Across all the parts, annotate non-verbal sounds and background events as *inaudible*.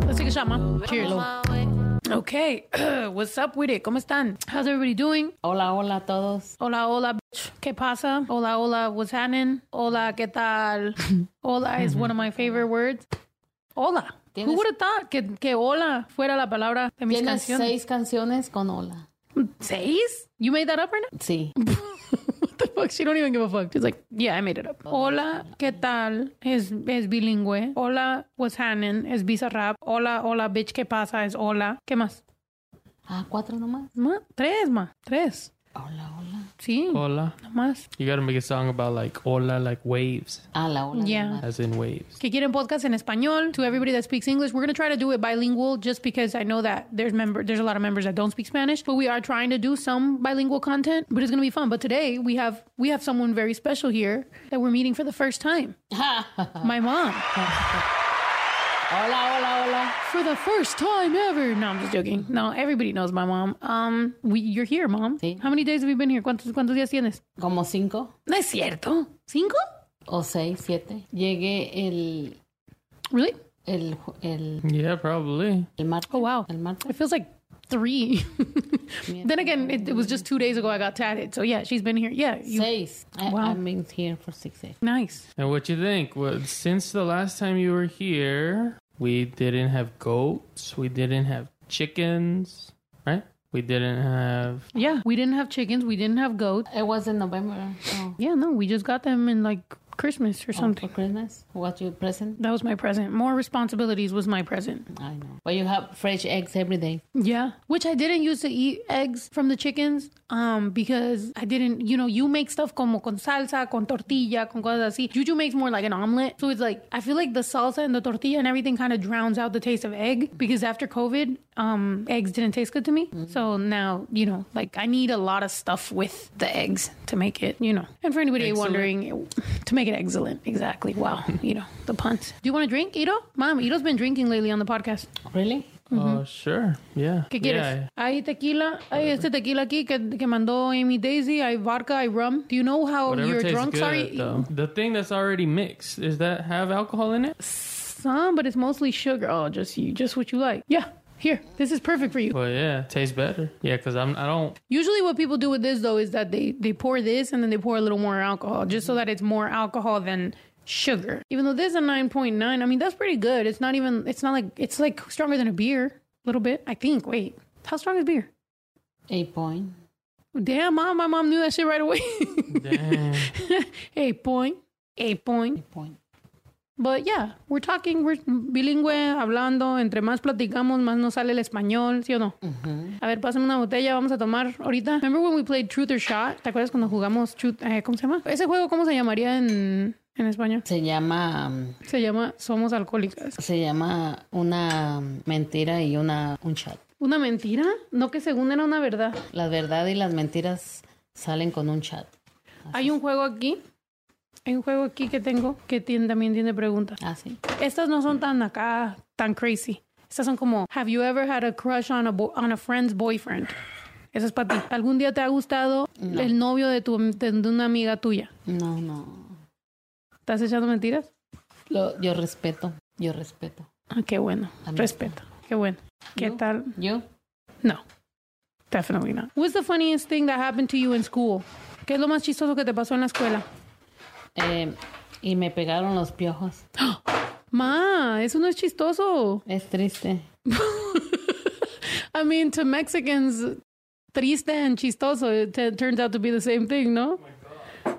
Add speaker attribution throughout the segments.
Speaker 1: programa. Cheers. Okay, *clears throat* what's up with it? ¿Cómo están? How's everybody doing?
Speaker 2: Hola, hola a todos.
Speaker 1: Hola, hola, bitch. ¿Qué pasa? Hola, hola, what's happening? Hola, ¿qué
Speaker 2: *laughs*
Speaker 1: tal? Hola is one of my favorite words. Hola. Who
Speaker 2: Tienes-
Speaker 1: would have thought que, que hola fuera la palabra de mis
Speaker 2: Tienes
Speaker 1: canciones?
Speaker 2: seis canciones con hola.
Speaker 1: ¿Seis? You made that up right now?
Speaker 2: Sí.
Speaker 1: What the fuck? She don't even give a fuck. She's like, yeah, I made it up. Hola, ¿qué tal? Es, es bilingüe. Hola, what's happening? Es bizarrap. Hola, hola, bitch, ¿qué pasa? Es hola. ¿Qué más?
Speaker 2: Ah, cuatro nomás.
Speaker 1: Ma- Tres, más. Tres.
Speaker 2: Hola, hola.
Speaker 1: Sí,
Speaker 3: Hola.
Speaker 1: nomás.
Speaker 3: You gotta make a song about like hola, like waves,
Speaker 2: Ah, la hola.
Speaker 1: Yeah.
Speaker 2: nomás.
Speaker 3: as in waves.
Speaker 1: Que quieren podcast en español. To everybody that speaks English, we're gonna try to do it bilingual, just because I know that there's member, there's a lot of members that don't speak Spanish, but we are trying to do some bilingual content. But it's gonna be fun. But today we have we have someone very special here that we're meeting for the first time. My mom.
Speaker 2: Hola, hola, hola.
Speaker 1: for the first time ever. No, I'm just joking. No, everybody knows my mom. Um, we, you're here, mom.
Speaker 2: Sí.
Speaker 1: How many days have you been here? ¿Cuántos, cuántos días tienes?
Speaker 2: Como cinco
Speaker 1: No es cierto. ¿Cinco?
Speaker 2: o seis, siete. Llegué el,
Speaker 1: Really?
Speaker 2: el, ju- el,
Speaker 3: Yeah, probably.
Speaker 2: el martes.
Speaker 1: Oh, wow.
Speaker 2: El
Speaker 1: It
Speaker 2: martes.
Speaker 1: feels like three. then again, it, it was just two days ago I got tatted. So yeah, she's been here. Yeah. You,
Speaker 2: Seis. I,
Speaker 1: Wow.
Speaker 2: I've been here for six days.
Speaker 1: nice.
Speaker 3: And what you think? Well, since the last time you were here, we didn't have goats, we didn't have chickens, right? We didn't have.
Speaker 1: Yeah. We didn't have chickens. We didn't have goats.
Speaker 2: It was in November. Oh.
Speaker 1: Yeah, no, we just got them in like Christmas or
Speaker 2: For
Speaker 1: something.
Speaker 2: Christmas. What you present?
Speaker 1: That was my present. More responsibilities was my present.
Speaker 2: I know. But you have fresh eggs every day.
Speaker 1: Yeah, which I didn't used to eat eggs from the chickens um because I didn't, you know, you make stuff como con salsa, con tortilla, con cosas así. Juju makes more like an omelet. So it's like I feel like the salsa and the tortilla and everything kind of drowns out the taste of egg because after COVID, um eggs didn't taste good to me. So now, you know, like I need a lot of stuff with the eggs to make it, you know. And for anybody
Speaker 3: Excellent.
Speaker 1: wondering to make it *laughs* excellent. Exactly. Wow. you know, the puns. Do you want to drink, Ito? Mom, Ito's been drinking lately on the podcast.
Speaker 2: Really?
Speaker 3: Oh, sure. Yeah.
Speaker 1: ¿Qué quieres?
Speaker 3: Yeah.
Speaker 1: Hay tequila, hay este tequila aquí que, que mandó Amy Daisy, hay vodka, hay rum. Do you know how
Speaker 3: Whatever
Speaker 1: your
Speaker 3: tastes
Speaker 1: drunks
Speaker 3: good,
Speaker 1: are?
Speaker 3: though. The thing that's already mixed, is that have alcohol in it?
Speaker 1: Some, but it's mostly sugar. Oh, just you, just what you like. Yeah. Here, this is perfect for you.
Speaker 3: Well, yeah, tastes better. Yeah, because I'm I *laughs* don't
Speaker 1: Usually, what people do with this though is that they they pour this and then they pour a little more alcohol, just so that it's more alcohol than sugar. Even though this is a nine point nine, I mean that's pretty good. It's not even. It's not like it's like stronger than a beer, a little bit. I think. Wait, how strong is beer?
Speaker 2: Eight point.
Speaker 1: Damn, mom, my mom knew that shit right away. *laughs*
Speaker 3: Damn.
Speaker 1: eight point, eight point.
Speaker 2: Eight point.
Speaker 1: But yeah, we're talking, we're bilingüe, hablando, entre más platicamos, más nos sale el español, ¿sí o no? A ver, pásame una botella, vamos a tomar ahorita. Remember when we played Truth or Shot? ¿Te acuerdas cuando jugamos Truth, eh, ¿cómo se llama? Ese juego, ¿cómo se llamaría en, en español?
Speaker 2: Se llama... um,
Speaker 1: Se llama Somos Alcohólicas.
Speaker 2: Se llama una mentira y una un shot.
Speaker 1: ¿Una mentira? No que según era una verdad.
Speaker 2: La verdad y las mentiras salen con un chat.
Speaker 1: Hay un juego aquí, hay un juego aquí que tengo que tiene, también tiene preguntas.
Speaker 2: Ah, sí.
Speaker 1: Estas no son tan acá, tan crazy. Estas son como, have you ever had a crush on a, bo- on a friend's boyfriend? Eso es para ti. ¿Algún día te ha gustado el novio de, tu, de una amiga tuya?
Speaker 2: No, no.
Speaker 1: ¿Estás echando mentiras?
Speaker 2: Lo- yo respeto, yo respeto.
Speaker 1: Ah, qué bueno.
Speaker 2: Amiga.
Speaker 1: Respeto. Qué bueno. ¿Qué
Speaker 2: No.
Speaker 1: tal?
Speaker 2: Yo,
Speaker 1: No. Definitely not. What's the funniest thing that happened to you in school? ¿Qué es lo más chistoso que te pasó en la escuela?
Speaker 2: eh, y me pegaron los piojos.
Speaker 1: Ma, eso no es chistoso.
Speaker 2: Es triste.
Speaker 1: I mean, to Mexicans, triste and chistoso it t- turns out to be the same thing, no?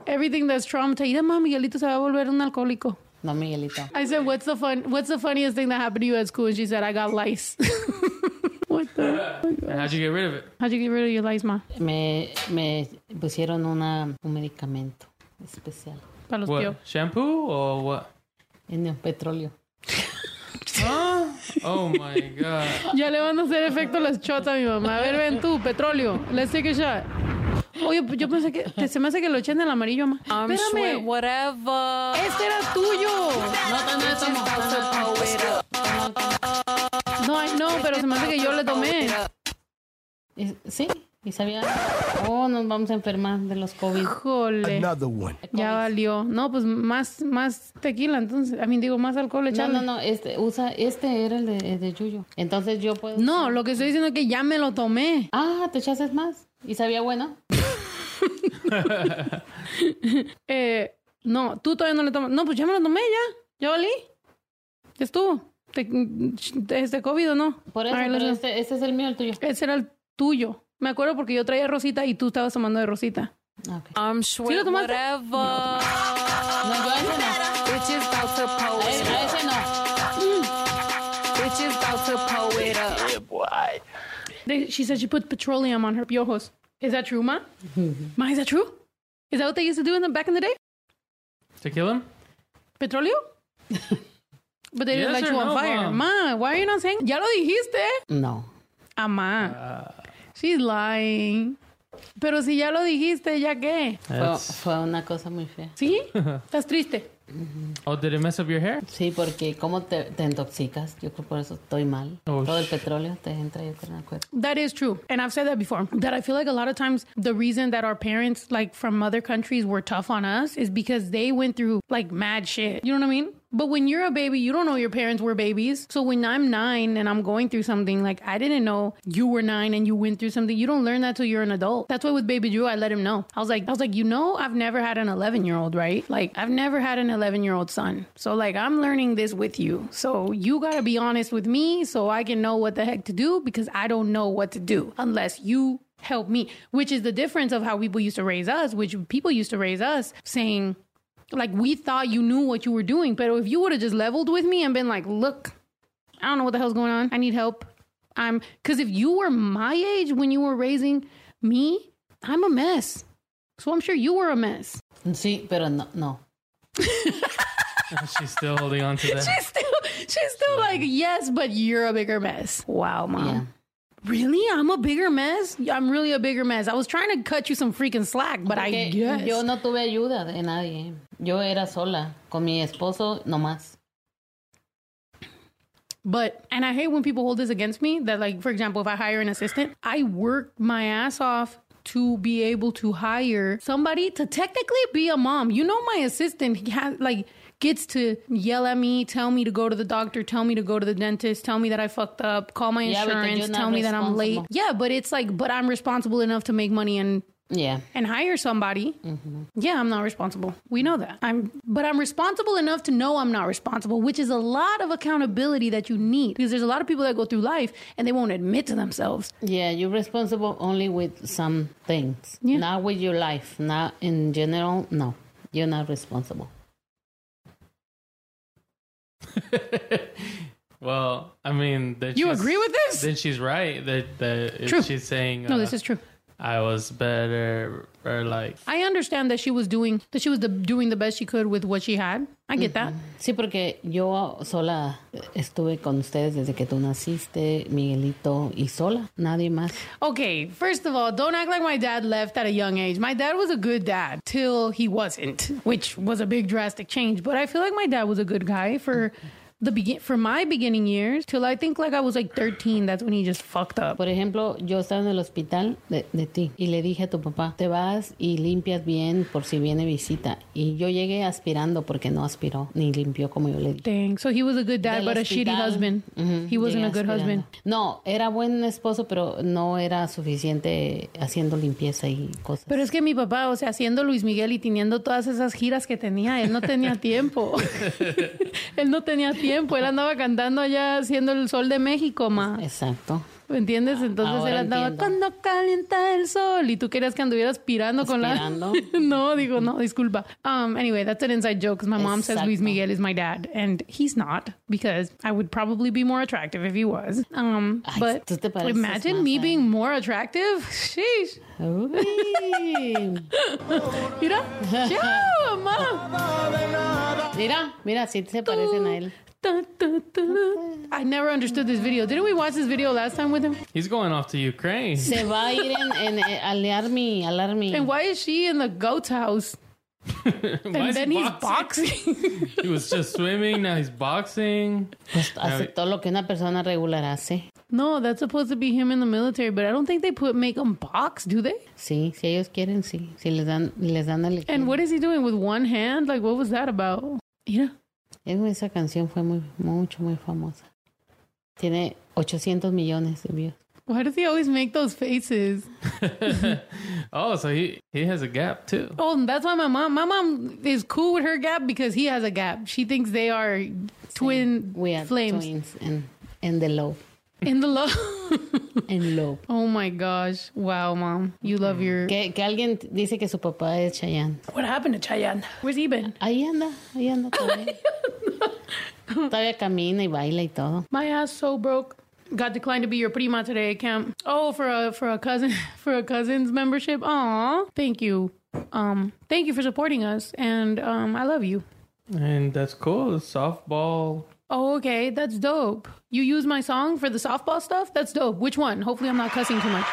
Speaker 1: Everything that's traumatized. Ma, Miguelito se va a volver un alcohólico.
Speaker 2: No, Miguelito.
Speaker 1: I said, "What's the fun? What's the funniest thing that happened to you at school?" And she said, "I got lice." *laughs* what the?
Speaker 3: And how'd you get rid of it?
Speaker 1: How'd you get rid of your lice, ma?
Speaker 2: Me, me pusieron una, un medicamento especial.
Speaker 1: Pa los
Speaker 3: What?
Speaker 1: tíos.
Speaker 3: Shampoo or what?
Speaker 2: En el petróleo.
Speaker 3: Huh? Oh *laughs* my god.
Speaker 1: Ya le van a hacer efecto las shots a mi mamá. A ver, ven tú, petróleo. Let's take a shot. Oye, pues yo pensé que te- se me hace que lo echen del amarillo, ma.
Speaker 4: I'm sweat,
Speaker 1: Espérame,
Speaker 4: whatever.
Speaker 1: este era tuyo.
Speaker 2: No, no, no, eso no.
Speaker 1: No, ay, no, pero se me hace que yo le tomé.
Speaker 2: Es- Sí, Y sabía, oh, nos vamos a enfermar de los COVID.
Speaker 1: Híjole.
Speaker 4: Another one.
Speaker 1: Ya valió. No, pues más, más tequila, entonces. A mí digo, más alcohol
Speaker 2: No,
Speaker 1: echarle.
Speaker 2: no, no, este, usa, este era el de, el de Yuyo. Entonces yo puedo...
Speaker 1: No, lo que estoy diciendo es que ya me lo tomé.
Speaker 2: Ah, te echaste más. ¿Y sabía bueno?
Speaker 1: Eh, no, tú todavía no le tomas. No, pues ya me lo tomé, ya. Ya valí. Ya estuvo. Te, este COVID o no.
Speaker 2: Por eso,
Speaker 1: Ay, lo
Speaker 2: pero
Speaker 1: sé.
Speaker 2: este, este es el mío, el tuyo.
Speaker 1: Ese era el tuyo. Me acuerdo porque yo traía rosita y tú estabas tomando de rosita.
Speaker 2: Ah, ok.
Speaker 5: I'm sure
Speaker 1: lo tomaste?
Speaker 5: whatever.
Speaker 2: No, yo a ese no.
Speaker 5: Bitches about to
Speaker 2: A
Speaker 5: poet.
Speaker 2: ese, a ese no.
Speaker 5: Bitches about to poet up.
Speaker 1: They, she said she put petroleum on her piojos. Is that true, ma? ma, is that true? Is that what they used to do in the back in the day?
Speaker 3: To kill him?
Speaker 1: Petróleo? But they didn't
Speaker 3: *laughs* Yes
Speaker 1: light
Speaker 3: or
Speaker 1: you on
Speaker 3: no,
Speaker 1: fire.
Speaker 3: Mom?
Speaker 1: Ma, why are you not saying? Ya lo dijiste.
Speaker 2: No.
Speaker 1: Ah, ma. She's lying. Pero si ya lo dijiste, ¿ya qué?
Speaker 2: Fue,
Speaker 3: That's-
Speaker 2: fue una cosa muy fea.
Speaker 3: *laughs*
Speaker 1: ¿Sí? ¿Estás triste?
Speaker 3: Oh, did it mess up your hair? *laughs*
Speaker 2: Sí, porque cómo te, te intoxicas. Yo creo por eso estoy mal.
Speaker 3: Oh,
Speaker 2: Todo el
Speaker 3: sh-
Speaker 2: petróleo te entra yo creo en el cuerpo.
Speaker 1: That is true. And I've said that before. That I feel like a lot of times the reason that our parents, like from other countries, were tough on us is because they went through like mad shit. You know what I mean? But when you're a baby, you don't know your parents were babies. So when I'm nine and I'm going through something, like I didn't know you were nine and you went through something. You don't learn that till you're an adult. That's why with Baby Drew, I let him know. I was like, I was like, you know, I've never had an 11 year old, right? Like I've never had an 11 year old son. So like I'm learning this with you. So you gotta be honest with me so I can know what the heck to do because I don't know what to do unless you help me, which is the difference of how people used to raise us, which people used to raise us saying, like, we thought you knew what you were doing. But if you would have just leveled with me and been like, look, I don't know what the hell's going on. I need help. I'm, because if you were my age when you were raising me, I'm a mess. So I'm sure you were a mess. *laughs*
Speaker 2: Sí, pero no, no.
Speaker 3: She's still holding on to
Speaker 1: *laughs*
Speaker 3: that.
Speaker 1: She's still, she's still like, yes, but you're a bigger mess. Wow, mom.
Speaker 2: Yeah.
Speaker 1: Really? I'm a bigger mess? I'm really a bigger mess. I was trying to cut you some freaking slack, but I
Speaker 2: Que
Speaker 1: guess.
Speaker 2: Yo no tuve ayuda de nadie. Yo era sola, con mi esposo nomás.
Speaker 1: But and I hate when people hold this against me that like for example if I hire an assistant, I work my ass off to be able to hire somebody to technically be a mom. You know my assistant he has like gets to yell at me, tell me to go to the doctor, tell me to go to the dentist, tell me that I fucked up, call my
Speaker 2: Yeah, because
Speaker 1: insurance,
Speaker 2: you're not
Speaker 1: tell me that I'm late.
Speaker 2: responsible.
Speaker 1: Yeah, but it's like but I'm responsible enough to make money and
Speaker 2: Yeah.
Speaker 1: and hire somebody. Yeah, I'm not responsible. We know that. I'm but I'm responsible enough to know I'm not responsible, which is a lot of accountability that you need because there's a lot of people that go through life and they won't admit to themselves.
Speaker 2: Yeah, you're responsible only with some things.
Speaker 1: Yeah.
Speaker 2: Not with your life. Not in general, no. You're not responsible.
Speaker 3: Well, I mean, that
Speaker 1: You
Speaker 3: she's-
Speaker 1: agree with this?
Speaker 3: Then she's right. That that if
Speaker 1: True.
Speaker 3: she's saying,
Speaker 1: No,
Speaker 3: uh,
Speaker 1: this is true.
Speaker 3: I was better or like
Speaker 1: I understand that she was doing that she was the, doing the best she could with what she had. I get that.
Speaker 2: Sí, porque yo sola estuve con ustedes desde que tú naciste, Miguelito, y sola. Nadie más.
Speaker 1: Okay, first of all, don't act like my dad left at a young age. My dad was a good dad till he wasn't, which was a big drastic change. But I feel like my dad was a good guy for the begin for my beginning years till I think like I was like 13. That's when he just fucked up.
Speaker 2: Por ejemplo, yo estaba en el hospital de, de ti y le dije a tu papá, te vas y limpias bien por si viene visita. Y yo llegué aspirando porque no aspiró ni limpió como yo le dije.
Speaker 1: Dang. So he was a good dad,
Speaker 2: del
Speaker 1: but a shitty
Speaker 2: hospital. Mm-hmm.
Speaker 1: husband.
Speaker 2: Ujú,
Speaker 1: He wasn't
Speaker 2: llegué
Speaker 1: a good husband.
Speaker 2: aspirando. No, era buen esposo, pero no era suficiente haciendo limpieza y cosas.
Speaker 1: Pero es que mi papá, o sea, haciendo Luis Miguel y teniendo todas esas giras que tenía, él no
Speaker 2: *laughs*
Speaker 1: tenía tiempo. él no tenía tiempo. Él andaba cantando allá haciendo el sol de México, ma.
Speaker 2: Exacto.
Speaker 1: ¿Me entiendes? Entonces
Speaker 2: ahora
Speaker 1: él andaba
Speaker 2: entiendo.
Speaker 1: cuando calienta el sol y tú querías que anduviera aspirando con la...
Speaker 2: Aspirando.
Speaker 1: *laughs* no, digo, no, disculpa. Um, anyway, that's an inside joke because my mom says Luis
Speaker 2: Exacto.
Speaker 1: Miguel is my dad and he's not because I would probably be more attractive if he was. Um,
Speaker 2: Ay,
Speaker 1: but
Speaker 2: tú te pareces
Speaker 1: imagine
Speaker 2: más
Speaker 1: me
Speaker 2: a él.
Speaker 1: being more attractive. Sheesh.
Speaker 2: Uy. *laughs*
Speaker 1: Mira. Ya, ma.
Speaker 2: mira, mira, sí se parecen a él.
Speaker 1: Ta, ta, ta. I never understood this video. Didn't we watch this video last time with him?
Speaker 3: he's going off to Ukraine. *laughs*
Speaker 2: Se va a ir en, en, eh, al army, al army.
Speaker 1: And why is she in the goat's house?
Speaker 3: Why
Speaker 1: And
Speaker 3: is he
Speaker 1: then he's
Speaker 3: boxing? *laughs*
Speaker 1: boxing.
Speaker 3: he was just swimming. Now he's boxing.
Speaker 2: Pues hace todo lo que una persona regular hace.
Speaker 1: No, that's supposed to be him in the military, but I don't think they put make him box, do they?
Speaker 2: Sí, si ellos quieren, sí. Si les dan, les dan a elegir.
Speaker 1: And what is he doing with one hand? Like, what was that about? Mira,
Speaker 2: Es- Esa canción fue muy, mucho, muy famosa. Tiene 800 millones de views.
Speaker 1: why does he always make those faces?
Speaker 3: oh, so he he has a gap too.
Speaker 1: Oh, and that's why my mom, my mom is cool with her gap because he has a gap. She thinks they are twin
Speaker 2: We are
Speaker 1: flames
Speaker 2: twins and, and the love.
Speaker 1: in the love. *laughs*
Speaker 2: And love.
Speaker 1: oh my gosh! Wow, mom, you love your.
Speaker 2: Que, que alguien dice que su papá es Chayanne.
Speaker 1: What happened to Chayanne? Where's he been?
Speaker 2: Ahí anda, ahí anda todavía. todavía camina y baila y todo.
Speaker 1: My ass so broke. Got declined to be your prima today at camp. Oh, for a for a cousin *laughs* for a cousin's membership. Aw, thank you. Um, thank you for supporting us, and um, I love you.
Speaker 3: And that's cool. Softball.
Speaker 1: Oh, okay, that's dope. You use my song for the softball stuff. That's dope. Which one? Hopefully, I'm not cussing too much.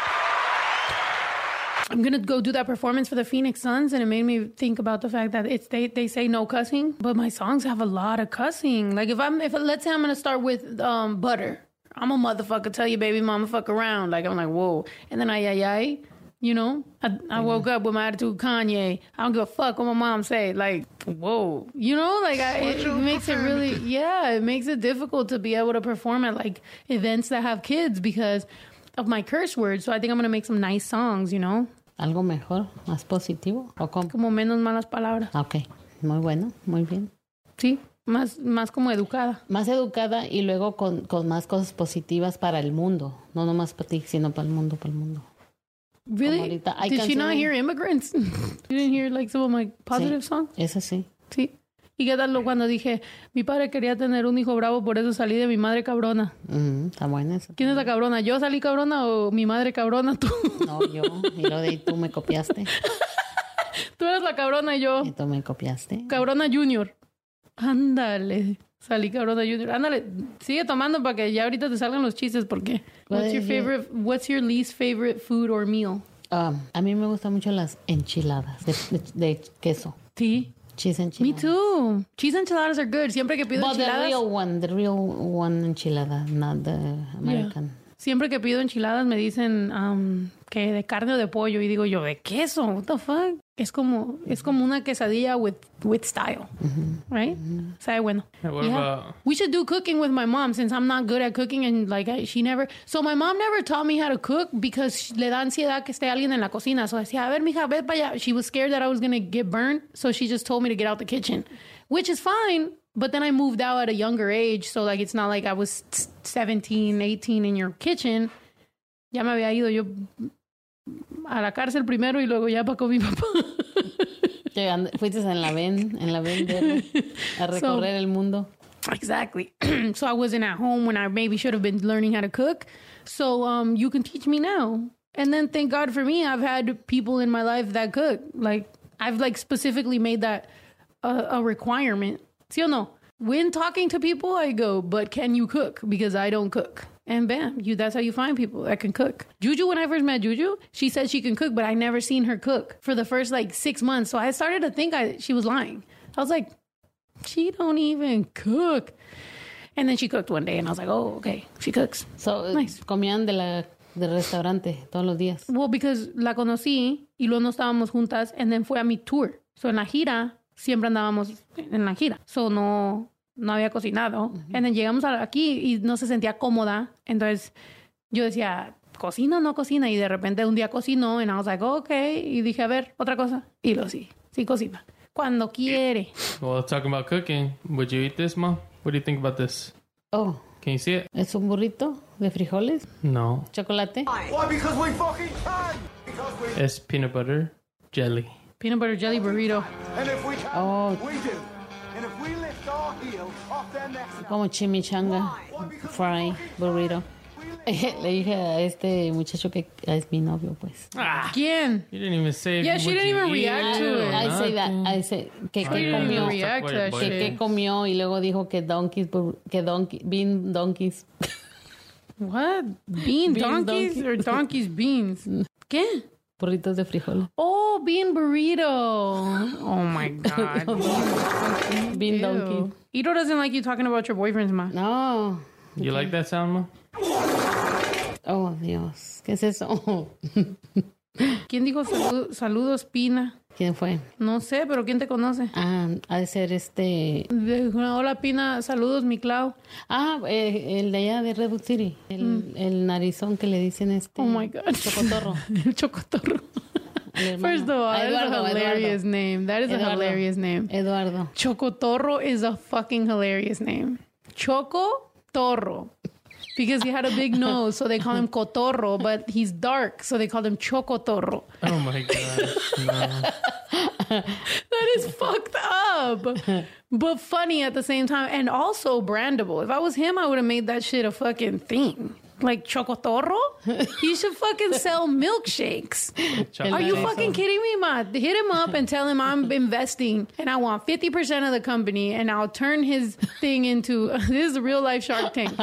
Speaker 1: I'm gonna go do that performance for the Phoenix Suns, and it made me think about the fact that it's they they say no cussing, but my songs have a lot of cussing. Like if I'm if let's say I'm gonna start with um butter, I'm a motherfucker. Tell your baby mama fuck around. Like I'm like whoa, and then I ay ay. You know, I, I woke up with my attitude Kanye. I don't give a fuck what my mom say. Like, whoa, you know, like I, it, it makes it really, yeah, it makes it difficult to be able to perform at like events that have kids because of my curse words. So I think I'm gonna make some nice songs, you know.
Speaker 2: ¿Algo mejor? ¿Más positivo? ¿O cómo?
Speaker 1: Como menos malas palabras.
Speaker 2: Ah, Ok, muy bueno, muy bien.
Speaker 1: Sí, más, más como educada.
Speaker 2: Más educada y luego con, con más cosas positivas para el mundo. No nomás para ti, sino para el mundo, para el mundo.
Speaker 1: Really?
Speaker 2: ahorita, hay
Speaker 1: Did she not
Speaker 2: canciones-
Speaker 1: hear immigrants? *laughs* you didn't hear like some of my positive songs?
Speaker 2: Eso sí.
Speaker 1: Sí. Y qué tal lo cuando dije, mi padre quería tener un hijo bravo, por eso salí de mi madre cabrona.
Speaker 2: Mm, está buena esa.
Speaker 1: ¿Quién es la cabrona? ¿Yo salí cabrona o mi madre cabrona? *laughs* Tú,
Speaker 2: No, yo. Y lo de ahí tú me copiaste.
Speaker 1: tú eres la cabrona y yo,
Speaker 2: Y tú me copiaste.
Speaker 1: cabrona junior. Ándale. Salí cabrona junior. Ándale, sigue tomando para que ya ahorita te salgan los chistes porque What's your
Speaker 2: Pues, yo-
Speaker 1: favorite what's your least favorite food or meal?
Speaker 2: Ah, a mí me gustan mucho las enchiladas de, de- de queso.
Speaker 1: Sí.
Speaker 2: Cheese
Speaker 1: Me
Speaker 2: enchiladas.
Speaker 1: too. Cheese enchiladas are good. Siempre que pido
Speaker 2: But the
Speaker 1: enchiladas,
Speaker 2: real one, the real one enchilada, not the American.
Speaker 1: siempre que pido enchiladas me dicen um, que de carne o de pollo y digo yo de queso. What the fuck? Es como es como una quesadilla with with style, right? Sabe bueno.
Speaker 3: And what
Speaker 1: Yeah.
Speaker 3: about
Speaker 1: We should do cooking with my mom since I'm not good at cooking and like I, she never. So my mom never taught me how to cook because she- le da ansiedad que esté alguien en la cocina. So I decía, a ver, mija, ve para allá. She was scared that I was gonna get burned, so she just told me to get out the kitchen, which is fine. But then I moved out at a younger age, so like it's not like I was 17, 18 in your kitchen. Ya me había ido yo a la cárcel primero y luego ya para con mi papá. *laughs*
Speaker 2: Te and- Fuiste en la ven, en la ven verde,
Speaker 1: *laughs*
Speaker 2: a recorrer el mundo.
Speaker 1: Exactly. *clears throat* so I wasn't at home when I maybe should have been learning how to cook. So um, you can teach me now. And then thank God for me, I've had people in my life that cook. Like I've like specifically made that a, a requirement. See or no? When talking to people, I go, but can you cook? Because I don't cook. And bam, you that's how you find people that can cook. Juju, when I first met Juju, she said she can cook, but I never seen her cook for the first like six months. So I started to think I she was lying. I was like, she don't even cook. And then she cooked one day, and I was like, oh, okay, she cooks.
Speaker 2: So, eh,
Speaker 1: Nice.
Speaker 2: Comían de la del restaurante todos los días.
Speaker 1: Well, because la conocí y luego no estábamos juntas, and then fue a mi tour. So en la gira, siempre andábamos en la gira. So no, no había cocinado. And then llegamos a- aquí y no se sentía cómoda. Entonces yo decía, ¿cocina o no cocina? Y de repente un día cocinó, and I was like, okay. Y dije, a ver, otra cosa. Y lo sí, sí cocina. Cuando quiere.
Speaker 3: well talking about cooking? Would you eat this, mom? What do you think about this?
Speaker 2: Oh,
Speaker 3: Can you see it?
Speaker 2: es un burrito de frijoles,
Speaker 3: No.
Speaker 2: chocolate.
Speaker 4: Why? Because we fucking can. Because we.
Speaker 3: It's peanut butter jelly.
Speaker 1: Peanut butter jelly burrito.
Speaker 4: And if we can,
Speaker 2: Oh.
Speaker 4: we do. And if we lift our heels off their necks now,
Speaker 2: Como chimichanga, *laughs* fry, burrito. Le dije a este muchacho que es mi novio, pues.
Speaker 1: ¿Quién?
Speaker 3: You didn't even say.
Speaker 1: Yeah, she
Speaker 3: would
Speaker 1: didn't
Speaker 3: you
Speaker 1: even
Speaker 3: eat
Speaker 1: react to
Speaker 3: or
Speaker 1: it.
Speaker 2: I say that,
Speaker 3: nothing.
Speaker 2: I say, que,
Speaker 3: I
Speaker 2: que
Speaker 1: didn't even
Speaker 2: comió,
Speaker 3: know.
Speaker 1: react to
Speaker 3: Fuck
Speaker 1: that
Speaker 3: what it
Speaker 2: que,
Speaker 1: shit.
Speaker 2: que comió y luego dijo que donkeys, bur- que donkey, bean donkeys.
Speaker 1: What? Bean donkeys
Speaker 2: donkey.
Speaker 1: or donkeys beans? ¿Qué?
Speaker 2: Burritos de frijoles.
Speaker 1: Oh, bean burrito. Oh *laughs* my god.
Speaker 2: Bean
Speaker 1: Ew.
Speaker 2: donkey.
Speaker 1: Ito doesn't like you talking about your boyfriend's mom.
Speaker 2: No,
Speaker 3: You like that sound? Ma?
Speaker 2: Oh, Dios. ¿Qué es eso? *laughs*
Speaker 1: ¿Quién dijo salu- saludos, Pina?
Speaker 2: ¿Quién fue?
Speaker 1: No sé, pero ¿quién te conoce?
Speaker 2: Ah, ha de ser este.
Speaker 1: Dijo, Hola, Pina. Saludos, mi Clau.
Speaker 2: Ah, eh, el de allá de Redwood City. El, el narizón que le dicen este.
Speaker 1: Mm. Oh, my God.
Speaker 2: Chocotorro.
Speaker 1: *laughs* El chocotorro.
Speaker 2: al hermano.
Speaker 1: First of all, that is
Speaker 2: Eduardo,
Speaker 1: a hilarious name. That is a
Speaker 2: Eduardo.
Speaker 1: hilarious name.
Speaker 2: Eduardo.
Speaker 1: Chocotorro is a fucking hilarious name. Choco Torro. Because he had a big nose, so they call him Cotorro, but he's dark, so they called him Chocotorro. *laughs*
Speaker 3: Oh my gosh. No.
Speaker 1: That is fucked up, but funny at the same time, and also brandable. If I was him, I would have made that shit a fucking thing. Like Chocotorro? He should fucking sell milkshakes.
Speaker 3: Chocolate
Speaker 1: Are you
Speaker 3: sauce.
Speaker 1: fucking kidding me, Ma? Hit him up and tell him I'm
Speaker 2: *laughs*
Speaker 1: investing and I want 50% of the company and I'll turn his thing into *laughs* this is a real life shark
Speaker 2: *laughs*
Speaker 1: tank.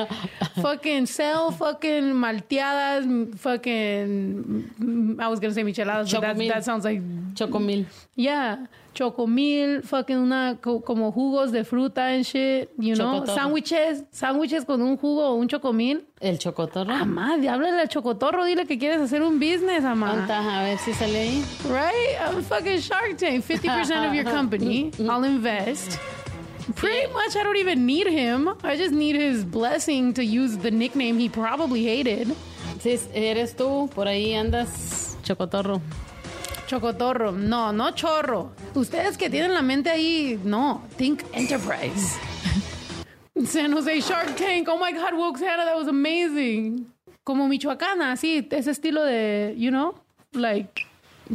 Speaker 1: fucking sell fucking malteadas, m- fucking, mm, I was gonna say micheladas, but that,
Speaker 2: Chocomil.
Speaker 1: that sounds like,
Speaker 2: Chocomil.
Speaker 1: yeah, chocomil, fucking una, co- como jugos de fruta and shit, you know,
Speaker 2: Chocotorro.
Speaker 1: sándwiches, sándwiches con un jugo o un chocomil.
Speaker 2: El chocotorro.
Speaker 1: Amá, háblale al chocotorro, dile que quieres hacer un business, amá.
Speaker 2: Anta, A ver si sale ahí.
Speaker 1: Right? I'm fucking Shark Tank. 50% of your company. I'll invest. Pretty much, I don't even need him. I just need his blessing to use the nickname he probably hated.
Speaker 2: Si eres tú, por ahí andas. Chocotorro.
Speaker 1: Chocotorro. No, no chorro. Ustedes que tienen la mente ahí, no. Think enterprise. *laughs* San Jose Shark Tank. Oh my God, Woxana, that was amazing. Como Michoacana, así, ese estilo de, you know, like,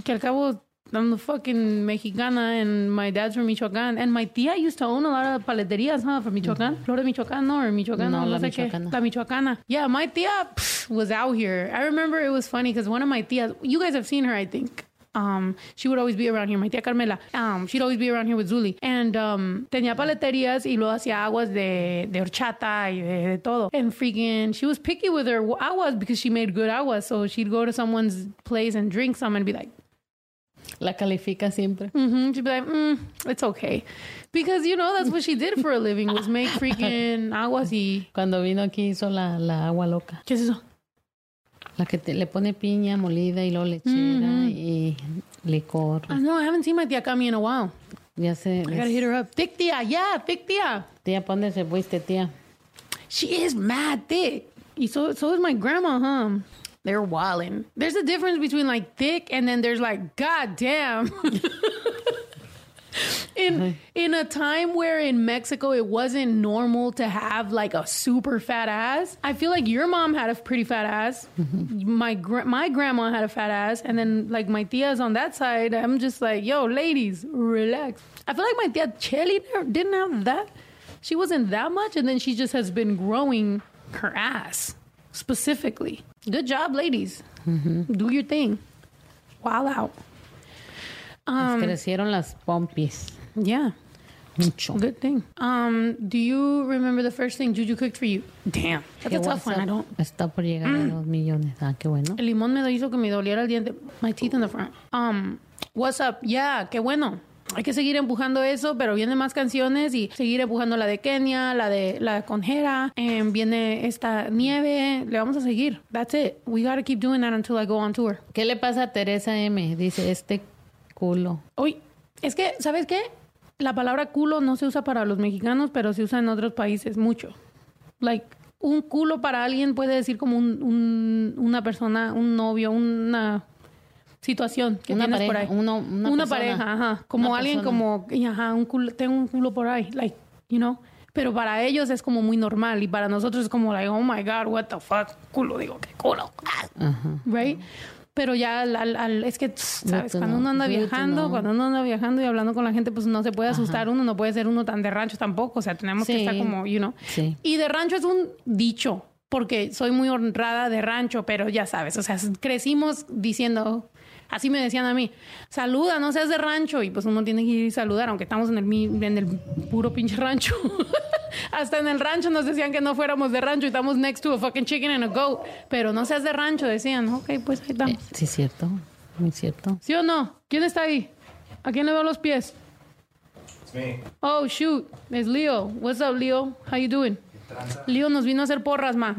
Speaker 1: que al cabo, I'm the fucking Mexicana and my dad's from Michoacan. And my tía used to own a lot of paleterías, huh, from Michoacan. Flor de Michoacán, no, or Michoacán,
Speaker 2: Mm. No,
Speaker 1: no,
Speaker 2: la
Speaker 1: sé qué.
Speaker 2: Michoacana.
Speaker 1: La Michoacana. Yeah, my tía pff, was out here. I remember it was funny because one of my tías, you guys have seen her, I think. Um, she would always be around here. My tía Carmela. Um, she'd always be around here with Zuli. And um, tenía paleterías y luego hacía aguas de, de horchata y de, de todo. And freaking, she was picky with her aguas because she made good aguas. So she'd go to someone's place and drink some and be like,
Speaker 2: La califica siempre.
Speaker 1: hmm She'd be like, mm, it's okay. Because, you know, that's what she did for a living was make freaking aguas y...
Speaker 2: Cuando vino aquí hizo la, la agua loca.
Speaker 1: ¿Qué es eso?
Speaker 2: La que te- le pone piña molida y luego lechera
Speaker 1: Mm-hmm.
Speaker 2: y licor.
Speaker 1: I know, Ah, I haven't seen my tía Cami in a while.
Speaker 2: Ya sé.
Speaker 1: I gotta hit her up. Thick tía, yeah, thick tía.
Speaker 2: Tía, ¿pa' ¿dónde se fuiste, tía?
Speaker 1: She is mad thick. Y So, so is my grandma, huh? They're wildin'. There's a difference between like thick and then there's like, god damn. in in a time where in Mexico it wasn't normal to have like a super fat ass. I feel like your mom had a pretty fat ass. my gra- my grandma had a fat ass, and then like my tias on that side. I'm just like, yo, ladies, relax. I feel like my tia Chelly never- didn't have that. She wasn't that much, and then she just has been growing her ass specifically. Good job, ladies. Do your thing. Wild out. Ah.
Speaker 2: Les crecieron las pompis.
Speaker 1: Yeah.
Speaker 2: Mucho.
Speaker 1: Good thing. Um, do you remember the first thing Juju cooked for you? Damn, that's
Speaker 2: Qué
Speaker 1: a Mm. tough one.
Speaker 2: WhatsApp
Speaker 1: I don't.
Speaker 2: Está por llegar a dos millones. Ah, qué bueno.
Speaker 1: El limón me lo hizo que me doliera el diente, my teeth in the front. Um, what's up? Yeah, qué bueno. Hay que seguir empujando eso, pero vienen más canciones y seguir empujando la de Kenia, la de la de Conjera, em, viene esta nieve, le vamos a seguir. That's it. We gotta keep doing that until I go on tour.
Speaker 2: ¿Qué le pasa a Teresa M? Dice, este culo.
Speaker 1: Uy, es que, ¿sabes qué? La palabra culo no se usa para los mexicanos, pero se usa en otros países mucho. Like, un culo para alguien puede decir como un, un- una persona, un novio, una situación que
Speaker 2: Una
Speaker 1: tienes por ahí.
Speaker 2: pareja, uno- una persona.
Speaker 1: pareja, ajá. Como
Speaker 2: Una
Speaker 1: alguien
Speaker 2: persona.
Speaker 1: como, y ajá, un culo, tengo un culo por ahí, like, you know. Pero para ellos es como muy normal y para nosotros es como, like, oh my God, what the fuck, culo, digo, qué culo, ah, right? Pero ya al, al- al- es que, tss, ¿sabes?
Speaker 2: Bruto,
Speaker 1: Cuando
Speaker 2: no.
Speaker 1: uno anda
Speaker 2: Bruto,
Speaker 1: viajando,
Speaker 2: no.
Speaker 1: cuando uno anda viajando y hablando con la gente, pues no se puede asustar uno, no puede ser uno tan de rancho tampoco, o sea, tenemos que
Speaker 2: Sí.
Speaker 1: estar como, you know.
Speaker 2: Sí.
Speaker 1: Y de rancho es un dicho, porque soy muy honrada de rancho, pero ya sabes, o sea, crecimos diciendo, así me decían a mí, saluda, no seas de rancho, y pues uno tiene que ir y saludar, aunque estamos en el, mi- en el puro pinche rancho. *laughs* Hasta en el rancho nos decían que no fuéramos de rancho y estamos next to a fucking chicken and a goat, pero no seas de rancho, decían, ok, pues ahí
Speaker 2: Eh,
Speaker 1: estamos.
Speaker 2: sí, cierto. Muy cierto.
Speaker 1: ¿Sí o no? ¿Quién está ahí? ¿A quién le veo los pies?
Speaker 6: It's me.
Speaker 1: Oh, shoot, es Leo. What's up, Leo? How you doing?
Speaker 6: Good
Speaker 1: Leo nos vino a hacer porras, ma.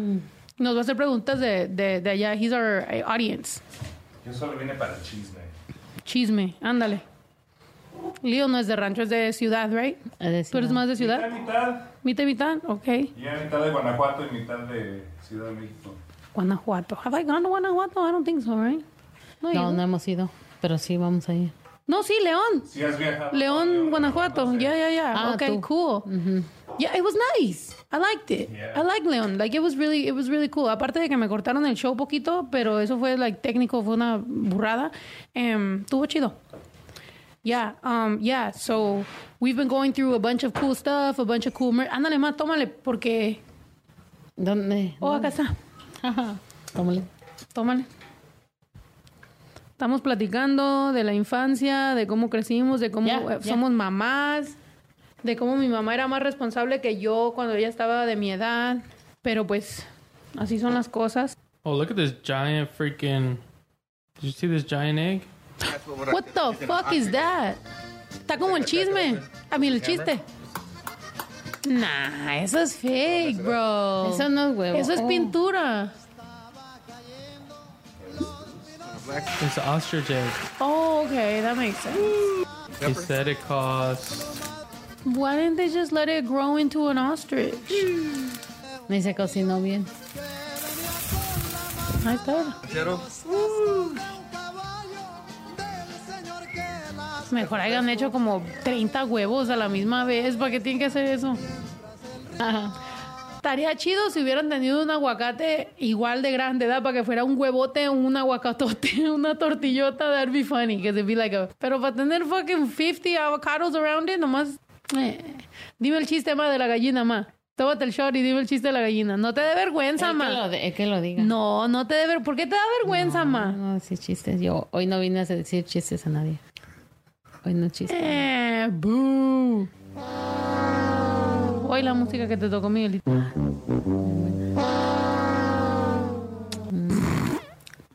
Speaker 1: Nos va a hacer preguntas de, de, de allá. He's our eh, audience.
Speaker 6: Yo solo vine para el chisme.
Speaker 1: Chisme, ándale. Leo no es de rancho, es de ciudad, right?
Speaker 2: Es decir,
Speaker 1: ¿Tú eres más de
Speaker 6: Mitad,
Speaker 1: ciudad?
Speaker 6: mitad.
Speaker 1: ¿Mitad y mitad? Ok.
Speaker 6: Y era mitad de Guanajuato y mitad de Ciudad de México.
Speaker 1: Guanajuato. Have I gone to Guanajuato? I don't think so, right? No,
Speaker 2: No,
Speaker 1: you-
Speaker 2: no hemos ido, pero sí vamos a ir.
Speaker 1: No, sí, León.
Speaker 6: Si has viajado.
Speaker 1: León, Guanajuato. Yeah, yeah, yeah.
Speaker 2: Ah,
Speaker 1: okay,
Speaker 2: tú.
Speaker 1: cool. Yeah, it was nice. I liked it.
Speaker 6: Yeah.
Speaker 1: I liked León. Like it was really, it was really cool. Aparte de que me cortaron el show poquito, pero eso fue like técnico, fue una burrada. Em, Estuvo chido. Yeah, um, yeah. So we've been going through a bunch of cool stuff, a bunch of cool. Mer- Ándale más, tómale porque.
Speaker 2: ¿Dónde?
Speaker 1: Oh, acá está.
Speaker 2: Tómale.
Speaker 1: Tómale. Estamos platicando de la infancia, de cómo crecimos, de cómo
Speaker 2: Ya,
Speaker 1: eh,
Speaker 2: ya.
Speaker 1: somos mamás, de cómo mi mamá era más responsable que yo cuando ella estaba de mi edad. Pero pues, así son las cosas.
Speaker 3: Oh, look at this giant freaking. Did you see this giant egg?
Speaker 1: What the fuck is that? Está como el chisme. A mí el chiste. Nah, eso es fake, bro.
Speaker 2: Eso no es huevo.
Speaker 1: Eso es
Speaker 2: Oh.
Speaker 1: pintura.
Speaker 3: It's an ostrich egg.
Speaker 1: Oh, okay, that makes sense.
Speaker 3: They said it costs.
Speaker 1: Why didn't they just let it grow into an ostrich?
Speaker 2: Ni se cocinó bien.
Speaker 1: Ahí está. Mejor hayan hecho como 30 huevos a la misma vez. ¿Para qué tienen que hacer eso? Estaría chido si hubieran tenido un aguacate igual de grande, ¿da? Para que fuera un huevote, un aguacatote, *laughs* una tortillota. That'd be funny. 'cause it'd be like a- Pero para tener fucking 50 avocados around it, nomás... eh. Dime el chiste, ma, de la gallina, ma. Tómate el short y dime el chiste de la gallina. No te dé vergüenza,
Speaker 2: Es que lo
Speaker 1: ma.
Speaker 2: de- es que lo diga.
Speaker 1: No, no te dé vergüenza. ¿Por qué te da vergüenza, ma?
Speaker 2: No decir chistes. Yo hoy no vine a decir chistes a nadie. Hoy no chistes.
Speaker 1: Eh, boo. Hoy la música que te tocó, Miguelito. Mm.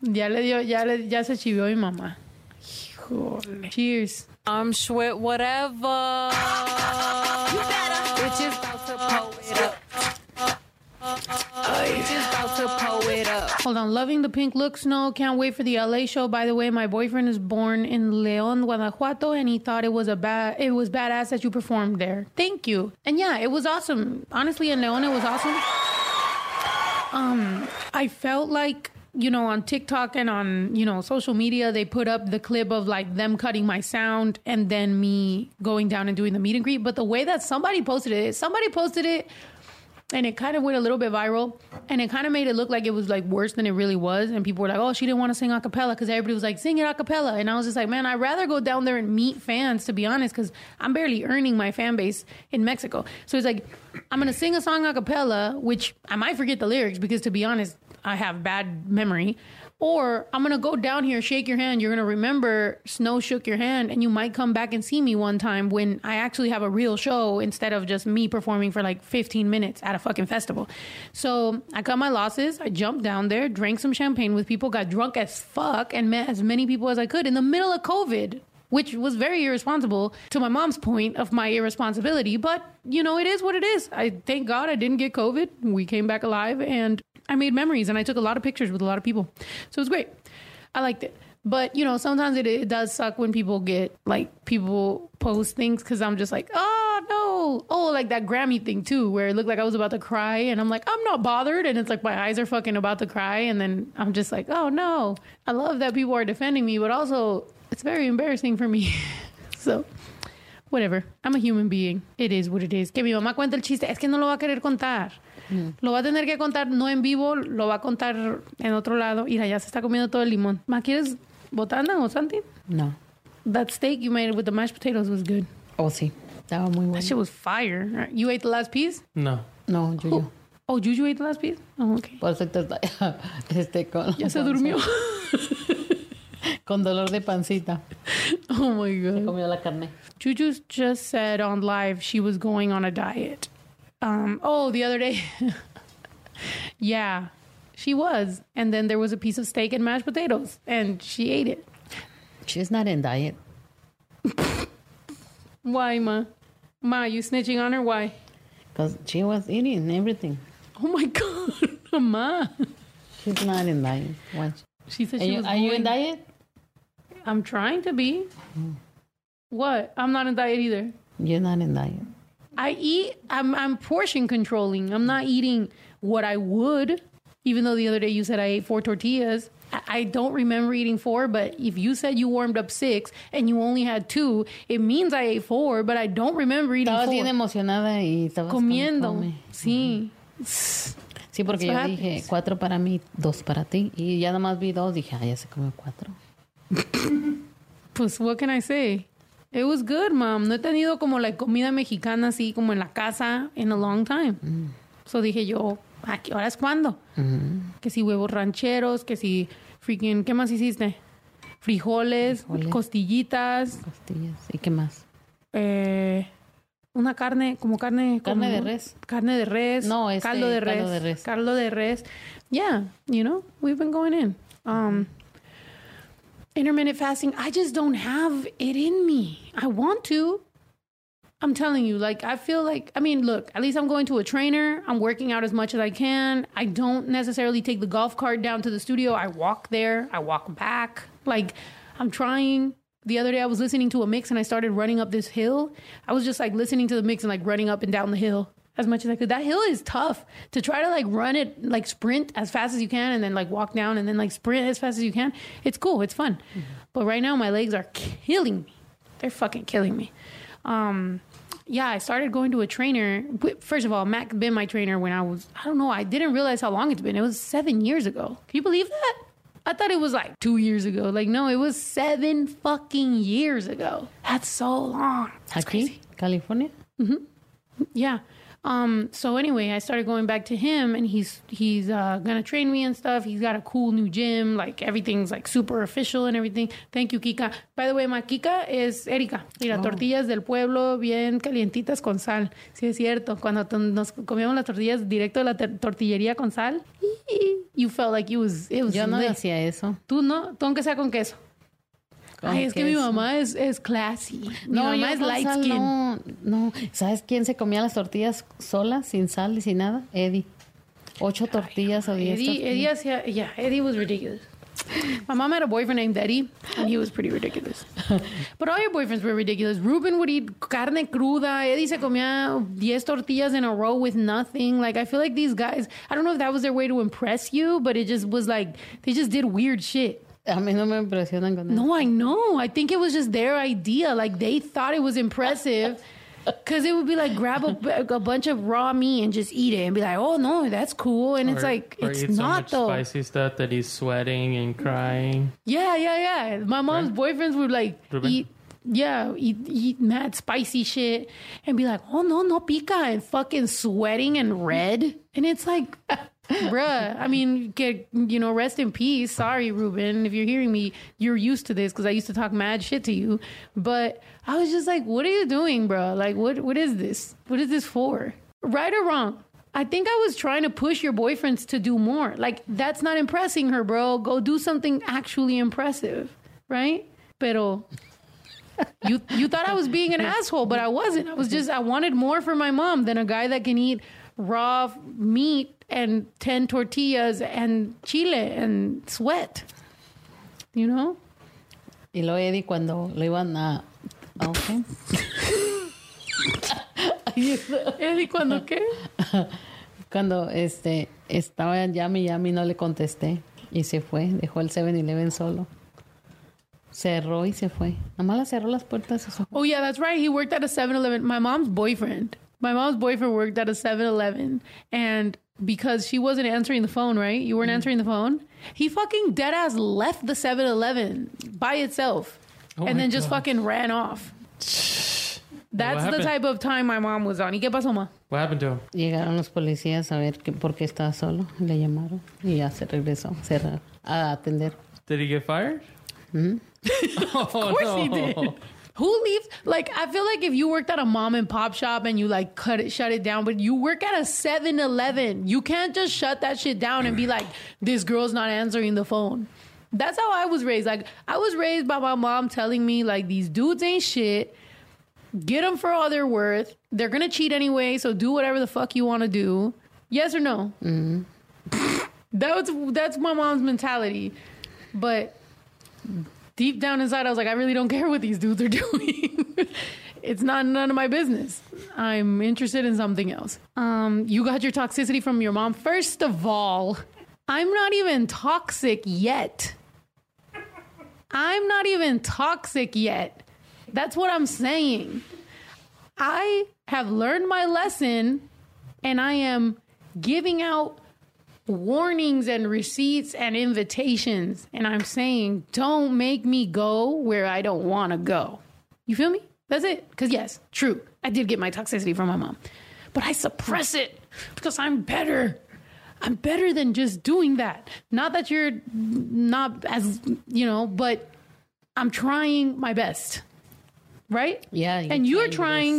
Speaker 1: Ya le dio, ya le, ya se chivió mi mamá. Híjole. Cheers.
Speaker 5: I'm Schwit, whatever. You better. Bitch is about to pull it up. Bitch is about to pull it up.
Speaker 1: Hold on. Loving the pink look, snow. Can't wait for the LA show. By the way, my boyfriend is born in León, Guanajuato, and he thought it was a bad, it was badass that you performed there. Thank you. And yeah, it was awesome. Honestly, in León, it was awesome. Um, I felt like you know on TikTok and on you know social media they put up the clip of like them cutting my sound and then me going down and doing the meet and greet. But the way that somebody posted it, somebody posted it and it kind of went a little bit viral and it kind of made it look like it was like worse than it really was and people were like oh she didn't want to sing a cappella because everybody was like sing it a cappella and i was just like man i'd rather go down there and meet fans to be honest because i'm barely earning my fan base in mexico so it's like i'm gonna sing a song a cappella which i might forget the lyrics because to be honest i have bad memory or I'm gonna go down here, shake your hand. You're gonna remember Snow shook your hand, and you might come back and see me one time when I actually have a real show instead of just me performing for like 15 minutes at a fucking festival. So I cut my losses. I jumped down there, drank some champagne with people, got drunk as fuck, and met as many people as I could in the middle of COVID which was very irresponsible to my mom's point of my irresponsibility. But, you know, it is what it is. I thank God I didn't get COVID. We came back alive and I made memories and I took a lot of pictures with a lot of people. So it was great. I liked it. But, you know, sometimes it, it does suck when people get like people post things because I'm just like, oh, no. Oh, like that Grammy thing too, where it looked like I was about to cry and I'm like, I'm not bothered. And it's like my eyes are fucking about to cry. And then I'm just like, oh, no. I love that people are defending me, but also it's very embarrassing for me. *laughs* so, whatever. I'm a human being. It is what it is. Que mi mamá cuente el chiste. Es que no lo va a querer contar. Lo va a tener que contar no en vivo, lo va a contar en otro lado. Y ya se está comiendo todo el limón. Ma, ¿quieres botana o something?
Speaker 2: No.
Speaker 1: That steak you made with the mashed potatoes was good.
Speaker 2: Oh, sí. Estaba muy
Speaker 1: That
Speaker 2: bueno.
Speaker 1: shit was fire. You ate the last piece?
Speaker 3: No.
Speaker 2: No, yo, yo.
Speaker 1: Oh, Juju ate the last piece? Oh, okay.
Speaker 2: *laughs* Por eso te- *laughs* este con,
Speaker 1: Ya se durmió.
Speaker 2: *laughs* con dolor de pancita.
Speaker 1: *laughs* Oh my God.
Speaker 2: Comió la carne.
Speaker 1: Juju just said on live she was going on a diet. Um, oh, the other day. *laughs* yeah, she was. And then there was a piece of steak and mashed potatoes, and she ate it.
Speaker 2: She's not in diet.
Speaker 1: Why, *laughs* Ma? Ma, you snitching on her? Why?
Speaker 2: because she was eating everything.
Speaker 1: Oh my God, *laughs* Mama.
Speaker 2: She's not in diet. Watch.
Speaker 1: She said
Speaker 2: Are,
Speaker 1: she
Speaker 2: you,
Speaker 1: was
Speaker 2: are you
Speaker 1: going-
Speaker 2: in diet?
Speaker 1: I'm trying to be. What? I'm not in diet either.
Speaker 2: You're not in diet.
Speaker 1: I eat. I'm I'm portion controlling. I'm not eating what I would. Even though the other day you said I ate four tortillas, I, I don't remember eating four. But if you said you warmed up six and you only had two, it means I ate four. But I don't remember eating
Speaker 2: Estabas bien
Speaker 1: four.
Speaker 2: emocionada y estabas como
Speaker 1: Comiendo.
Speaker 2: come.
Speaker 1: Sí.
Speaker 2: Sí, porque
Speaker 1: That's
Speaker 2: yo
Speaker 1: what
Speaker 2: dije
Speaker 1: happens.
Speaker 2: cuatro para mí, dos para ti. Y ya nomás vi dos, dije, ah, ya se comió cuatro.
Speaker 1: Pues, what can I say? It was good, mom. No he tenido como la comida mexicana así como en la casa in a long time. So dije yo, ¿a qué horas cuándo? Que si huevos rancheros, que si freaking, ¿qué más hiciste? Frijoles,
Speaker 2: Frijoles.
Speaker 1: costillitas,
Speaker 2: Costillas. ¿Y qué más?
Speaker 1: eh, una carne, como carne.
Speaker 2: Carne
Speaker 1: como-
Speaker 2: de res.
Speaker 1: Carne de res.
Speaker 2: No, este,
Speaker 1: caldo de res.
Speaker 2: caldo de res.
Speaker 1: Caldo de res. Yeah, you know, we've been going in. Um, intermittent fasting, I just don't have it in me. I want to. I'm telling you, like, I feel like, I mean, look, at least I'm going to a trainer. I'm working out as much as I can. I don't necessarily take the golf cart down to the studio. I walk there, I walk back. Like, I'm trying. The other day, I was listening to a mix and I started running up this hill. I was just like listening to the mix and like running up and down the hill as much as I could. That hill is tough to try to like run it, like sprint as fast as you can and then like walk down and then like sprint as fast as you can. It's cool, it's fun. But right now, my legs are killing me. They're fucking killing me um yeah i started going to a trainer Wh- first of all mac been my trainer when i was i don't know i didn't realize how long it's been it was seven years ago can you believe that i thought it was like two years ago like no it was seven fucking years ago that's so long that's crazy
Speaker 2: Aquí, California.
Speaker 1: yeah um so anyway i started going back to him and he's he's uh gonna train me and stuff he's got a cool new gym like everything's like super official and everything thank you kika by the way my kika is erika mira
Speaker 2: Oh.
Speaker 1: tortillas del pueblo bien calientitas con sal sí es cierto cuando t- nos comíamos las tortillas directo de la ter- tortillería con sal you felt like it was it was
Speaker 2: Yo no
Speaker 1: lit.
Speaker 2: decía eso.
Speaker 1: tú no tú aunque sea con queso
Speaker 2: Con
Speaker 1: Ay, es que mi
Speaker 2: queso.
Speaker 1: mamá es, es classy. Mi
Speaker 2: yo
Speaker 1: mamá es
Speaker 2: con
Speaker 1: light
Speaker 2: sal
Speaker 1: skin.
Speaker 2: No, no. ¿Sabes quién se comía las tortillas solas, sin sal y sin nada? Eddie. Ocho tortillas o diez
Speaker 1: Eddie,
Speaker 2: tortillas.
Speaker 1: Eddie hacía, yeah, Eddie was ridiculous. My mom had a boyfriend named Eddie, and he was pretty
Speaker 3: *laughs*
Speaker 1: ridiculous. but all your boyfriends were ridiculous. Ruben would eat carne cruda. Eddie se comía 10 tortillas in a row with nothing. Like, I feel like these guys, I don't know if that was their way to impress you, but it just was like, they just did weird shit.
Speaker 2: A mí no me impresionan con eso.
Speaker 1: No, I know. I think it was just their idea. Like they thought it was
Speaker 3: *laughs*
Speaker 1: impressive. Cause it would be like grab a, a bunch of raw meat and just eat it and be like, oh no, that's cool. And it's
Speaker 3: Or-
Speaker 1: like
Speaker 3: or
Speaker 1: it's
Speaker 3: eat so
Speaker 1: not
Speaker 3: much
Speaker 1: though.
Speaker 3: spicy stuff that he's sweating and crying.
Speaker 1: Yeah, yeah, yeah. My mom's boyfriends would like
Speaker 3: Ruben?
Speaker 1: eat, yeah, eat, eat mad spicy shit and be like, oh no, no pica, and fucking sweating and red. And it's like, bruh, I mean, get, you know, rest in peace. Sorry, Ruben, if you're hearing me, you're used to this because I used to talk mad shit to you. But I was just like, what are you doing, bruh? Like, what, what is this? What is this for? Right or wrong? I think I was trying to push your boyfriends to do more. Like, that's not impressing her, bro. Go do something actually impressive, right? Pero you you thought I was being an asshole, but I wasn't. I was just I wanted more for my mom than a guy that can eat raw meat and ten tortillas and chile and sweat. You know?
Speaker 2: Y luego Eddie cuando lo iban a... a- ok.
Speaker 1: Eddie, cuando qué?
Speaker 2: Cuando este estaba en Yami Yami no le contesté y se fue, dejó el 7-Eleven solo. Cerró y se fue. Nomás le cerró las puertas y se fue.
Speaker 1: Oh yeah, that's right. He worked at a 7-Eleven. My mom's boyfriend. My mom's boyfriend worked at a 7-Eleven and because she wasn't answering the phone, right? You
Speaker 3: Mm-hmm.
Speaker 1: weren't answering the phone. He fucking dead ass left the 7-Eleven by itself and
Speaker 3: Oh my
Speaker 1: then just fucking ran off. That's the
Speaker 3: happened?
Speaker 1: type of time my mom was on. ¿Y qué pasó, ma?
Speaker 3: What happened to him?
Speaker 2: Llegaron los policías a ver que, por qué estaba solo. Le llamaron y ya se regresó cerrar, a atender.
Speaker 3: Did he get fired? *laughs* oh,
Speaker 1: Hmm? Of course he did. Who leaves? Like, I feel like if you worked at a mom and pop shop and you like cut it, shut it down, but you work at a 7 Eleven, you can't just shut that shit down and be like, this girl's not answering the phone. That's how I was raised. Like, I was raised by my mom telling me, like, these dudes ain't shit. Get them for all they're worth. They're gonna cheat anyway, so do whatever the fuck you want to do. Yes or no? *laughs* That's that's my mom's mentality. But deep down inside, I was like, I really don't care what these dudes are *laughs* doing. it's not none of my business. I'm interested in something else. Um, you got your toxicity from your mom. First of all, I'm not even toxic yet. I'm not even toxic yet. That's what I'm saying. I have learned my lesson and I am giving out warnings and receipts and invitations. And I'm saying, don't make me go where I don't want to go. You feel me? That's it. Because, yes, true, I did get my toxicity from my mom, but I suppress it because I'm better. I'm better than just doing that. Not that you're not as, you know, but I'm trying my best. Right?
Speaker 2: Yeah, you're
Speaker 1: and you're
Speaker 2: trying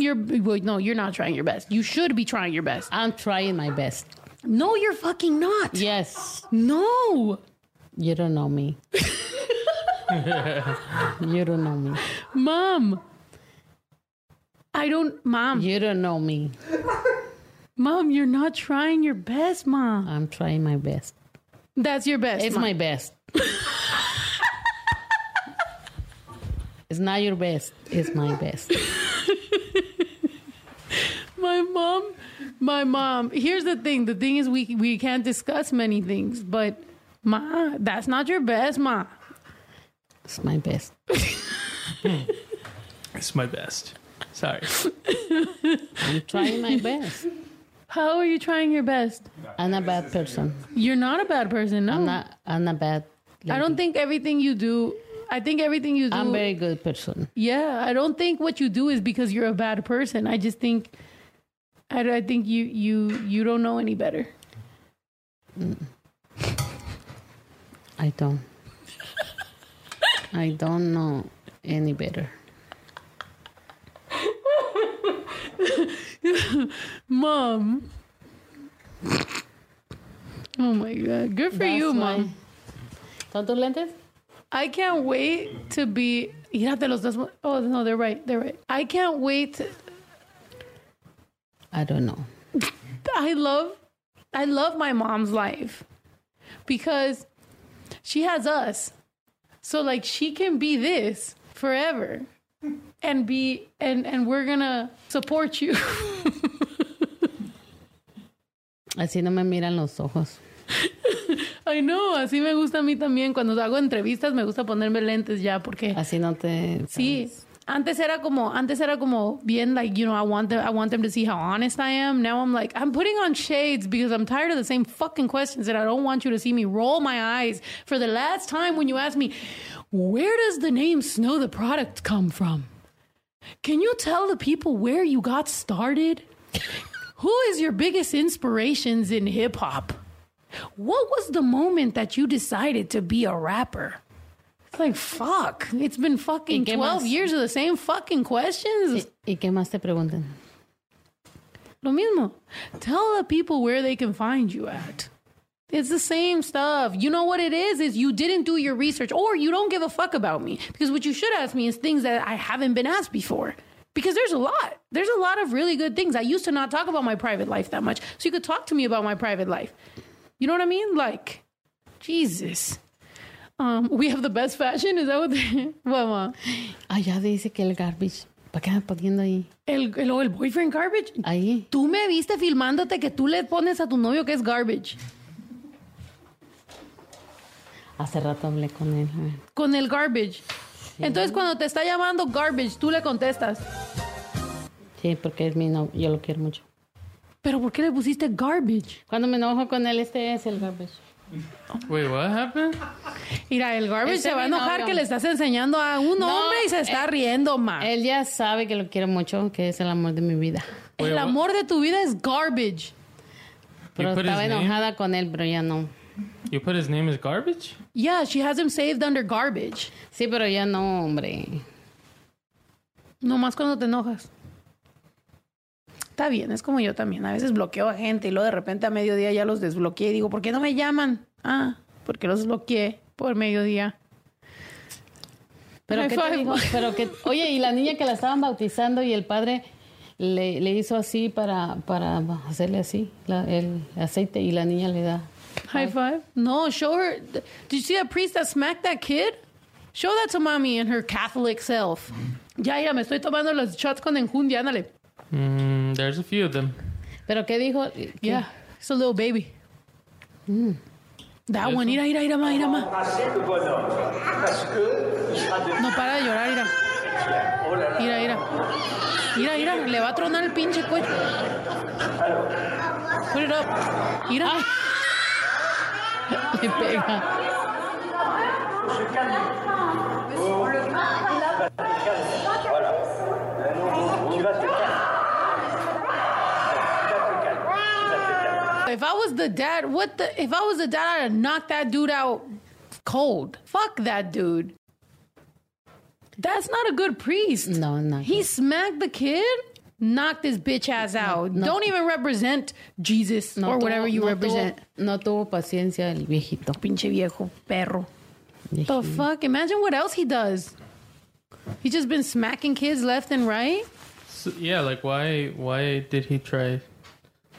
Speaker 1: trying your well, no, you're not trying your best. You should be trying your best.
Speaker 2: I'm trying my best.
Speaker 1: No, you're fucking not.
Speaker 2: Yes,
Speaker 1: No.
Speaker 2: you don't know me. you don't know me.
Speaker 1: Mom. I don't, mom.
Speaker 2: You don't know me.
Speaker 1: Mom, you're not trying your best, mom.
Speaker 2: I'm trying my best.
Speaker 1: That's your best.
Speaker 2: It's
Speaker 1: mom.
Speaker 2: my best. it's not your best. It's my best.
Speaker 1: my mom. My mom. Here's the thing. The thing is, we we can't discuss many things, but ma, that's not your best, ma.
Speaker 2: It's my best.
Speaker 3: It's my best. Sorry.
Speaker 2: I'm trying my best.
Speaker 1: How are you trying your best?
Speaker 2: I'm a bad person.
Speaker 1: You're not a bad person. No,
Speaker 2: I'm not. I'm a bad.
Speaker 1: I don't think everything you do. I think everything you do.
Speaker 2: I'm very good person.
Speaker 1: Yeah, I don't think what you do is because you're a bad person. I just think, I, I think you you you don't know any better.
Speaker 2: I don't. I don't know any better.
Speaker 1: Mom. Oh my god. Good for you,
Speaker 2: That's why-
Speaker 1: mom.
Speaker 2: ¿Son tus lentes?
Speaker 1: I can't wait to be Mira, te los das- Oh no, they're right. They're right. I can't wait. to-
Speaker 2: I don't know.
Speaker 1: I love I love my mom's life because she has us. So like she can be this forever and be and and we're going to support you. *laughs*
Speaker 2: Así no me miran los ojos.
Speaker 1: I know, así me gusta a mí también cuando hago entrevistas me gusta ponerme lentes ya porque
Speaker 2: Así no te.
Speaker 1: Sí. Antes era como, antes era como bien like, you know, I want them, I want them to see how honest I am. Now I'm like, I'm putting on shades because I'm tired of the same fucking questions and I don't want you to see me roll my eyes for the last time when you ask me, where does the name Snow the product come from? Can you tell the people where you got started? Who is your biggest inspirations in hip hop? What was the moment that you decided to be a rapper? It's like fuck. It's been fucking
Speaker 2: ¿Y qué
Speaker 1: twelve
Speaker 2: más?
Speaker 1: years of the same fucking questions.
Speaker 2: ¿Y qué más te preguntan?
Speaker 1: Lo mismo. Tell the people where they can find you at. It's the same stuff. You know what it is? Is you didn't do your research or you don't give a fuck about me. Because what you should ask me is things that I haven't been asked before. Because there's a lot. There's a lot of really good things. I used to not talk about my private life that much. So you could talk to me about my private life. You know what I mean? Like, Jesus. Um, we have the best fashion. Is that what they *laughs* what, Ma?
Speaker 2: Allá Ah, dice que el garbage. ¿Para qué me poniendo ahí?
Speaker 1: El, el, el boyfriend garbage?
Speaker 2: Ahí.
Speaker 1: Tú me viste filmándote que tú le pones a tu novio que es garbage.
Speaker 2: Hace rato hablé con él. a ver.
Speaker 1: Con el garbage. Entonces cuando te está llamando garbage, tú le contestas.
Speaker 2: Sí, porque es mi no, yo lo quiero mucho.
Speaker 1: Pero ¿por qué le pusiste garbage?
Speaker 2: Cuando me enojo con él, este es el garbage.
Speaker 3: Wait, what happened?
Speaker 1: Mira, el garbage
Speaker 2: Ese
Speaker 1: se va a
Speaker 2: mi
Speaker 1: enojar
Speaker 2: novio.
Speaker 1: que le estás enseñando a un
Speaker 2: No, eh,
Speaker 1: hombre y se está riendo más. El,
Speaker 2: Él ya sabe que lo quiero mucho, que es el amor de mi vida.
Speaker 3: Oye, va-
Speaker 1: amor de tu vida es garbage.
Speaker 2: Pero
Speaker 3: put his
Speaker 2: estaba
Speaker 3: name?
Speaker 2: enojada con él, pero ya no.
Speaker 3: You put his name as garbage?
Speaker 1: Yeah, she has him saved under garbage.
Speaker 2: Sí, pero ya no, hombre.
Speaker 1: Nomás cuando te enojas. Está bien, es como yo también. A veces bloqueo a gente y luego de repente a mediodía ya los desbloqueé y digo, ¿por qué no me llaman? Ah, porque los bloqueé por mediodía.
Speaker 2: ¿Pero
Speaker 1: High
Speaker 2: qué te
Speaker 1: five.
Speaker 2: dijo? *laughs* Pero que, oye, y la niña que la estaban bautizando y el padre le, le hizo así para, para hacerle así la- el aceite y la niña le da.
Speaker 1: *laughs* High five. No, show her. Did you see that priest that smacked that kid? Show that to mommy and her Catholic self. Ya, ya, me estoy tomando los shots con enjundia, ándale.
Speaker 3: Mm, there's a few of them.
Speaker 2: ¿Pero qué dijo?
Speaker 1: Yeah, it's a little baby. That one, ira, ira, ira, ma, ira, ma.
Speaker 7: Ah, c'est le bonhomme. Parce que il sera de
Speaker 1: No para de llorar, ira.
Speaker 7: Oh là là.
Speaker 1: Ira, ira. Ira, ira, le va a tronar el pinche cuello. Put it up. Ira.
Speaker 2: Le pega.
Speaker 7: se calme. Oh, tu vas te calmer. Voilà. Là, non, non, Tu vas te calmer. Tu vas te calmer. Tu vas te calmer.
Speaker 1: If I was the dad, what the? If I was the dad, I'd have knocked that dude out cold. Fuck that dude. That's not a good priest.
Speaker 2: No, no.
Speaker 1: He smacked the kid, knocked his bitch ass out. Don't even represent Jesus
Speaker 2: No
Speaker 1: or
Speaker 2: tuvo-
Speaker 1: whatever you
Speaker 2: no
Speaker 1: represent.
Speaker 2: tuvo- no tuvo paciencia el viejito.
Speaker 1: Pinche viejo perro. The
Speaker 2: Viejito.
Speaker 1: fuck? Imagine what else he does. He just been smacking kids left and right.
Speaker 3: So, yeah, like why why did he try?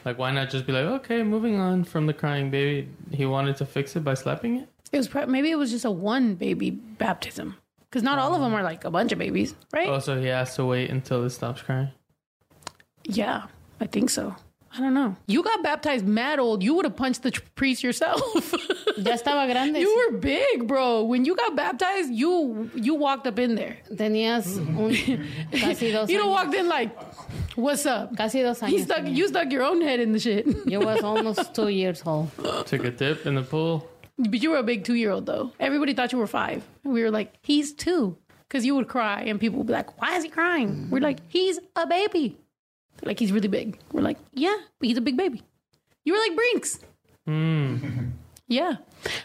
Speaker 3: Like why not just be like, okay, moving on from the crying baby. He wanted to fix it by slapping it.
Speaker 1: It was prob- maybe it was just a one baby baptism because not all of them are like a bunch of babies, right?
Speaker 3: Oh, so he has to wait until it stops crying.
Speaker 1: Yeah, I think so. I don't know. You got baptized mad old. You would have punched the tr- priest yourself. *laughs*
Speaker 2: Ya estaba grande.
Speaker 1: you were big, bro. When you got baptized, you you walked up in there.
Speaker 2: Tenías
Speaker 1: *laughs*
Speaker 2: un, casi dos
Speaker 1: You don't
Speaker 2: años.
Speaker 1: walked in like, what's up?
Speaker 2: Casi dos años.
Speaker 1: He stuck.
Speaker 2: tenía.
Speaker 1: You stuck your own head in the shit. *laughs*
Speaker 2: Yo was almost two years old.
Speaker 3: Took a dip in the pool.
Speaker 1: But you were a big two year old though. Everybody thought you were five. We were like, he's two, Mm-hmm. because you would cry and people would be like, why is he crying? We're like, he's a baby. They're like he's really big. We're like, yeah, but he's a big baby. You were like Brinks. Yeah.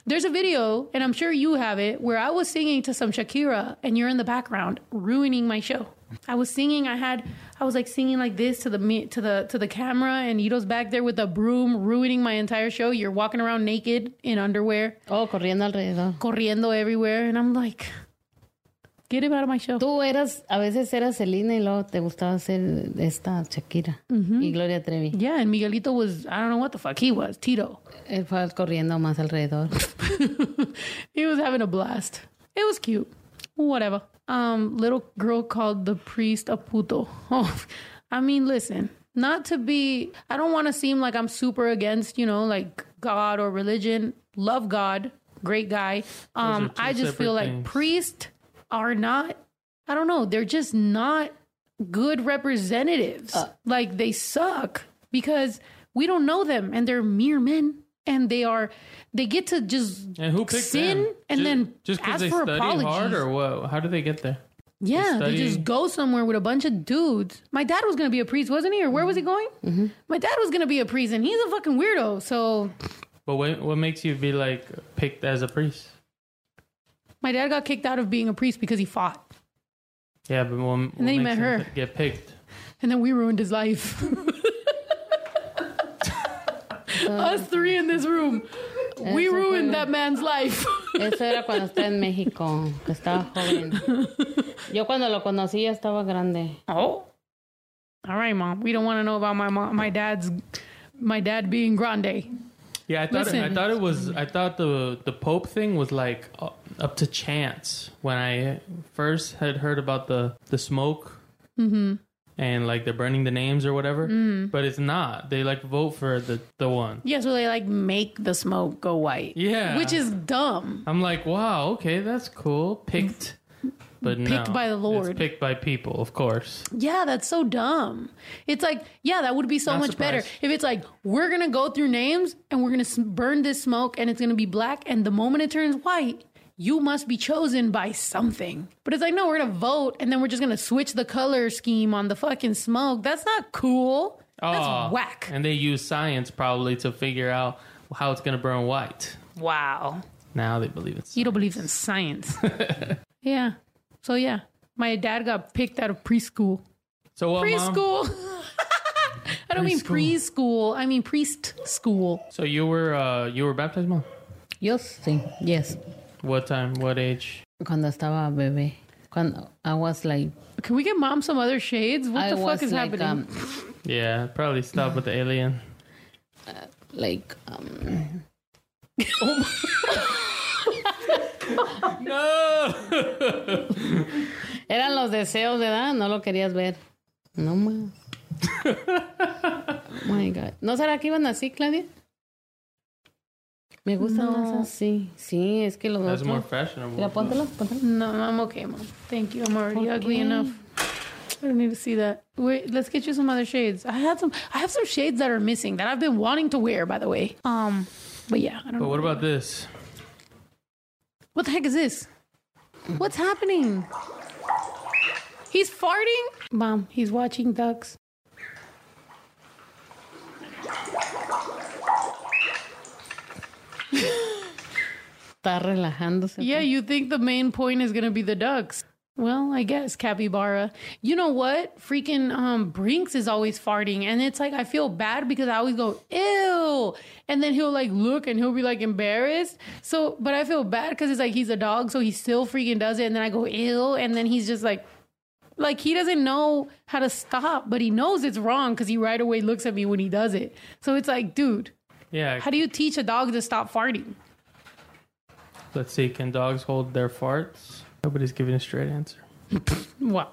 Speaker 1: There's a video, and I'm sure you have it, where I was singing to some Shakira and you're in the background ruining my show. I was singing, I had I was like singing like this to the mi- to the to the camera and Ito's back there with a broom ruining my entire show. You're walking around naked in underwear,
Speaker 2: Oh, corriendo alrededor.
Speaker 1: corriendo everywhere and I'm like get him out of my show.
Speaker 2: Tú eras, a veces eras Selena y luego te gustaba ser esta Shakira y Gloria Trevi.
Speaker 1: Yeah, and Miguelito was I don't know what the fuck he was, Tito.
Speaker 2: Él Eh, fue corriendo más alrededor.
Speaker 1: *laughs* he was having a blast. It was cute. Whatever. Um, little girl called the priest a puto. *laughs* Oh, I mean, listen, not to be, I don't want to seem like I'm super against, you know, like God or religion. Love God, great guy. Um,
Speaker 3: Those are two
Speaker 1: I just feel
Speaker 3: separate
Speaker 1: like
Speaker 3: things.
Speaker 1: priests are not, I don't know, they're just not good representatives. like they suck because we don't know them and they're mere men and they are, they get to just
Speaker 3: And who picked
Speaker 1: sin
Speaker 3: them?
Speaker 1: and
Speaker 3: Ju-
Speaker 1: then
Speaker 3: just because
Speaker 1: ask
Speaker 3: they
Speaker 1: for
Speaker 3: study
Speaker 1: apologies.
Speaker 3: hard or what? How do they get there?
Speaker 1: yeah, they
Speaker 3: study-
Speaker 1: just go somewhere with a bunch of dudes. My dad was gonna be a priest, wasn't he? Or where was he going? My dad was gonna be a priest, and he's a fucking weirdo. So
Speaker 3: But what what makes you be like picked as a priest?
Speaker 1: my dad got kicked out of being a priest because he fought,
Speaker 3: Yeah, but what, and
Speaker 1: then he met her.
Speaker 3: get picked.
Speaker 1: and then we ruined his life. *laughs* Us three in this room, we
Speaker 2: Eso fue
Speaker 1: ruined
Speaker 2: lo-
Speaker 1: that man's life. *laughs*
Speaker 2: Eso era cuando estaba en México, que estaba joven. Yo cuando lo conocí ya estaba grande.
Speaker 1: Oh. All right, mom. We don't want to know about my mom, my dad's, my dad being grande.
Speaker 3: Yeah, I thought it, I
Speaker 1: Listen.
Speaker 3: thought it was I thought the the Pope thing was like uh, up to chance when I first had heard about the the smoke
Speaker 1: Mm-hmm.
Speaker 3: and like they're burning the names or whatever.
Speaker 1: Mm.
Speaker 3: But it's not. They like vote for the the one.
Speaker 1: Yeah, so they like make the smoke go white.
Speaker 3: Yeah.
Speaker 1: Which is dumb.
Speaker 3: I'm like, wow, okay, that's cool. Picked. But
Speaker 1: Picked
Speaker 3: no,
Speaker 1: by the
Speaker 3: it's
Speaker 1: Lord.
Speaker 3: picked by people, of course.
Speaker 1: Yeah, that's so dumb. It's like, yeah, that would be so
Speaker 3: Not
Speaker 1: much better
Speaker 3: surprised.
Speaker 1: if it's like, we're going to go through names and we're going to burn this smoke and it's going to be black. And the moment it turns white, you must be chosen by something. But it's like, no, we're going to vote and then we're just going to switch the color scheme on the fucking smoke. That's not cool.
Speaker 3: Aw.
Speaker 1: That's whack.
Speaker 3: And they use science probably to figure out how it's going to burn white.
Speaker 1: Wow.
Speaker 3: Now they believe it's
Speaker 1: Tito believes in science.
Speaker 2: *laughs*
Speaker 1: yeah. So, yeah, my dad got picked out of preschool.
Speaker 3: so
Speaker 2: Oh,
Speaker 3: well, Mom,
Speaker 1: preschool. *laughs* I don't mean preschool. I mean priest school.
Speaker 3: So you were uh, you were baptized, Mom?
Speaker 2: Yo sí, yes.
Speaker 3: What time? What age?
Speaker 2: Cuando estaba bebé. Cuando I was like,
Speaker 1: Can we get mom some other shades? What
Speaker 2: I
Speaker 1: the
Speaker 2: was
Speaker 1: fuck is
Speaker 2: like,
Speaker 1: happening?
Speaker 2: um,
Speaker 3: Yeah, probably stop with the alien.
Speaker 2: like,
Speaker 3: *laughs*
Speaker 2: um,
Speaker 3: No.
Speaker 2: eran los deseos de edad, no lo querías ver. No más. Oh my God. ¿No será que iban así, Claudia? Me gustan más así. Sí, es que los
Speaker 3: That's
Speaker 2: otros-
Speaker 3: more fashionable.
Speaker 2: Mira, póntelos, póntelos.
Speaker 1: No, I'm okay, mom. Thank you. I'm already ugly
Speaker 2: um, Okay.
Speaker 1: enough. I don't need to see that. Wait, let's get you some other shades. I had some. I have some shades that are missing that I've been wanting to wear, by the way. Um, but yeah, I don't.
Speaker 3: But
Speaker 1: know.
Speaker 3: what about this?
Speaker 1: What the heck is this? What's happening? He's farting. Mom, he's watching ducks.
Speaker 2: Está relajándose.
Speaker 1: Yeah, you think the main point is gonna be the ducks. Well, I guess capybara. You know what? Freaking um, Brinks is always farting, and it's like I feel bad because I always go ew, and then he'll like look and he'll be like embarrassed. So, but I feel bad because it's like he's a dog, so he still freaking does it, and then I go ew, and then he's just like, like he doesn't know how to stop, but he knows it's wrong because he right away looks at me when he does it. So it's like, dude,
Speaker 3: Yeah.
Speaker 1: how do you teach a dog to stop farting?
Speaker 3: Let's see. Can dogs hold their farts? Nobody's giving a straight answer.
Speaker 1: Wow.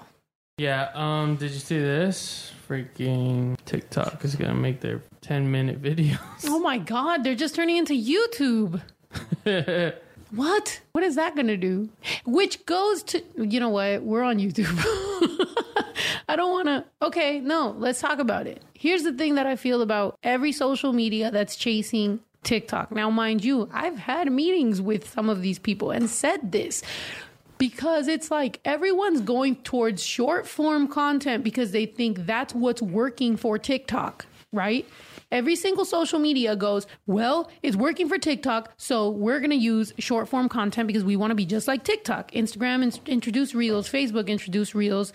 Speaker 3: Yeah. Um. Did you see this? Freaking TikTok is gonna make their 10 minute videos.
Speaker 1: Oh my God, they're just turning into YouTube. What? What is that going to do? Which goes to, you know what? We're on YouTube. *laughs* I don't want to. Okay, no, let's talk about it. Here's the thing that I feel about every social media that's chasing TikTok. Now, mind you, I've had meetings with some of these people and said this because it's like everyone's going towards short form content because they think that's what's working for TikTok, right? Every single social media goes, well, it's working for TikTok, so we're going to use short form content because we want to be just like TikTok. Instagram in- introduced Reels, Facebook introduced Reels,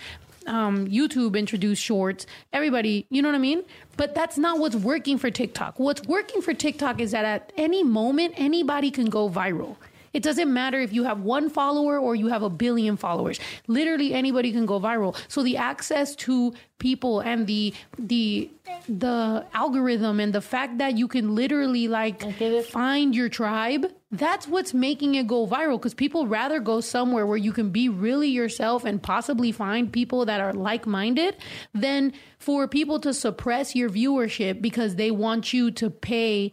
Speaker 1: um, YouTube introduced Shorts. Everybody, you know what I mean? But that's not what's working for TikTok. What's working for TikTok is that at any moment, anybody can go viral. It doesn't matter if you have one follower or you have a billion followers. Literally anybody can go viral. So the access to people and the the the algorithm and the fact that you can literally like find your tribe, that's what's making it go viral cuz people rather go somewhere where you can be really yourself and possibly find people that are like-minded than for people to suppress your viewership because they want you to pay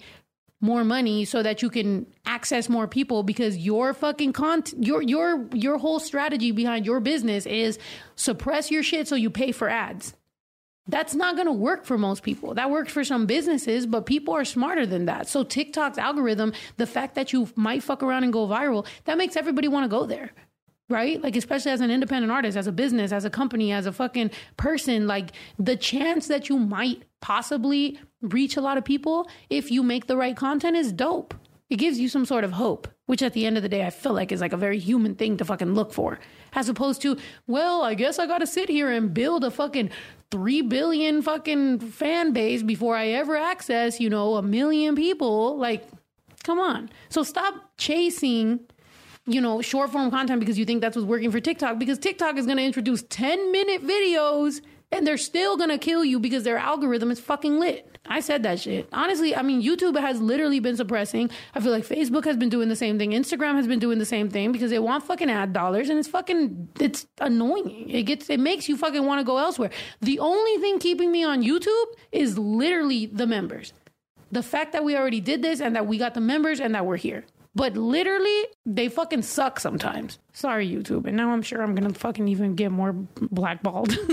Speaker 1: more money so that you can access more people because your fucking content your your your whole strategy behind your business is suppress your shit so you pay for ads that's not going to work for most people. That works for some businesses, but people are smarter than that. So TikTok's algorithm, the fact that you might fuck around and go viral, that makes everybody want to go there. Right? Like especially as an independent artist, as a business, as a company, as a fucking person, like the chance that you might possibly reach a lot of people if you make the right content is dope. It gives you some sort of hope, which at the end of the day I feel like is like a very human thing to fucking look for. As opposed to, well, I guess I gotta sit here and build a fucking three billion fucking fan base before I ever access, you know, a million people. Like, come on. So stop chasing, you know, short form content because you think that's what's working for TikTok because TikTok is gonna introduce 10 minute videos and they're still gonna kill you because their algorithm is fucking lit. I said that shit. Honestly, I mean, YouTube has literally been suppressing. I feel like Facebook has been doing the same thing. Instagram has been doing the same thing because they want fucking ad dollars and it's fucking, it's annoying. It gets, it makes you fucking wanna go elsewhere. The only thing keeping me on YouTube is literally the members the fact that we already did this and that we got the members and that we're here. But literally, they fucking suck sometimes. Sorry, YouTube. And now I'm sure I'm gonna fucking even get more blackballed. *laughs*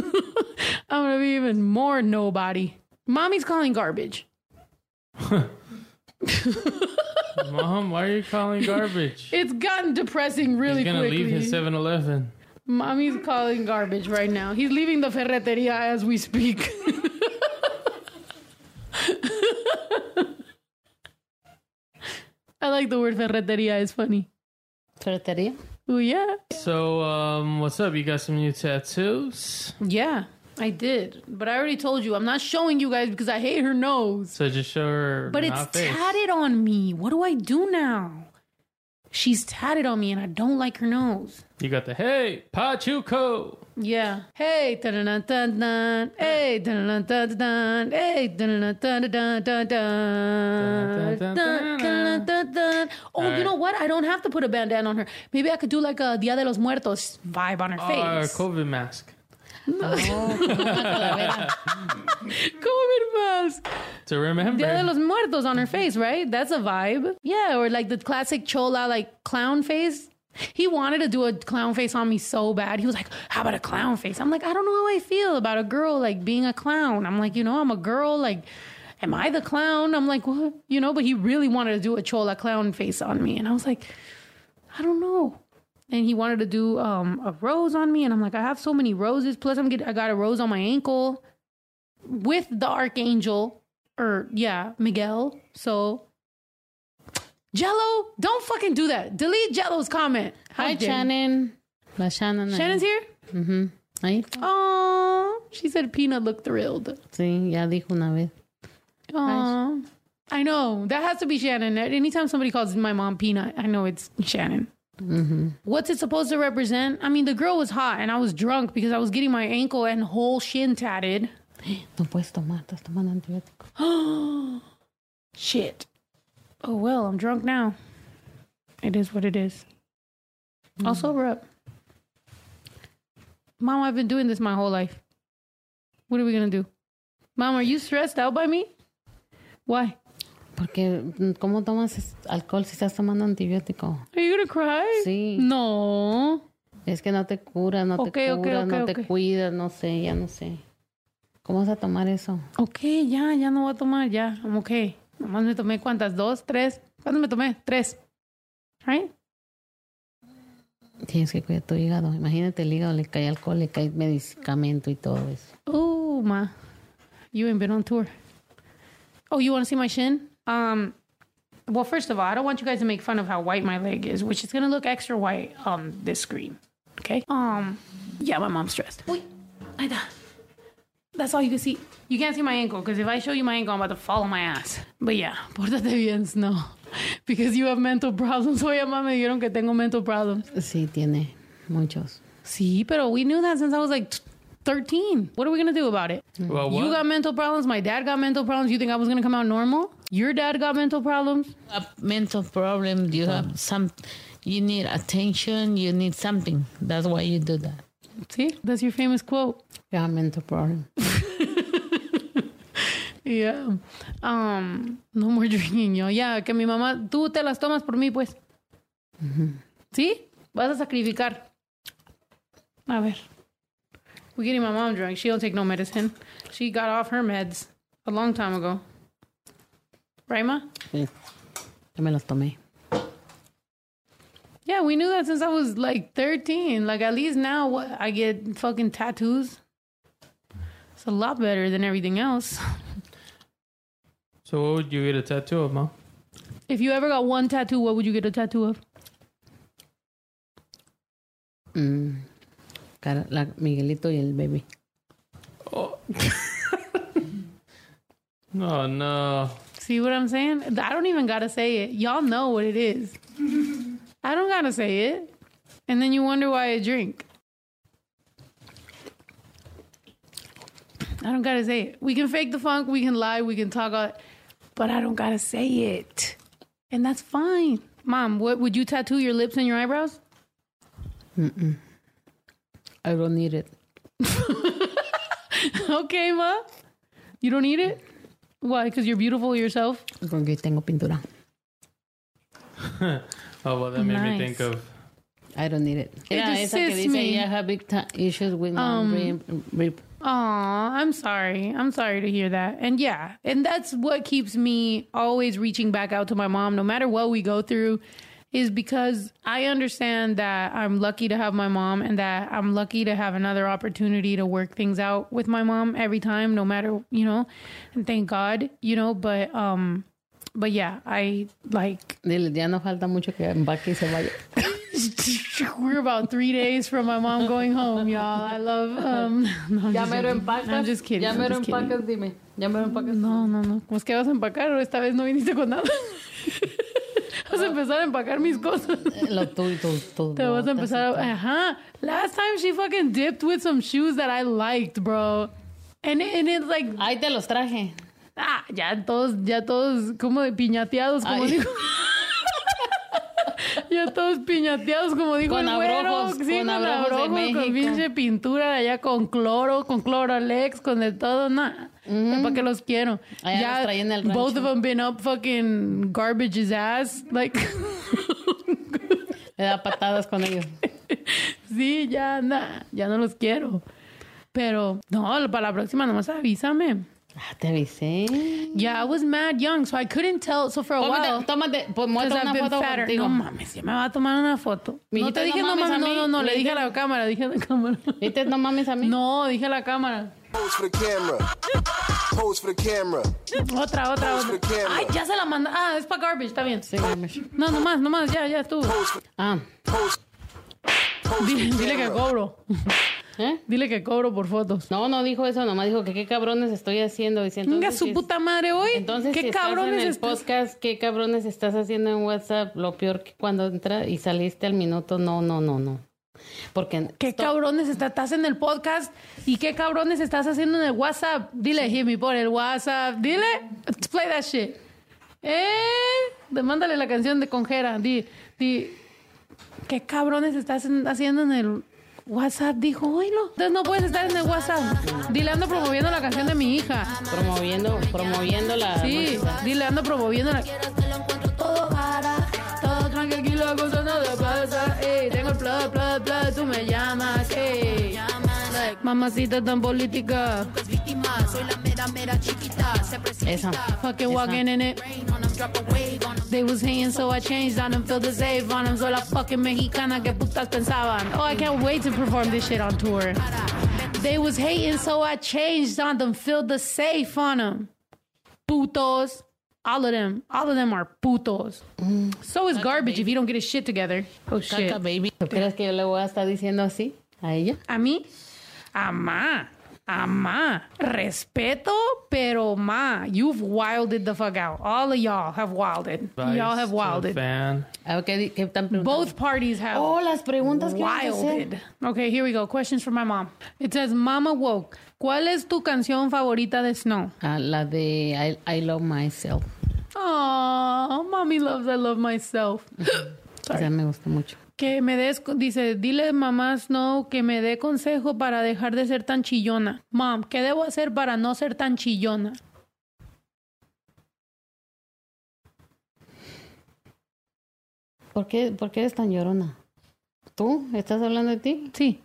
Speaker 1: I'm gonna be even more nobody. Mommy's calling garbage.
Speaker 3: *laughs* Mom, why are you
Speaker 1: *laughs*
Speaker 3: calling garbage?
Speaker 1: It's gotten depressing really
Speaker 3: He's gonna
Speaker 1: quickly.
Speaker 3: leave his 7-Eleven.
Speaker 1: Mommy's calling garbage right now. He's leaving the ferreteria as we speak. *laughs* I like the word ferreteria, it's funny.
Speaker 2: Ferretería.
Speaker 1: Oh, yeah.
Speaker 3: So, um, what's up? You got some new tattoos?
Speaker 1: Yeah, I did. But I already told you, I'm not showing you guys because I hate her nose.
Speaker 3: So just show her.
Speaker 1: But
Speaker 3: not
Speaker 1: it's
Speaker 3: face.
Speaker 1: tatted on me. What do I do now? she's tatted on me and I don't like her nose.
Speaker 3: You got the hey Pachuco.
Speaker 1: Yeah. Hey, dun dun dun dun. Hey, dun dun dun dun. Hey, dun dun dun dun dun dun. Dun dun dun dun. Oh, you know what? I don't have to put a bandana on her. Maybe I could do like a Dia de los Muertos vibe on her
Speaker 3: Our
Speaker 1: face.
Speaker 3: COVID mask.
Speaker 1: COVID mask.
Speaker 3: To remember.
Speaker 1: Dia de los Muertos on her face, right? That's a vibe. Yeah, or like the classic Chola like clown face. He wanted to do a clown face on me so bad. He was like, "How about a clown face?" I'm like, "I don't know how I feel about a girl like being a clown." I'm like, "You know, I'm a girl like am I the clown?" I'm like, "What?" You know, but he really wanted to do a Chola clown face on me, and I was like, "I don't know." And he wanted to do um, a rose on me, and I'm like, "I have so many roses. Plus, I'm get, I got a rose on my ankle." with the archangel or yeah miguel so jello don't fucking do that delete jello's comment How
Speaker 2: Hi,
Speaker 1: dare you.
Speaker 2: Shannon. La Shannon. ahí.
Speaker 1: shannon's here
Speaker 2: Ahí está.
Speaker 1: oh she said peanut looked thrilled
Speaker 2: Sí, ya dijo una vez.
Speaker 1: Aw. i know that has to be shannon anytime somebody calls my mom peanut i know it's shannon What's it supposed to represent? I mean, the girl was hot and I was drunk because I was getting my ankle and whole shin tatted.
Speaker 2: No puedes tomar, estás tomando antibiótico.
Speaker 1: *gasps* Shit. Oh well, I'm drunk now. It is what it is. I'll sober up. Mom, I've been doing this my whole life. What are we gonna do? Mom, are you stressed out by me? Why?
Speaker 2: Porque, mm, ¿cómo tomas es- alcohol si estás tomando antibiótico?
Speaker 1: Are you gonna cry?
Speaker 2: Sí.
Speaker 1: No.
Speaker 2: Es que no te cura, no
Speaker 1: Ok,
Speaker 2: te
Speaker 1: ok,
Speaker 2: cura,
Speaker 1: ok,
Speaker 2: no
Speaker 1: ok.
Speaker 2: te cuidas, no sé, ya no sé. ¿Cómo vas a tomar eso?
Speaker 1: Okay, ya, ya no voy a tomar, ya. I'm okay. Nomás me tomé cuántas, dos, tres. ¿Cuántas me tomé? Tres. Right?
Speaker 2: Tienes que cuidar tu hígado. Imagínate el hígado, le cae alcohol, le cae medicamento y todo eso.
Speaker 1: Oh my, you ain't been on tour. Oh, you want to see my shin? Um, well, first of all, I don't want you guys to make fun of how white my leg is, which is gonna look extra white on this screen. Okay. Um, yeah, my mom's stressed. Wait, I died. That's all you can see. You can't see my ankle because if I show you my ankle, I'm about to fall on my ass. But yeah, *laughs* portate bien, no, because you have mental problems. *laughs* Oye, mamá, me dijeron que tengo mental problems.
Speaker 2: Sí, tiene muchos.
Speaker 1: See, pero we knew that since I was like t- 13. What are we going to do about it?
Speaker 3: Well,
Speaker 1: You
Speaker 3: what?
Speaker 1: got mental problems. My dad got mental problems. You think I was going to come out normal? Your dad got mental problems.
Speaker 8: have mental problem, you have some, you need attention, you need something. That's why you do that.
Speaker 1: See, that's your famous quote.
Speaker 2: You have mental problem.
Speaker 1: Yeah. Um, no more *laughs* drinking, yo. Yeah, que mi mamá, tú te las tomas por mí, pues. ¿Sí? Vas a sacrificar. A ver. We're getting my mom drunk. She don't take no medicine. She got off her meds a long time ago. Right, ma?
Speaker 2: Sí. Yo me los tomé.
Speaker 1: Yeah, we knew that since I was like 13. Like, at least now what, I get fucking tattoos. It's a lot better than everything else. *laughs*
Speaker 3: So what would you get a tattoo of, mom?
Speaker 1: If you ever got one tattoo, what would you get a tattoo of?
Speaker 2: Cara- la- Miguelito y el baby.
Speaker 3: *laughs* Oh no.
Speaker 1: See what I'm saying? I don't even gotta say it. Y'all know what it is. I don't gotta say it. And then you wonder why I drink. I don't gotta say it. We can fake the funk, we can lie, we can talk, all- but I don't gotta say it. And that's fine. Mom, what would you tattoo your lips and your eyebrows? *laughs*
Speaker 2: I don't need it.
Speaker 1: okay, Ma. You don't need it? Why? Because you're beautiful yourself?
Speaker 2: Porque hoy tengo pintura.
Speaker 3: Oh well, that made me
Speaker 1: Nice.
Speaker 3: think of.
Speaker 2: I don't need it. Era
Speaker 1: just
Speaker 2: esa que
Speaker 1: sits
Speaker 2: dice,
Speaker 1: me. Um,
Speaker 2: "Yeah, I have big ti- issues with um, my rib- rib."
Speaker 1: Aw, I'm sorry. I'm sorry to hear that. And yeah, and that's what keeps me always reaching back out to my mom, no matter what we go through, is because I understand that I'm lucky to have my mom and that I'm lucky to have another opportunity to work things out with my mom every time, no matter, you know, and thank God, you know, but, um, but yeah, I like *laughs*
Speaker 2: Dile, ya no falta mucho que empaque y se vaya.
Speaker 1: we're about three days from my mom going home, y'all. I love um *laughs* no, I'm just joking. I'm just kidding. I'm just kidding.
Speaker 2: dime. Ya me lo empacas.
Speaker 1: No, no, no. Pues que vas a empacar, esta vez no viniste con nada. vas a empezar a empacar mis cosas.
Speaker 2: *laughs* Lo tú y tus- tus
Speaker 1: *laughs* Te vas
Speaker 2: botas
Speaker 1: a
Speaker 2: y
Speaker 1: empezar
Speaker 2: todo.
Speaker 1: a... Ajá. Last time she fucking dipped with some shoes that I liked, bro. And, and it's like...
Speaker 2: Ahí te los traje.
Speaker 1: Ah, ya todos, ya todos como de piñateados, como
Speaker 2: Ay. *laughs*
Speaker 1: dijo. ya todos piñateados, como dijo
Speaker 2: Con
Speaker 1: el güero.
Speaker 2: abrojos,
Speaker 1: sí,
Speaker 2: con
Speaker 1: con
Speaker 2: abrojos de
Speaker 1: abrojos, con
Speaker 2: México.
Speaker 1: pinche pintura de allá, con cloro, con clorolex, con de todo, nada. ¿Para qué los quiero?
Speaker 2: Allá Ah, los traían del rancho.
Speaker 1: Both of them been up fucking garbage's ass, like... *laughs*
Speaker 2: Le da patadas con ellos.
Speaker 1: sí, ya, nada, ya no los quiero. Pero, no, para la próxima nomás avísame.
Speaker 2: Ah, te avisé.
Speaker 1: Yeah, I was mad young, so I couldn't tell. So for a while...
Speaker 2: Tómate, tómate, pues muestra
Speaker 1: Oh, Because
Speaker 2: una
Speaker 1: I've been
Speaker 2: foto
Speaker 1: fatter.
Speaker 2: contigo.
Speaker 1: No mames, ya me va a tomar una foto. no
Speaker 2: Mijita,
Speaker 1: te dije
Speaker 2: no
Speaker 1: no
Speaker 2: mames a
Speaker 1: mames, no,
Speaker 2: mí.
Speaker 1: no, no, le dije a la cámara, dije a la cámara.
Speaker 2: ¿Viste? No mames a mí.
Speaker 1: No, dije a la cámara.
Speaker 9: Pose for the camera. Pose for the camera.
Speaker 1: Otra, otra, otra. Ay, ya se la manda. Ah, es para garbage, está bien.
Speaker 2: Sí, mames.
Speaker 1: No, nomás, nomás, ya, ya estuvo.
Speaker 2: Ah,
Speaker 9: Pose. Pose
Speaker 1: Dile,
Speaker 9: for the
Speaker 1: dile que
Speaker 9: camera.
Speaker 1: cobro.
Speaker 2: ¿eh?
Speaker 1: Dile que cobro por fotos.
Speaker 2: No, no dijo eso, nomás dijo que qué cabrones estoy haciendo. Dice,
Speaker 1: Venga
Speaker 2: entonces, si
Speaker 1: su
Speaker 2: es-
Speaker 1: puta madre hoy.
Speaker 2: Entonces,
Speaker 1: ¿Qué
Speaker 2: si estás
Speaker 1: cabrones
Speaker 2: en el
Speaker 1: estás?
Speaker 2: podcast, qué cabrones estás haciendo en WhatsApp, lo peor que cuando entra y saliste al minuto, no, no, no, no. Porque
Speaker 1: ¿Qué cabrones está- estás en el podcast? ¿Y qué cabrones estás haciendo en el WhatsApp? Dile, hit me por el WhatsApp. Dile, let's play that shit. Eh, demándale la canción de Conjera. Di, di, ¿qué cabrones estás en- haciendo en el WhatsApp? Dijo, oílo. Entonces no puedes estar en el WhatsApp. Dile, ando promoviendo la canción de mi hija.
Speaker 2: promoviendo, promoviendo la
Speaker 1: Sí, dile, ando promoviendo la... Todo para, todo tranquilo, con todo no te pasa, ey. Tengo el plug, plug, plug, tú me llamas, ey. Like, Mamacita tan política,
Speaker 2: esa.
Speaker 1: fucking walking in it. They was hating, so I changed on them, feel the save on them. Soy la fucking mexicana que putas pensaban. Oh, I can't wait to perform this shit on tour. They was hating, so I changed on them, feel the safe on them. Putos. All of them. All of them are putos. So is garbage if you don't get his shit together. Oh, shit.
Speaker 8: Caca, baby.
Speaker 2: ¿Tú crees que yo le voy a estar diciendo así a ella?
Speaker 1: A mí, ama, ama, respeto, pero ma, you've wilded the fuck out. All of y'all have wilded. y'all have wilded.
Speaker 3: Fan.
Speaker 2: A ver, ¿qué, qué tan preguntado?
Speaker 1: Both parties have
Speaker 2: Oh, las preguntas que ibas a hacer.
Speaker 1: wilded. Okay, here we go. Questions for my mom. It says, Mama woke. ¿Cuál es tu canción favorita de Snow?
Speaker 2: Ah, la de I, I Love Myself.
Speaker 1: Oh, mommy loves I love myself.
Speaker 2: Esa me gusta mucho.
Speaker 1: Que me des, dice, dile mamá Snow que me dé consejo para dejar de ser tan chillona. Mom, ¿qué debo hacer para no ser tan chillona?
Speaker 2: ¿Por qué, ¿Por qué eres tan llorona? ¿Tú? ¿Estás hablando de ti?
Speaker 1: Sí.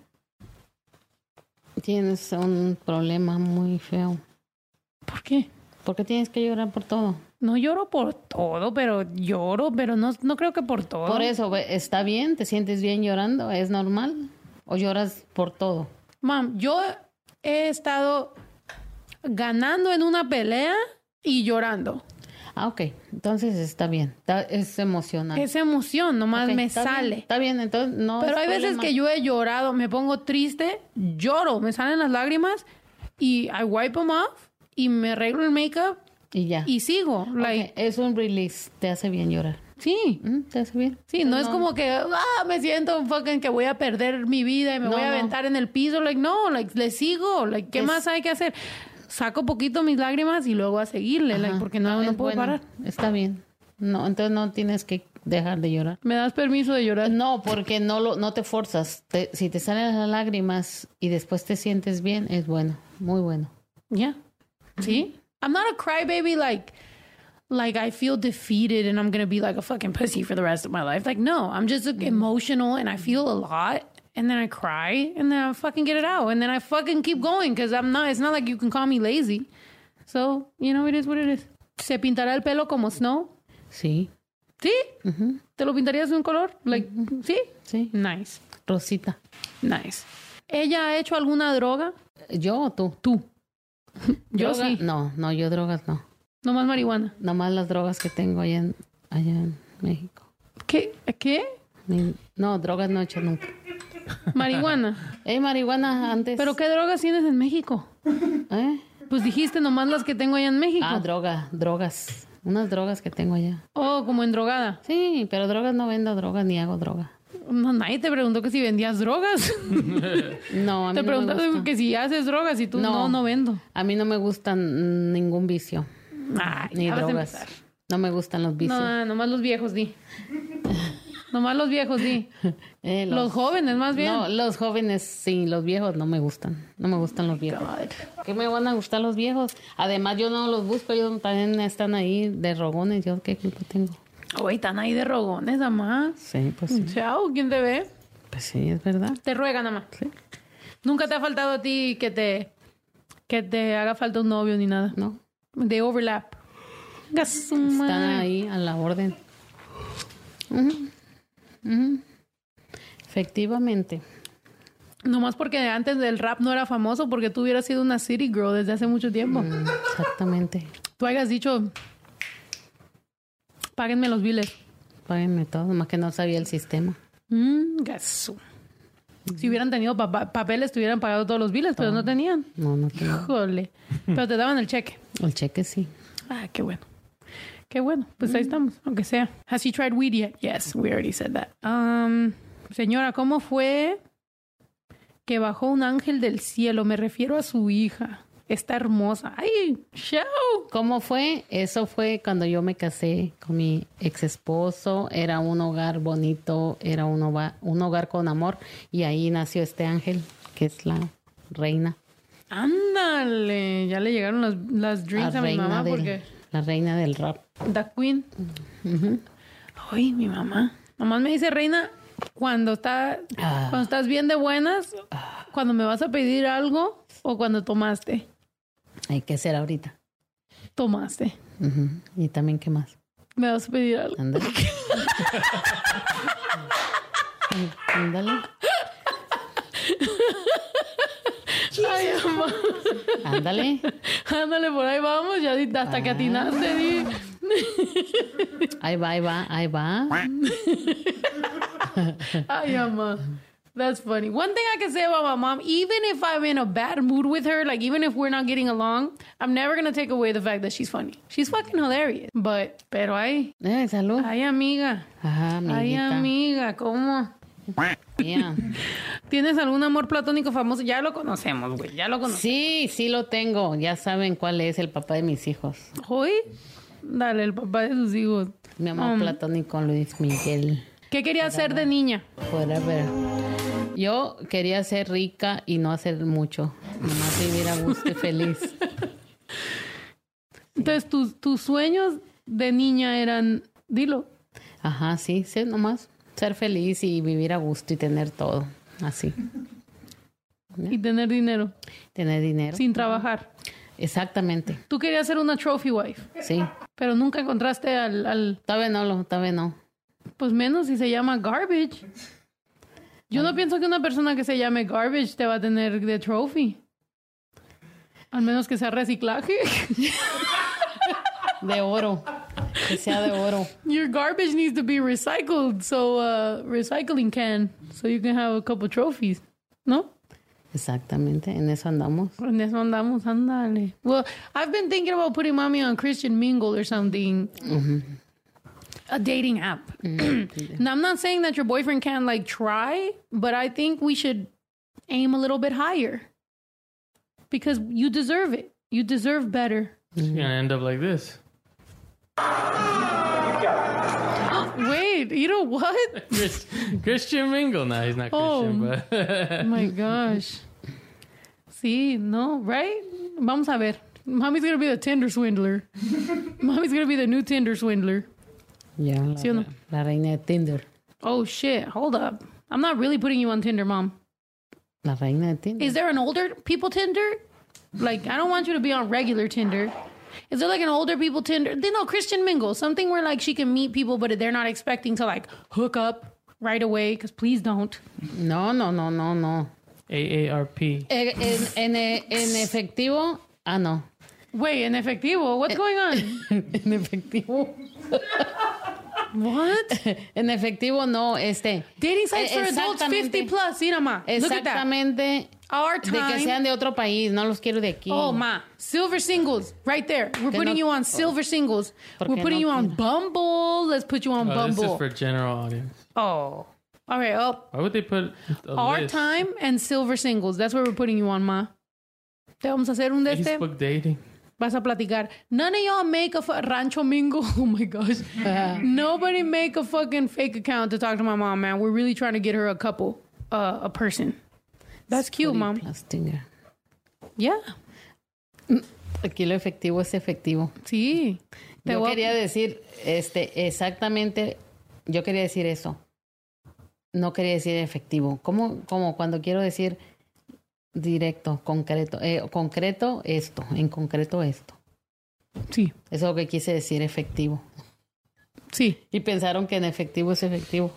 Speaker 2: Tienes un problema muy feo.
Speaker 1: ¿Por qué?
Speaker 2: ¿Por qué tienes que llorar por todo?
Speaker 1: No lloro por todo, pero lloro, pero no, no creo que por todo.
Speaker 2: Por eso, ve, está bien, te sientes bien llorando, es normal. O lloras por todo.
Speaker 1: Mam, yo he estado ganando en una pelea y llorando.
Speaker 2: Ah, ok. Entonces está bien. Está- es emocional.
Speaker 1: Esa emoción nomás
Speaker 2: Ah. Ok,
Speaker 1: me
Speaker 2: está bien,
Speaker 1: sale.
Speaker 2: está bien, entonces no.
Speaker 1: Pero
Speaker 2: es
Speaker 1: hay veces
Speaker 2: problema.
Speaker 1: que yo he llorado, me pongo triste, lloro, me salen las lágrimas y I wipe them off y me arreglo el makeup
Speaker 2: Y ya.
Speaker 1: y sigo.
Speaker 2: Ok,
Speaker 1: Like,
Speaker 2: Es un release. Te hace bien llorar.
Speaker 1: Sí,
Speaker 2: Mm, Te hace bien.
Speaker 1: sí, no, es como que ah, me siento fucking que voy a perder mi vida y me
Speaker 2: No,
Speaker 1: voy a
Speaker 2: no.
Speaker 1: aventar en el piso. Like, no, like, le sigo. Like, ¿qué
Speaker 2: Es-
Speaker 1: más hay que hacer? Saco poquito mis lágrimas y luego a seguirle, like,
Speaker 2: Ajá. Ah,
Speaker 1: porque no, no
Speaker 2: es
Speaker 1: puedo
Speaker 2: bueno,
Speaker 1: parar.
Speaker 2: Está bien. No, entonces no tienes que dejar de llorar.
Speaker 1: ¿Me das permiso de llorar?
Speaker 2: No, porque no lo, no te forzas. Te- si te salen las lágrimas y después te sientes bien, es bueno, muy bueno.
Speaker 1: Yeah. See? I'm not a crybaby like like I feel defeated and I'm gonna be like a fucking pussy for the rest of my life. Like no, I'm just like, emotional and I feel a lot and then I cry and then I fucking get it out and then I fucking keep going because I'm not it's not like you can call me lazy. So, you know it is what it is. Se pintará el pelo como snow?
Speaker 2: Sí,
Speaker 1: Sí? ¿Te lo pintarías de un color? Like, sí?
Speaker 2: sí.
Speaker 1: Nice.
Speaker 2: Rosita,
Speaker 1: Nice. ¿Ella ha hecho alguna droga?
Speaker 2: ¿yo o tú?
Speaker 1: Tú. Yo
Speaker 2: ¿Droga?
Speaker 1: sí.
Speaker 2: No, no, yo drogas no.
Speaker 1: Nomás marihuana.
Speaker 2: Nomás las drogas que tengo allá en, allá en México.
Speaker 1: ¿Qué? ¿Qué?
Speaker 2: Ni- no, drogas no he hecho nunca.
Speaker 1: Marihuana.
Speaker 2: Eh, marihuana antes.
Speaker 1: ¿Pero qué drogas tienes en México?
Speaker 2: ¿Eh?
Speaker 1: Pues dijiste nomás las que tengo allá en México.
Speaker 2: Ah, droga, drogas. Unas drogas que tengo allá.
Speaker 1: Oh, como en drogada.
Speaker 2: Sí, pero drogas no vendo drogas ni hago droga.
Speaker 1: No, nadie te preguntó que si vendías
Speaker 2: *laughs*
Speaker 1: drogas.
Speaker 2: No,
Speaker 1: te
Speaker 2: a mí no me
Speaker 1: preguntaste
Speaker 2: gusta.
Speaker 1: que si haces drogas y tú no,
Speaker 2: No.
Speaker 1: no, vendo.
Speaker 2: A mí no me gustan ningún vicio,
Speaker 1: Ay,
Speaker 2: ni
Speaker 1: ya Ah, vas a
Speaker 2: drogas.
Speaker 1: empezar.
Speaker 2: No me gustan los vicios.
Speaker 1: No, nomás los viejos
Speaker 2: *laughs*
Speaker 1: di. nomás los viejos di.
Speaker 2: Eh,
Speaker 1: Los, jóvenes más bien.
Speaker 2: No, los jóvenes sí, los viejos no me gustan. No me gustan los viejos. ¿Qué me van a gustar los viejos? Además, yo no los busco, ellos también están ahí de rogones. Yo qué culpa tengo.
Speaker 1: Oye, están ahí de rogones, nada más.
Speaker 2: Sí, pues sí.
Speaker 1: Chao, ¿quién te ve?
Speaker 2: Pues sí, es verdad.
Speaker 1: Te ruega nada más. Nunca te ha faltado a ti que te que te haga falta un novio ni nada.
Speaker 2: No,
Speaker 1: De overlap. Gas-
Speaker 2: están
Speaker 1: madre.
Speaker 2: ahí a la orden. Ujú, ujú. Efectivamente.
Speaker 1: Nomás porque antes del rap no era famoso, porque tú hubieras sido una city girl desde hace mucho tiempo.
Speaker 2: Mm. Exactamente.
Speaker 1: Tú hayas dicho, páguenme los biles.
Speaker 2: Páguenme todo, más que no sabía el sistema.
Speaker 1: Mm, gasu. Si hubieran tenido pa- pa- papeles, te hubieran pagado todos los biles, pero no tenían.
Speaker 2: No, no tengo.
Speaker 1: Jole. Pero te daban el cheque.
Speaker 2: El cheque sí.
Speaker 1: Ah, qué bueno. Qué bueno. Pues
Speaker 2: Mm.
Speaker 1: ahí estamos, aunque sea. Has she tried weed yet? Yes, we already said that. Um, señora, ¿cómo fue que bajó un ángel del cielo? Me refiero a su hija. Está hermosa. ¡Ay! ¡Show!
Speaker 2: ¿Cómo fue? Eso fue cuando yo me casé con mi ex esposo. Era un hogar bonito, era un hogar, un hogar con amor. Y ahí nació este ángel, que es la reina.
Speaker 1: Ándale. Ya le llegaron las, las
Speaker 2: La
Speaker 1: drinks a mi
Speaker 2: reina,
Speaker 1: mamá
Speaker 2: del,
Speaker 1: porque.
Speaker 2: la reina del rap.
Speaker 1: The Queen. Ay, mi mamá. Nomás me dice, reina, cuando, está,
Speaker 2: Ah.
Speaker 1: cuando estás bien de buenas, cuando me vas a pedir algo o cuando tomaste.
Speaker 2: Hay que ser ahorita.
Speaker 1: Tomaste.
Speaker 2: Ujú. Y también, ¿qué más?
Speaker 1: Me vas a pedir algo.
Speaker 2: Ándale. *laughs* Ándale.
Speaker 1: Ay, mamá.
Speaker 2: Ándale.
Speaker 1: Ándale, por ahí vamos. Ya di- hasta que atinaste. di.
Speaker 2: Ahí va, ahí va, ahí va.
Speaker 1: Ay, mamá. That's funny. One thing I can say about my mom, even if I'm in a bad mood with her, like even if we're not getting along, I'm never gonna take away the fact that she's funny. She's fucking hilarious. But, pero ay,
Speaker 2: Eh, salud.
Speaker 1: ay, amiga.
Speaker 2: Ajá,
Speaker 1: Ay,
Speaker 2: amiguita.
Speaker 1: amiga, ¿cómo?
Speaker 2: Mía.
Speaker 1: ¿Tienes algún amor platónico famoso? Ya lo conocemos, güey, ya lo conocemos.
Speaker 2: Sí, sí lo tengo. Ya saben cuál es el papá de mis hijos.
Speaker 1: Hoy, dale, el papá de sus hijos.
Speaker 2: Mi amor
Speaker 1: Um,
Speaker 2: platónico Luis Miguel.
Speaker 1: ¿Qué quería hacer de niña?
Speaker 2: Forever. Yo quería ser rica y no hacer mucho. Nomás vivir a gusto y feliz.
Speaker 1: *laughs* Entonces, tus, tus sueños de niña eran, dilo,
Speaker 2: Ajá, sí, sí, nomás ser feliz y vivir a gusto y tener todo. Así.
Speaker 1: y tener dinero,
Speaker 2: Tener dinero.
Speaker 1: sin trabajar.
Speaker 2: Exactamente.
Speaker 1: Tú querías ser una trophy wife,
Speaker 2: Sí.
Speaker 1: pero nunca encontraste al, al
Speaker 2: Todavía no, lo, todavía no.
Speaker 1: pues menos si se llama garbage. Yo no pienso que una persona que se llame garbage te va a tener de trophy. Al menos que sea reciclaje. *laughs*
Speaker 2: De oro. Que sea de oro.
Speaker 1: Your garbage needs to be recycled, so uh, recycling can, so you can have a couple trophies. No,
Speaker 2: Exactamente. En eso andamos.
Speaker 1: en eso andamos, andale. Well, I've been thinking about putting mommy on Christian Mingle or something, a dating app. *clears throat* now I'm not saying that your boyfriend can like try, but I think we should aim a little bit higher because you deserve it. You deserve better. *gasps*
Speaker 3: She's gonna end up like this.
Speaker 1: Wait, you know what? *laughs*
Speaker 3: Chris, Christian Mingle. Nah, he's not
Speaker 1: Oh.
Speaker 3: Christian, but *laughs*
Speaker 1: Oh my gosh. See, no, right? Vamos a ver. Mommy's gonna be the Tinder swindler. Mommy's gonna be the new Tinder swindler.
Speaker 2: Ya. La,
Speaker 1: ¿Sí o no?
Speaker 2: la reina de Tinder.
Speaker 1: Oh shit, hold up. I'm not really putting you on Tinder, mom.
Speaker 2: La reina de Tinder.
Speaker 1: Is there an older people Tinder? Like, I don't want you to be on regular Tinder. Is there like an older people Tinder? Then no, Christian Mingle, something where like she can meet people, but they're not expecting to like hook up right away. Because please don't.
Speaker 2: No, no, no, no, no.
Speaker 3: AARP.
Speaker 2: Eh, En, en, eh, en efectivo, ah, no.
Speaker 1: Wait, in efectivo,
Speaker 2: Eh,
Speaker 1: what's going
Speaker 2: *laughs*
Speaker 1: on?
Speaker 2: En efectivo.
Speaker 1: What?
Speaker 2: *laughs* En efectivo, no, este.
Speaker 1: Dating sites
Speaker 2: Eh,
Speaker 1: for adults
Speaker 2: exactamente.
Speaker 1: 50 plus, Irama. Look at that.
Speaker 2: Exactamente
Speaker 1: our
Speaker 2: De que
Speaker 1: time.
Speaker 2: sean de otro país, no los quiero de aquí.
Speaker 1: Oh ma, silver singles right there. We're
Speaker 2: Que
Speaker 1: putting
Speaker 2: no-
Speaker 1: you on silver singles.
Speaker 2: ¿Por
Speaker 1: We're
Speaker 2: qué
Speaker 1: putting
Speaker 2: no
Speaker 1: you on
Speaker 2: tira?
Speaker 1: Bumble. Let's put you on
Speaker 3: Oh, this
Speaker 1: Bumble.
Speaker 3: is for general audience.
Speaker 1: oh, all right. Oh,
Speaker 3: Why would they put a
Speaker 1: our
Speaker 3: list?
Speaker 1: time and silver singles. That's where we're putting you on, ma. Te vamos a hacer un de este.
Speaker 3: Facebook dating.
Speaker 1: *laughs* Vas a platicar. None of y'all make a fu- Rancho Mingo. *laughs* Oh my
Speaker 2: *laughs*
Speaker 1: gosh. Nobody make a fucking fake account to talk to my mom, man. We're really trying to get her a couple, uh, a person. That's cute,
Speaker 2: Pretty
Speaker 1: mom.
Speaker 2: plus Tinder.
Speaker 1: Yeah.
Speaker 2: Aquí lo efectivo es efectivo.
Speaker 1: Sí. Te
Speaker 2: Yo
Speaker 1: voy a-
Speaker 2: quería decir, este, exactamente, yo quería decir eso. No quería decir efectivo. Como, como cuando quiero decir directo, concreto, eh, concreto esto, en concreto esto.
Speaker 1: Sí.
Speaker 2: Eso es lo que quise decir efectivo.
Speaker 1: Sí.
Speaker 2: Y pensaron que en efectivo es efectivo.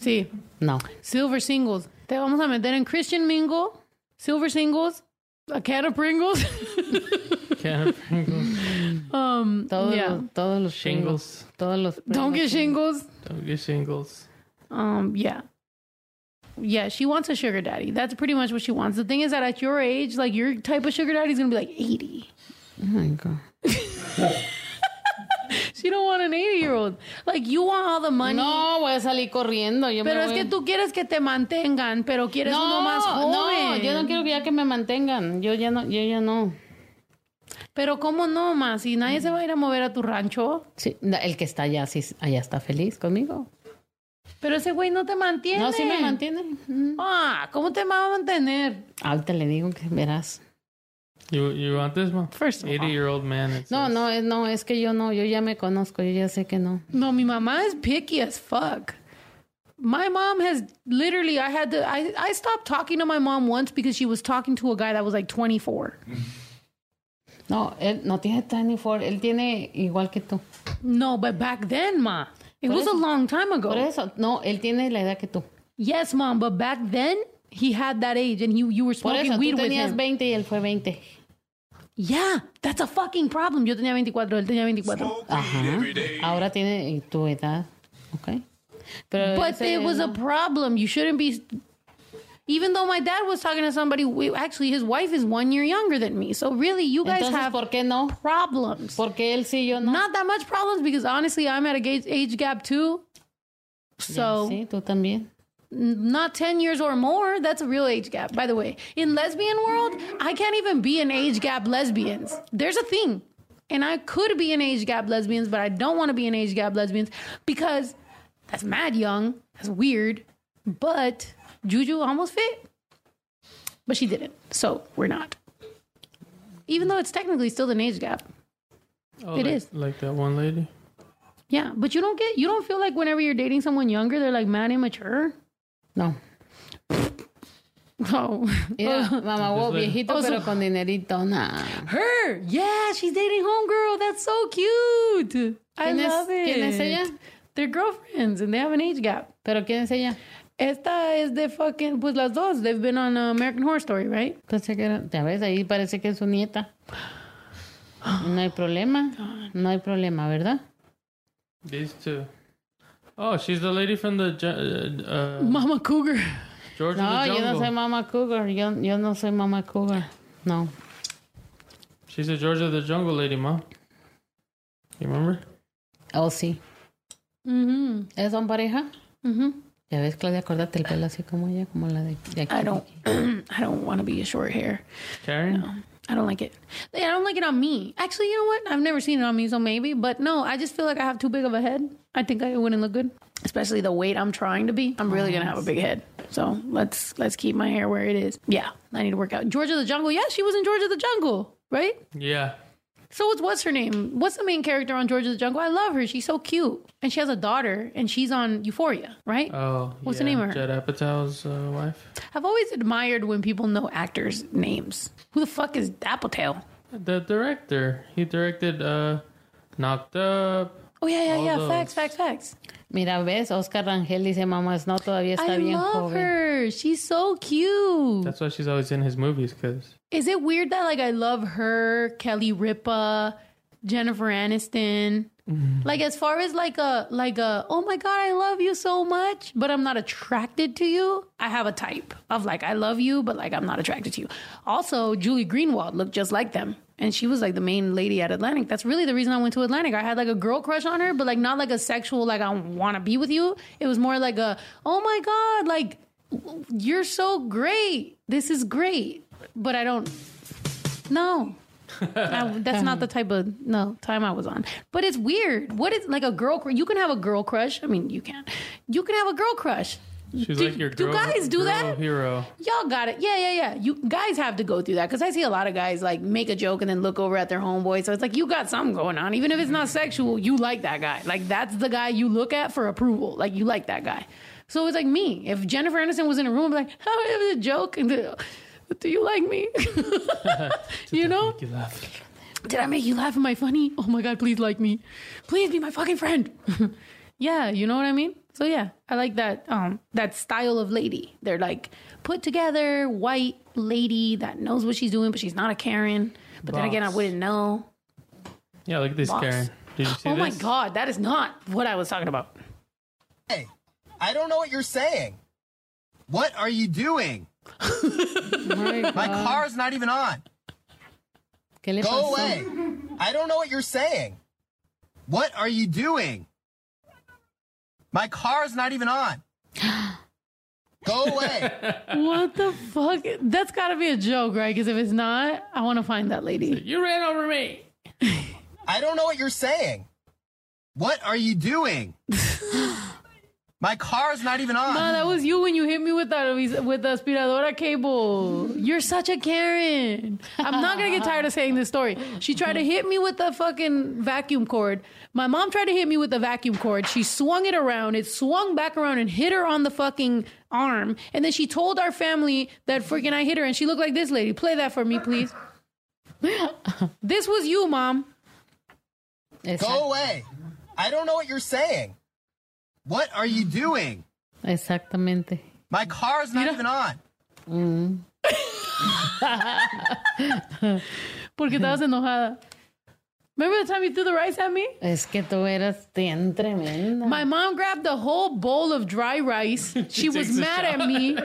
Speaker 1: Sí.
Speaker 2: No.
Speaker 1: Silver Singles. Te vamos a meter en Christian Mingle, Silver Singles, a can of Pringles. *laughs*
Speaker 3: Can of Pringles.
Speaker 1: um,
Speaker 2: Todos
Speaker 1: yeah.
Speaker 2: los, todos los shingles.
Speaker 3: Shingles.
Speaker 2: Todos los
Speaker 1: Don't get shingles.
Speaker 3: Don't get shingles.
Speaker 1: Um, yeah. Yeah, she wants a sugar daddy. That's pretty much what she wants. The thing is that at your age, like your type of sugar daddy is gonna be like 80.
Speaker 2: Oh my God.
Speaker 1: She don't want an 80 year old. Like you want all the money.
Speaker 2: No, voy a salir corriendo. Yo me
Speaker 1: Pero es
Speaker 2: voy-
Speaker 1: que tú quieres que te mantengan, pero quieres uno más
Speaker 2: no,
Speaker 1: joven.
Speaker 2: yo no quiero que ya que me mantengan. Yo ya no, yo ya no.
Speaker 1: Pero cómo no, más si nadie se va a ir a mover a tu rancho.
Speaker 2: Sí, na- el que está allá, sí, allá está feliz conmigo.
Speaker 1: Pero ese güey no te mantiene.
Speaker 2: No, sí me mantiene. Mm.
Speaker 1: Ah, ¿cómo te va a mantener?
Speaker 2: Ahorita le digo que verás.
Speaker 3: You you want this one?
Speaker 1: First of all.
Speaker 3: eighty year old man. it
Speaker 2: No,
Speaker 3: says.
Speaker 2: no, es- no, es que yo no, yo ya me conozco, yo ya sé que no.
Speaker 1: No, mi mamá is picky as fuck. My mom has literally, I had to, I, I stopped talking to my mom once because she was talking to a guy that was like 24.
Speaker 2: No, él no tiene 24, él tiene igual que tú.
Speaker 1: No, but back then, ma. It was a long time
Speaker 2: Por
Speaker 1: ago.
Speaker 2: eso, no, él tiene la edad que tú.
Speaker 1: Yes, mom, but back then, he had that age and you, you were
Speaker 2: Por
Speaker 1: smoking
Speaker 2: eso,
Speaker 1: weed
Speaker 2: tú
Speaker 1: with
Speaker 2: tenías
Speaker 1: him.
Speaker 2: 20 y él fue 20.
Speaker 1: yeah, that's a fucking problem. Yo tenía 24, él tenía 24.
Speaker 2: Ajá. Ahora tiene eh, tu edad, ¿ok? Pero
Speaker 1: But
Speaker 2: ese
Speaker 1: it was a
Speaker 2: no.
Speaker 1: problem. You shouldn't be. Even though my dad was talking to somebody, we, actually, his wife is one year younger than me. So really, you guys
Speaker 2: Entonces,
Speaker 1: have
Speaker 2: ¿por qué no?
Speaker 1: problems.
Speaker 2: Porque él sí, yo no.
Speaker 1: Not that much problems because honestly, I'm at a gauge, age gap too. So
Speaker 2: Sí, tú también.
Speaker 1: n- not ten years or more. That's a real age gap, by the way. In lesbian world, I can't even be an age gap lesbians. There's a thing, and I could be an age gap lesbians, but I don't want to be an age gap lesbians because that's mad young. That's weird. But Juju almost fit, but she didn't. So we're not. Even though it's technically still an age gap.
Speaker 3: Oh,
Speaker 1: it
Speaker 3: like,
Speaker 1: is.
Speaker 3: like that one lady.
Speaker 1: Yeah, but you don't get you don't feel like whenever you're dating someone younger, they're like mad immature. *laughs*
Speaker 2: No.
Speaker 1: Oh, *laughs*
Speaker 2: Mira, mamá, huevo
Speaker 3: Entonces,
Speaker 2: viejito,
Speaker 1: o sea-
Speaker 2: pero con dinerito, nada.
Speaker 1: her, yeah, she's dating homegirl. That's so cute. I
Speaker 2: ¿Quién es-
Speaker 1: love it.
Speaker 2: quién es ella?
Speaker 1: They're girlfriends and they have an age gap.
Speaker 2: ¿Pero quién es ella?
Speaker 1: Esta is the fucking pues las dos. They've been on uh, American Horror Story, right?
Speaker 2: Pensé que era, ya ves, ahí parece que es su nieta. No hay problema, no hay problema, ¿verdad?
Speaker 3: These two. Oh, she's the lady from the ju- uh, uh,
Speaker 1: Mama Cougar.
Speaker 3: George
Speaker 2: No,
Speaker 1: Ah,
Speaker 3: of the
Speaker 2: yo no
Speaker 3: Jungle.
Speaker 2: soy mamá cougar, yo, yo no soy mamá cougar, no.
Speaker 3: she's the George of the Jungle lady, ma. You remember?
Speaker 2: Oh, sí. ¿Es son pareja? Ya ves, Claudia, acuérdate el pelo así como ella, como la de, de aquí.
Speaker 1: I don't *clears throat* I don't want to be a short hair.
Speaker 3: Karen.
Speaker 1: I don't like it. Yeah, I don't like it on me. Actually, you know what? I've never seen it on me, so maybe. But no, I just feel like I have too big of a head. I think I it wouldn't look good, especially the weight I'm trying to be. I'm really gonna have a big head. So let's let's keep my hair where it is. Yeah, I need to work out. Georgia the Jungle. Yeah, she was in Georgia the Jungle, right?
Speaker 3: Yeah.
Speaker 1: So what's what's her name? What's the main character on Georgia the Jungle? I love her. She's so cute, and she has a daughter, and she's on Euphoria, right?
Speaker 3: Oh,
Speaker 1: What's
Speaker 3: yeah.
Speaker 1: the name of her?
Speaker 3: Judd Apatow's uh, wife.
Speaker 1: I've always admired when people know actors' names. Who the fuck is Appletail?
Speaker 3: The director. He directed uh, Knocked Up.
Speaker 1: Oh yeah, yeah,
Speaker 3: All
Speaker 1: yeah.
Speaker 3: those.
Speaker 1: Facts, facts, facts.
Speaker 2: Mira, ves, Oscar Rangel dice, mamá, no, todavía está
Speaker 1: I
Speaker 2: bien
Speaker 1: love
Speaker 2: joven.
Speaker 1: her. She's so cute.
Speaker 3: That's why she's always in his movies, cause
Speaker 1: Is it weird that like I love her, Kelly Ripa, Jennifer Aniston. Like as far as like a like a oh my god I love you so much but I'm not attracted to you. I have a type of like I love you but like I'm not attracted to you. Also, Julie Greenwald looked just like them. And she was like the main lady at Atlantic. That's really the reason I went to Atlantic. I had like a girl crush on her, but like not like a sexual like I want to be with you. It was more like a oh my god, like you're so great. This is great. But I don't
Speaker 3: *laughs*
Speaker 1: no. I- that's not the type of no time I was on. But it's weird. What is like a girl? cr- You can have a girl crush. I mean, you can. You can have a girl crush.
Speaker 3: She's
Speaker 1: Do-
Speaker 3: like your
Speaker 1: do
Speaker 3: girl,
Speaker 1: guys do
Speaker 3: girl
Speaker 1: that?
Speaker 3: hero.
Speaker 1: Y'all got it. Yeah, yeah, yeah. You guys have to go through that because I see a lot of guys like make a joke and then look over at their homeboy. So it's like you got something going on, even if it's not sexual. You like that guy. Like that's the guy you look at for approval. Like you like that guy. So it's like me. If Jennifer Anderson was in a room, I'd be like, *laughs* "How it was a joke?" And then, do you like me? *laughs* you know.
Speaker 3: Make you laugh.
Speaker 1: Did I make you laugh? Am I funny? Oh my God, please like me. Please be my fucking friend. *laughs* yeah, you know what I mean? So yeah, I like that um that style of lady. They're like put together, white lady that knows what she's doing, but she's not a Karen. But then again, I
Speaker 3: Boss.
Speaker 1: wouldn't know.
Speaker 3: Yeah, look at this,
Speaker 1: Boss.
Speaker 3: Karen. Did you see
Speaker 1: oh my
Speaker 3: this?
Speaker 1: God, that is not what I was talking about.
Speaker 10: Hey, I don't know what you're saying. What are you doing? My
Speaker 2: Uh,
Speaker 10: car's not even on.
Speaker 2: ¿Qué le
Speaker 10: Go
Speaker 2: pasó?
Speaker 10: away. *laughs* I don't know what you're saying. What are you doing? My car's not even
Speaker 2: *gasps*
Speaker 10: on. Go away.
Speaker 1: what the fuck? That's gotta be a joke, right? Because if it's not, I want to find that lady.
Speaker 3: You ran over me.
Speaker 10: I don't know what you're saying. What are you doing? My car's not even on.
Speaker 1: Ma, that was you when you hit me with that with the aspiradora cable. You're such a Karen. I'm not gonna get tired of saying this story. She tried to hit me with the fucking vacuum cord. My mom tried to hit me with the vacuum cord. She swung it around. It swung back around and hit her on the fucking arm. And then she told our family that freaking I hit her. And she looked like this lady. Play that for me, please. this was you, mom.
Speaker 10: Go
Speaker 2: Exact-
Speaker 10: away. I don't know what you're saying. What are you doing?
Speaker 2: exactamente.
Speaker 10: My car's not even on.
Speaker 1: Porque estabas enojada. Remember the time you threw the rice at me?
Speaker 2: Es que tú eras bien tremenda.
Speaker 1: My mom grabbed a whole bowl of dry
Speaker 3: *laughs*
Speaker 1: rice. She was
Speaker 3: takes a
Speaker 1: mad at me.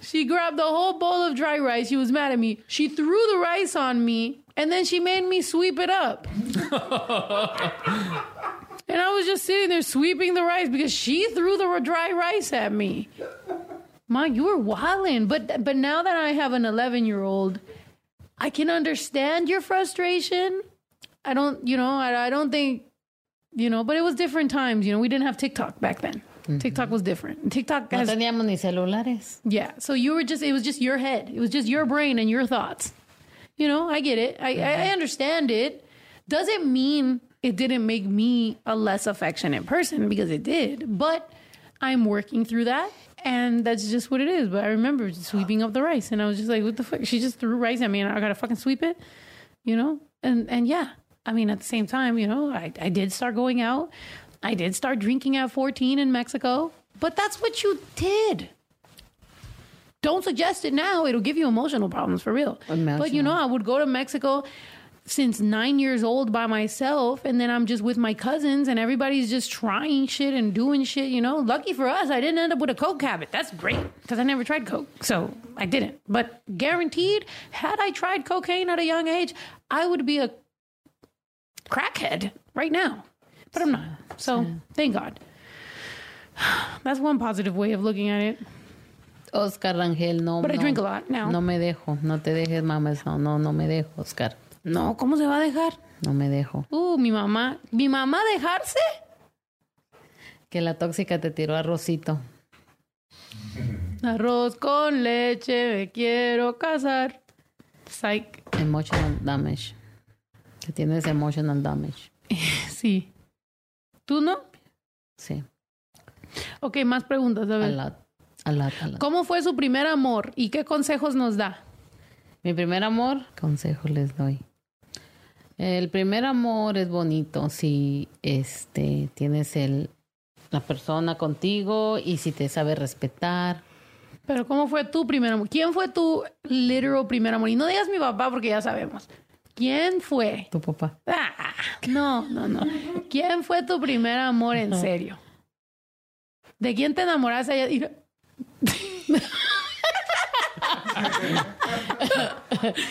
Speaker 1: she grabbed a whole bowl of dry rice. She was mad at me. She threw the rice on me and then she made me sweep it up. and I was just sitting there sweeping the rice because she threw the dry rice at me. Ma, you were wildin', but but now that I have an 11 year old, I can understand your frustration. I don't, you know, I, I don't think you know, but it was different times. You know, we didn't have TikTok back then. TikTok was different. TikTok
Speaker 2: no
Speaker 1: has,
Speaker 2: teníamos ni celulares.
Speaker 1: yeah. So you were just, it was just your head. It was just your brain and your thoughts. You know, I get it. I, I I understand it. Doesn't mean it didn't make me a less affectionate person because it did, but I'm working through that. And that's just what it is. But I remember sweeping up the rice and I was just like, what the fuck? She just threw rice at me and I gotta fucking sweep it you know and and yeah i mean at the same time you know i, I did start going out i did start drinking at 14 in mexico but that's what you did don't suggest it now it'll give you emotional problems for real but you
Speaker 2: Emotional.
Speaker 1: know i would go to mexico since nine years old by myself and then i'm just with my cousins and everybody's just trying shit and doing shit you know lucky for us i didn't end up with a coke habit that's great because i never tried coke so i didn't but guaranteed had i tried cocaine at a young age i would be a crackhead right now but i'm not so thank god *sighs* that's one positive way of looking at it
Speaker 2: Oscar Rangel, no.
Speaker 1: But I
Speaker 2: no,
Speaker 1: drink a lot now.
Speaker 2: No me dejo, no te dejes, mamá. No, no, no me dejo, Oscar.
Speaker 1: no cómo se va a dejar
Speaker 2: No me dejo.
Speaker 1: uh mi mamá mi mamá dejarse
Speaker 2: Que la tóxica te tiró a Rosito.
Speaker 1: Arroz con leche, me quiero casar. Psych. *clears throat*
Speaker 2: Emotional damage. Que tienes emotional damage.
Speaker 1: Sí. ¿Tú no?
Speaker 2: Sí.
Speaker 1: Ok, más preguntas. A
Speaker 2: A
Speaker 1: ver.
Speaker 2: lot. A lot, a lot.
Speaker 1: ¿Cómo fue su primer amor y qué consejos nos da?
Speaker 2: Mi primer amor, consejo les doy. El primer amor es bonito si este tienes el la persona contigo y si te sabe respetar.
Speaker 1: Pero ¿cómo fue tu primer amor? ¿Quién fue tu literal primer amor? Y no digas mi papá porque ya sabemos. ¿Quién fue?
Speaker 2: Tu papá.
Speaker 1: Ah, no, no, no. ¿Quién fue tu primer amor en serio? ¿De quién te enamoraste allá? Mira.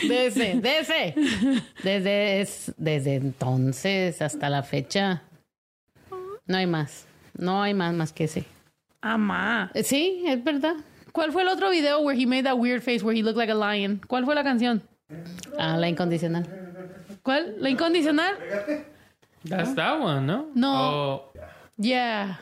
Speaker 2: Desde, *laughs* desde, desde, es- desde entonces hasta la fecha. No hay más. No hay más más que ese.
Speaker 1: Amá.
Speaker 2: Eh, Sí, es verdad.
Speaker 1: ¿Cuál fue el otro video where he made that weird face where he looked like a lion? ¿Cuál fue la canción?
Speaker 2: Ah, la incondicional.
Speaker 1: ¿Cuál? ¿La incondicional?
Speaker 3: That's that one, no?
Speaker 1: No.
Speaker 3: Oh,
Speaker 1: Yeah.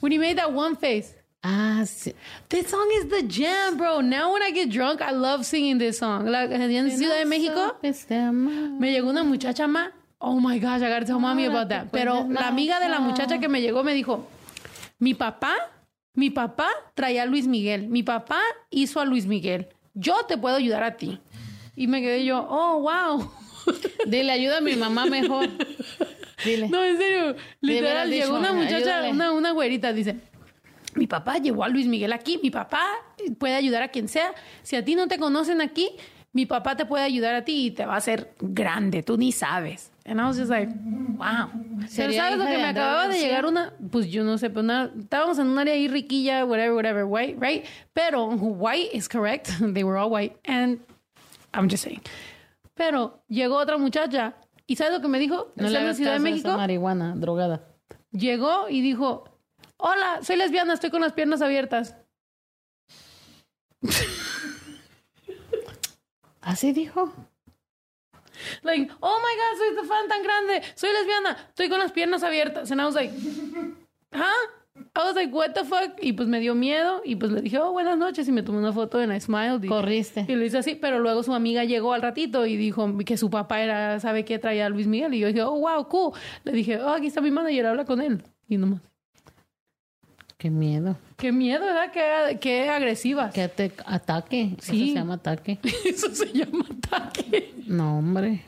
Speaker 1: When he made that one face.
Speaker 2: Ah, sí.
Speaker 1: This song is the jam, bro. Now when I get drunk, I love singing this song. Like en Ciudad de México,
Speaker 2: Este amor.
Speaker 1: me llegó una muchacha más. Oh my gosh, I gotta tell mommy about that. Pero la amiga de la muchacha que me llegó me dijo, mi papá, mi papá traía a Luis Miguel. Mi papá hizo a Luis Miguel. Yo te puedo ayudar a ti. Y me quedé yo, oh, wow. *laughs*
Speaker 2: Dile, ayuda a mi mamá mejor. Dile.
Speaker 1: No, en serio.
Speaker 2: hubieras
Speaker 1: Literal,
Speaker 2: dicho,
Speaker 1: llegó una muchacha,
Speaker 2: ayúdale.
Speaker 1: una, una güerita, dice, mi papá llevó a Luis Miguel aquí, mi papá puede ayudar a quien sea. Si a ti no te conocen aquí, mi papá te puede ayudar a ti y te va a hacer grande, tú ni sabes. And I was just like, wow. Pero
Speaker 2: ¿Sería
Speaker 1: ¿sabes lo
Speaker 2: hija
Speaker 1: que
Speaker 2: de
Speaker 1: me
Speaker 2: Andrea
Speaker 1: acababa de
Speaker 2: García?
Speaker 1: llegar una? Pues yo no sé, pero una- estábamos en un área ahí riquilla, whatever, whatever, white, right? Pero white is correct. *laughs* They were all white. And I'm just saying. Pero llegó otra muchacha y ¿sabes lo que me dijo?
Speaker 2: No le
Speaker 1: Estando en
Speaker 2: hagas
Speaker 1: Ciudad de
Speaker 2: caso a esa
Speaker 1: México
Speaker 2: marihuana, drogada.
Speaker 1: llegó y dijo, hola, soy lesbiana, estoy con las piernas abiertas.
Speaker 2: Así dijo.
Speaker 1: Like, oh my God, soy tu fan tan grande, soy lesbiana, estoy con las piernas abiertas. And I was like, huh? I was like, what the fuck? Y pues me dio miedo y pues le dije, oh, buenas noches y me tomé una foto en I smiled. Y,
Speaker 2: Corriste.
Speaker 1: y lo hice así, pero luego su amiga llegó al ratito y dijo que su papá era, ¿sabe qué? Traía a Luis Miguel. Y yo dije, oh, wow, cool. Le dije, oh, aquí está mi manager, habla con él. Y nomás,
Speaker 2: Qué miedo.
Speaker 1: qué miedo, ¿verdad? Qué, qué agresivas.
Speaker 2: Que te ataque.
Speaker 1: Sí.
Speaker 2: Eso se llama ataque.
Speaker 1: *laughs* Eso se llama ataque.
Speaker 2: No, hombre.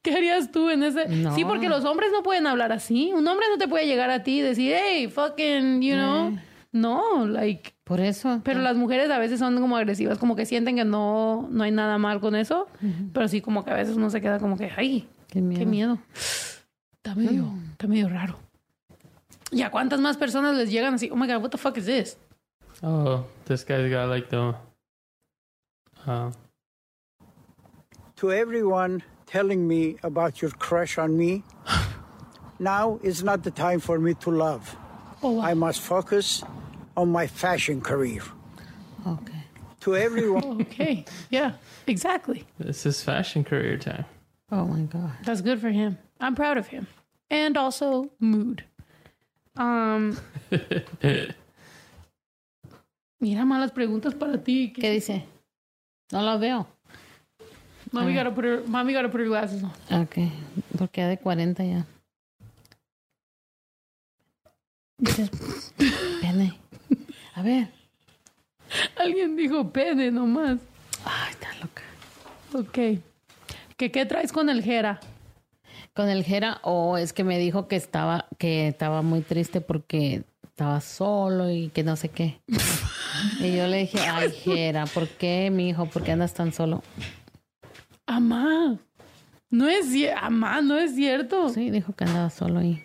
Speaker 1: ¿Qué harías tú en ese?
Speaker 2: No.
Speaker 1: Sí, porque los hombres no pueden hablar así. Un hombre no te puede llegar a ti y decir, hey, fucking, you know. No, like.
Speaker 2: Por eso.
Speaker 1: Pero las mujeres a veces son como agresivas, como que sienten que no, no hay nada mal con eso. Pero sí, como que a veces uno se queda como que, ay,
Speaker 2: Qué miedo.
Speaker 1: qué miedo. Está medio, está medio raro. ¿Y a cuántas más personas les llegan así? Oh my god, what the fuck is this?
Speaker 3: oh, this guy's got like the. Uh,
Speaker 11: to everyone telling me about your crush on me. now is not the time for me to love. I must focus on my fashion career.
Speaker 2: Ok.
Speaker 11: To everyone,
Speaker 1: Okay, *laughs* yeah, exactly.
Speaker 3: this is fashion career time. *laughs*
Speaker 2: Oh my God.
Speaker 1: That's good for him. I'm proud of him. And also mood. Um, mira malas preguntas para ti.
Speaker 2: ¿Qué dice? No la veo.
Speaker 1: Mommy gotta put her mommy gotta put her glasses on.
Speaker 2: Ok. Porque ya de 40 ya. *laughs* Pene. A ver.
Speaker 1: Alguien dijo pene nomás.
Speaker 2: Ay, está loca.
Speaker 1: Ok. ¿Que qué traes con el Jera?
Speaker 2: Con el Jera, o es que me dijo que estaba, que estaba muy triste porque estaba solo y que no sé
Speaker 1: *laughs*
Speaker 2: qué. y yo le dije, ay, Jera, ¿por qué, mi hijo? ¿Por qué andas tan solo?
Speaker 1: Amá. No es cierto. Amá, no es cierto.
Speaker 2: Sí, dijo que andaba solo y,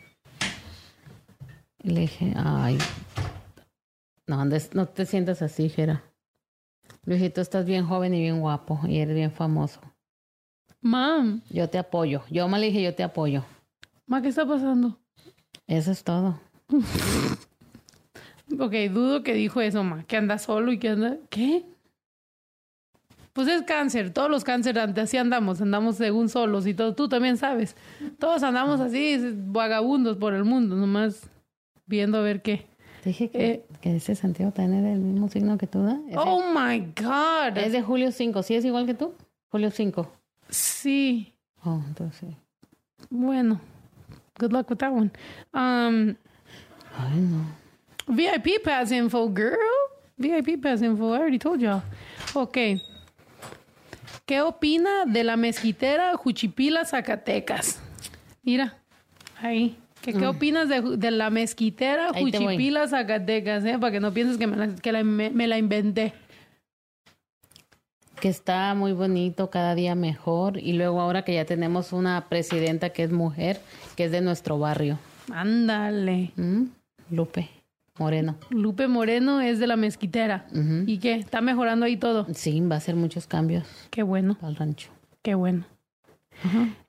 Speaker 2: y le dije, ay, no, andes, no te sientas así, Jera. Luisito, estás bien joven y bien guapo y eres bien famoso.
Speaker 1: Mam,
Speaker 2: Yo te apoyo. Yo me le dije, yo te apoyo.
Speaker 1: ma, ¿qué está pasando?
Speaker 2: Eso es todo.
Speaker 1: Ok, dudo que dijo eso, ma. Que anda solo y que anda. ¿Qué? Pues es cáncer. Todos los cánceres and- así andamos. Andamos según solos y todo. Tú también sabes. Todos andamos así, vagabundos por el mundo, nomás viendo a ver qué.
Speaker 2: Te dije que,
Speaker 1: Eh.
Speaker 2: que ese Santiago también era el mismo signo que tú, ¿no? Es, de-
Speaker 1: Oh my God.
Speaker 2: es de Julio 5. ¿Sí es igual que tú? Julio 5.
Speaker 1: Sí.
Speaker 2: Oh, entonces. sí.
Speaker 1: Bueno. Good luck with that one. Um,
Speaker 2: Ay, no.
Speaker 1: VIP pass info, girl. VIP pass info. I already told y'all. Ok. ¿Qué opina de la mezquitera Juchipila, Zacatecas? Mira, ahí. ¿Qué, qué opinas de, ju- de la mezquitera
Speaker 2: Mm. Ahí te voy.
Speaker 1: Juchipila, Zacatecas? Eh? Para que no pienses que me la, que la- me- me la inventé.
Speaker 2: que está muy bonito, cada día mejor. Y luego ahora que ya tenemos una presidenta que es mujer, que es de nuestro barrio.
Speaker 1: Ándale.
Speaker 2: Lupe Moreno.
Speaker 1: Lupe Moreno es de la mezquitera. ¿Y qué? ¿Está mejorando ahí todo?
Speaker 2: Sí, va a hacer muchos cambios.
Speaker 1: Qué bueno.
Speaker 2: Al rancho.
Speaker 1: Qué bueno.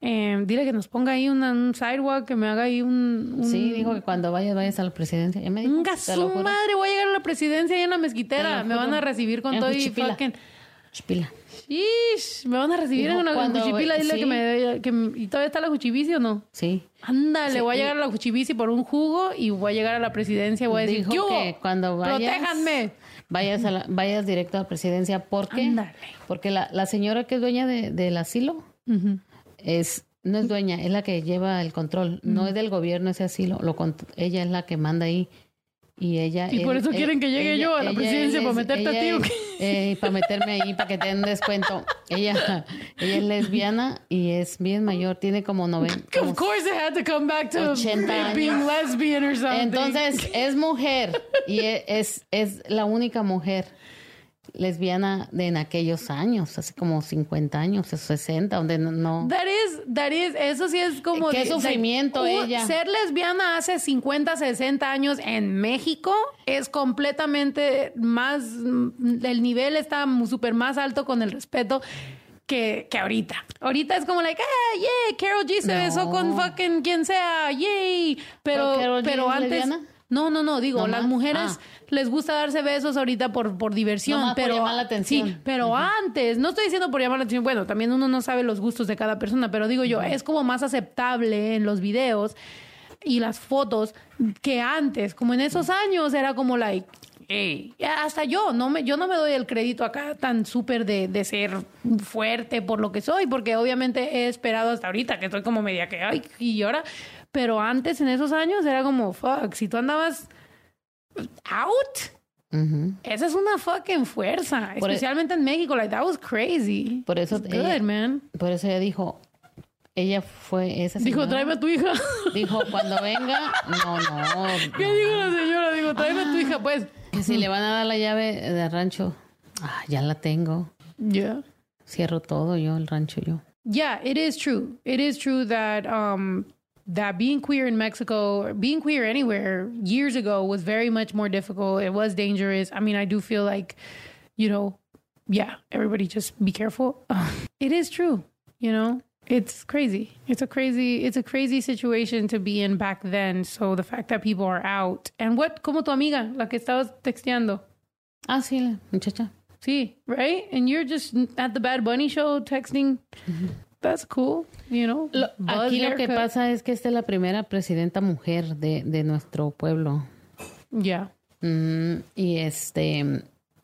Speaker 1: Eh, dile que nos ponga ahí una- un sidewalk, que me haga ahí un... un-
Speaker 2: Sí, dijo que cuando vayas, vayas a la presidencia. Ya me dijo,
Speaker 1: Venga,
Speaker 2: te lo
Speaker 1: su
Speaker 2: juro.
Speaker 1: madre, voy a llegar a la presidencia ahí en la mezquitera.
Speaker 2: Te lo
Speaker 1: Me van
Speaker 2: juro.
Speaker 1: a recibir con
Speaker 2: En
Speaker 1: todo y
Speaker 2: Juchipila.
Speaker 1: fucking...
Speaker 2: Chipila.
Speaker 1: Ish, me van a recibir
Speaker 2: Dijo,
Speaker 1: en una
Speaker 2: cuando-
Speaker 1: cuchipila. Dile
Speaker 2: sí.
Speaker 1: que me. Que, me- ¿Y todavía está la cuchibici o no?
Speaker 2: Sí.
Speaker 1: Ándale,
Speaker 2: Sí,
Speaker 1: voy a
Speaker 2: y-
Speaker 1: llegar a la cuchibici por un jugo y voy a llegar a la presidencia y voy a decir:
Speaker 2: Dijo
Speaker 1: "¿Qué hubo?
Speaker 2: que cuando vayas,
Speaker 1: Pues ¡Protéjanme!
Speaker 2: Vayas, a la- vayas directo a la presidencia. ¿Por qué? Porque la, la señora que es dueña de- del asilo
Speaker 1: Ujú.
Speaker 2: es no es dueña, es la que lleva el control. No es del gobierno ese asilo. Lo, cont- ella es la que manda ahí. Y ella. e-,
Speaker 1: Y por eso quieren que llegue yo a la presidencia para meterte a ti, ¿o qué?
Speaker 2: para eh, meterme ahí, para que te den descuento. Ella, *laughs* ella es lesbiana y es bien mayor. Tiene
Speaker 1: *laughs*
Speaker 2: como 90.
Speaker 1: Of course, I had to come back to
Speaker 2: 80
Speaker 1: it being
Speaker 2: años.
Speaker 1: lesbian or something.
Speaker 2: Entonces, es mujer y e- es, es la única mujer lesbiana de en aquellos años, hace como 50 años, 60, donde no... no-
Speaker 1: That is, that is, eso sí es como...
Speaker 2: Qué
Speaker 1: de-
Speaker 2: sufrimiento
Speaker 1: like, u-
Speaker 2: ella.
Speaker 1: Ser lesbiana hace 50, 60 años en México es completamente más... mm, El nivel está mu- súper más alto con el respeto que, que ahorita. Ahorita es como like, ah, yeah, Carol G se
Speaker 2: No.
Speaker 1: besó con fucking quien sea, yay. Pero,
Speaker 2: ¿Pero Karol G
Speaker 1: pero
Speaker 2: es
Speaker 1: antes...
Speaker 2: lesbiana?
Speaker 1: No, no, no, digo,
Speaker 2: ¿No
Speaker 1: las
Speaker 2: más?
Speaker 1: mujeres
Speaker 2: Ah.
Speaker 1: les gusta darse besos ahorita por, por diversión,
Speaker 2: Nomás por
Speaker 1: pero
Speaker 2: llamar la atención.
Speaker 1: sí, pero antes, no estoy diciendo por llamar la atención, bueno, también uno no sabe los gustos de cada persona, pero digo yo, es como más aceptable en los videos y las fotos que antes, como en esos años era como like, "Ey", hasta yo, no me, yo no me doy el crédito acá tan súper de, de ser fuerte por lo que soy, porque obviamente he esperado hasta ahorita que estoy como media que, ay, y ahora, pero antes en esos años era como, fuck, si tú andabas out.
Speaker 2: Ujú.
Speaker 1: Esa es una fucking fuerza,
Speaker 2: Por e-
Speaker 1: especialmente en México. Like that was crazy.
Speaker 2: Por eso...
Speaker 1: It's good,
Speaker 2: ella-
Speaker 1: man.
Speaker 2: Por eso ella dijo, ella fue esa
Speaker 1: Dijo,
Speaker 2: señora.
Speaker 1: tráeme a tu hija. *laughs*
Speaker 2: Dijo, cuando venga... No, no.
Speaker 1: ¿Qué dijo la señora? Dijo, tráeme a tu
Speaker 2: Ah.
Speaker 1: hija, pues.
Speaker 2: Que si le van a dar la llave del rancho. Ah, ya la tengo.
Speaker 1: Ya.
Speaker 2: Cierro todo yo, el rancho yo.
Speaker 1: Yeah, it is true. It is true that um that being queer in Mexico, or being queer anywhere years ago was very much more difficult. It was dangerous. I mean, I do feel like, you know, yeah, everybody just be careful. *laughs* it is true, you know. It's crazy. It's a crazy it's a crazy situation to be in back then. So the fact that people are out and what como tu amiga, la que estabas texteando.
Speaker 2: Ah, sí, la muchacha.
Speaker 1: See, right? And you're just at the Bad Bunny show texting. That's cool, you know. buzz
Speaker 2: Aquí lo que
Speaker 1: haircut.
Speaker 2: pasa es que esta es la primera presidenta mujer de, de nuestro pueblo.
Speaker 1: Yeah.
Speaker 2: Mm, y este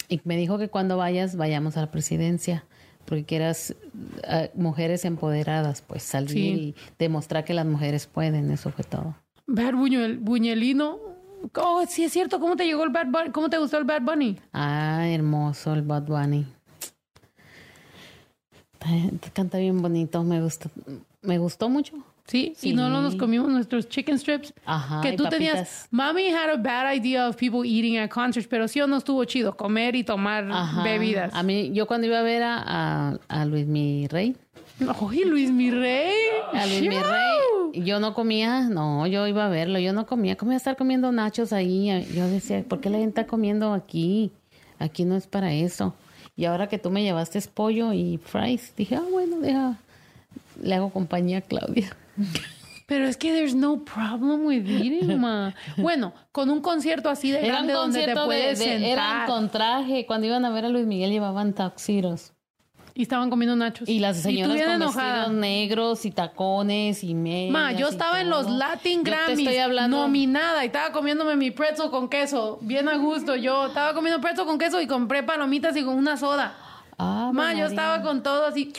Speaker 2: y me dijo que cuando vayas, vayamos a la presidencia. Porque quieras ah, mujeres empoderadas, pues salir
Speaker 1: Sí.
Speaker 2: y demostrar que las mujeres pueden, eso fue todo.
Speaker 1: Bad Buñuel, Buñuelino. Oh, sí es cierto. ¿Cómo te llegó el Bad Bunny? ¿Cómo te gustó el Bad Bunny?
Speaker 2: Ah, hermoso el Bad Bunny. Está- Canta bien bonito, me gustó, me gustó mucho.
Speaker 1: Sí, y no lo nos comimos nuestros chicken strips.
Speaker 2: Ajá,
Speaker 1: que
Speaker 2: y
Speaker 1: tú
Speaker 2: papitas.
Speaker 1: tenías. Mami had a bad idea of people eating at concerts, pero sí o no estuvo chido comer y tomar
Speaker 2: Ajá.
Speaker 1: bebidas.
Speaker 2: A mí, yo cuando iba a ver a, a, a Luis Mi Rey,
Speaker 1: Oye, Luis Mirrey.
Speaker 2: a Luis Mi Rey, yo no comía, no, yo iba a verlo, yo no comía, comía estar comiendo nachos ahí. Yo decía, ¿por qué la gente está comiendo aquí? Aquí no es para eso. Y ahora que tú me llevaste es pollo y fries, dije, ah, bueno, deja, le hago compañía a Claudia.
Speaker 1: Pero es que there's no problem with
Speaker 2: *laughs*
Speaker 1: eating, ma. Bueno, con un concierto así de
Speaker 2: Era un
Speaker 1: grande donde te
Speaker 2: concierto de-
Speaker 1: puedes
Speaker 2: de-
Speaker 1: sentar.
Speaker 2: eran con traje. Cuando iban a ver a Luis Miguel llevaban taxiros.
Speaker 1: Y estaban comiendo nachos.
Speaker 2: Y las señoras
Speaker 1: bien
Speaker 2: con
Speaker 1: enojada.
Speaker 2: vestidos negros y tacones y medias.
Speaker 1: Ma, yo
Speaker 2: y
Speaker 1: estaba en
Speaker 2: todo.
Speaker 1: los Latin
Speaker 2: Yo te
Speaker 1: Grammys
Speaker 2: estoy hablando-
Speaker 1: nominada y estaba comiéndome mi pretzel con queso, bien a gusto. Yo estaba comiendo pretzel con queso y compré palomitas y con una soda.
Speaker 2: Ah,
Speaker 1: Ma, yo
Speaker 2: María.
Speaker 1: estaba con todo así.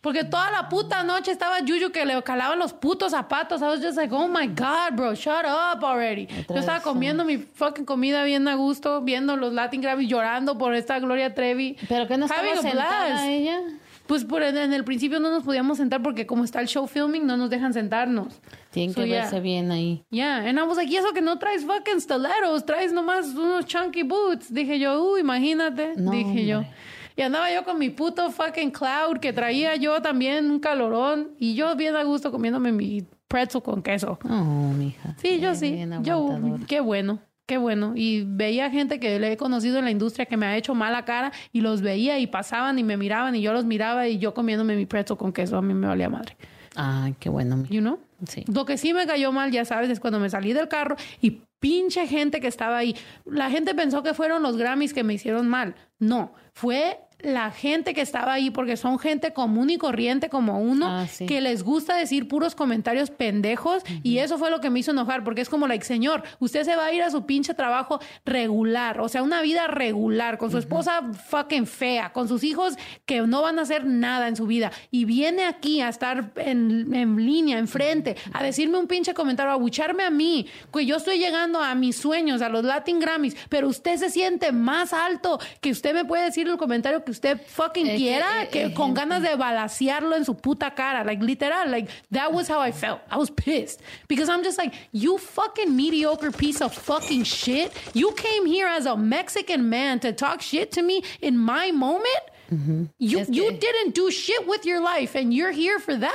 Speaker 1: Porque toda la puta noche estaba Yuyu que le calaban los putos zapatos. I was just like, oh my God, bro, shut up already. Yo estaba
Speaker 2: vez,
Speaker 1: comiendo mi fucking comida bien a gusto, viendo los Latin Grammys, llorando por esta Gloria Trevi.
Speaker 2: Pero que no estaba
Speaker 1: Having a
Speaker 2: sentada
Speaker 1: blast.
Speaker 2: ella.
Speaker 1: Pues por en, en el principio no nos podíamos sentar porque como está el show filming no nos dejan sentarnos.
Speaker 2: Tienen
Speaker 1: So,
Speaker 2: que
Speaker 1: yeah.
Speaker 2: verse bien ahí.
Speaker 1: Yeah, and I was like, y eso que no traes fucking stilettos, traes nomás unos chunky boots. Dije yo, uh, imagínate,
Speaker 2: No,
Speaker 1: dije yo. Y andaba yo con mi puto fucking cloud que traía yo también un calorón y yo bien a gusto comiéndome mi pretzel con queso.
Speaker 2: Oh, mija.
Speaker 1: Sí, yo sí. Yo, qué bueno, qué bueno. Y veía gente que le he conocido en la industria que me ha hecho mala cara y los veía y pasaban y me miraban y yo los miraba y yo comiéndome mi pretzel con queso. A mí me valía madre.
Speaker 2: Ay, qué bueno, mija.
Speaker 1: You know?
Speaker 2: Sí.
Speaker 1: Lo que sí me cayó mal, ya sabes, es cuando me salí del carro y pinche gente que estaba ahí. La gente pensó que fueron los Grammys que me hicieron mal. No, fue la gente que estaba ahí porque son gente común y corriente como uno que les gusta decir puros comentarios pendejos y eso fue lo que me hizo enojar porque es como like señor usted se va a ir a su pinche trabajo regular o sea una vida regular con su esposa fucking fea con sus hijos que no van a hacer nada en su vida y viene aquí a estar en, en línea enfrente a decirme un pinche comentario a abucharme a mí que yo estoy llegando a mis sueños a los Latin Grammys pero usted se siente más alto que usted me puede decir el comentario que usted fucking
Speaker 2: Es que,
Speaker 1: quiera,
Speaker 2: eh,
Speaker 1: que,
Speaker 2: eh,
Speaker 1: con
Speaker 2: gente.
Speaker 1: ganas de balasearlo en su puta cara, like literal, like that was how I felt. I was pissed because I'm just like, you fucking mediocre piece of fucking shit. You came here as a Mexican man to talk shit to me in my moment. You you didn't do shit with your life, and you're here for that.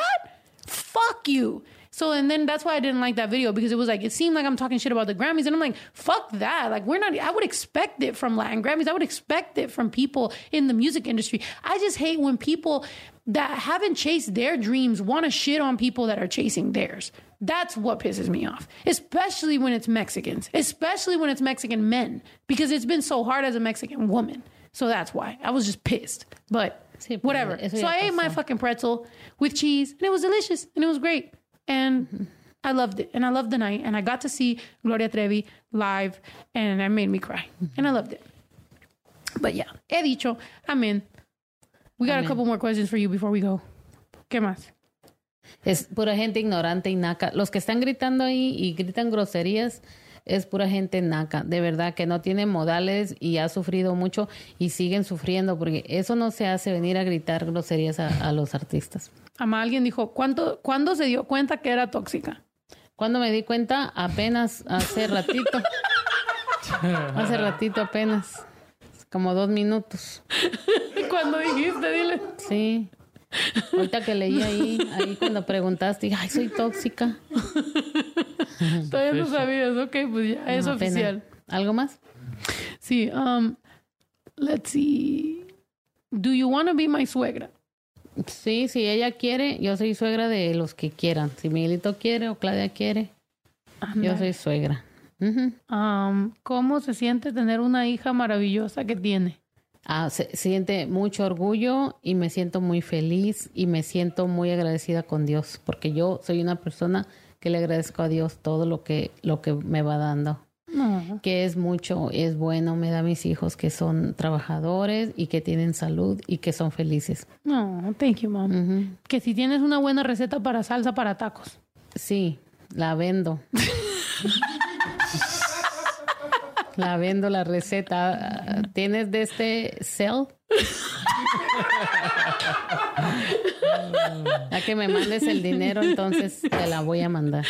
Speaker 1: Fuck you. So and then that's why I didn't like that video because it was like it seemed like I'm talking shit about the Grammys and I'm like fuck that like we're not I would expect it from Latin Grammys I would expect it from people in the music industry I just hate when people that haven't chased their dreams want to shit on people that are chasing theirs that's what pisses me off especially when it's Mexicans especially when it's Mexican men because it's been so hard as a Mexican woman so that's why I was just pissed but whatever
Speaker 2: pues, eso
Speaker 1: so
Speaker 2: ya
Speaker 1: I ate my
Speaker 2: pasó.
Speaker 1: fucking pretzel with cheese, and it was delicious, and it was great,
Speaker 2: Mm-hmm.
Speaker 1: and I loved it, and I loved the night, and I got to see Gloria Trevi live, and it made me cry,
Speaker 2: Mm-hmm.
Speaker 1: and I loved it. But yeah, he dicho, I'm in. We got a
Speaker 2: Amen.
Speaker 1: couple more questions for you before we go. ¿Qué más?
Speaker 2: Es pura gente ignorante y naca. Los que están gritando ahí y gritan groserías es pura gente naca, de verdad, que no tiene modales y ha sufrido mucho y siguen sufriendo porque eso no se hace venir a gritar groserías a, a los artistas.
Speaker 1: Ama, alguien dijo, ¿cuánto, ¿cuándo se dio cuenta que era tóxica?
Speaker 2: Cuando me di cuenta, apenas hace
Speaker 1: *laughs*
Speaker 2: ratito, hace ratito apenas, como dos minutos.
Speaker 1: Cuando dijiste, dile.
Speaker 2: Sí. Ahorita que leí ahí, ahí cuando preguntaste, dije, ay, soy tóxica.
Speaker 1: Todavía no sabías. Ok, pues ya, es
Speaker 2: Mm. No, apenas.
Speaker 1: oficial.
Speaker 2: ¿Algo más?
Speaker 1: Sí, um, let's see. Do you want to be my suegra?
Speaker 2: Sí, si ella quiere, yo soy suegra de los que quieran. Si Miguelito quiere o Claudia quiere, yo soy suegra.
Speaker 1: Um, ¿Cómo se siente tener una hija maravillosa que tiene?
Speaker 2: Ah, se- siente mucho orgullo y me siento muy feliz y me siento muy agradecida con Dios, porque yo soy una persona que le agradezco a Dios todo lo que, lo que me va dando.
Speaker 1: No.
Speaker 2: que es mucho, es bueno, me da mis hijos que son trabajadores y que tienen salud y que son felices.
Speaker 1: No, thank you,
Speaker 2: Mm.
Speaker 1: mom. Que si tienes una buena receta para salsa para tacos.
Speaker 2: Sí, la vendo. la vendo la receta. ¿Tienes de este cell? A que me mandes el dinero, entonces te la voy a mandar.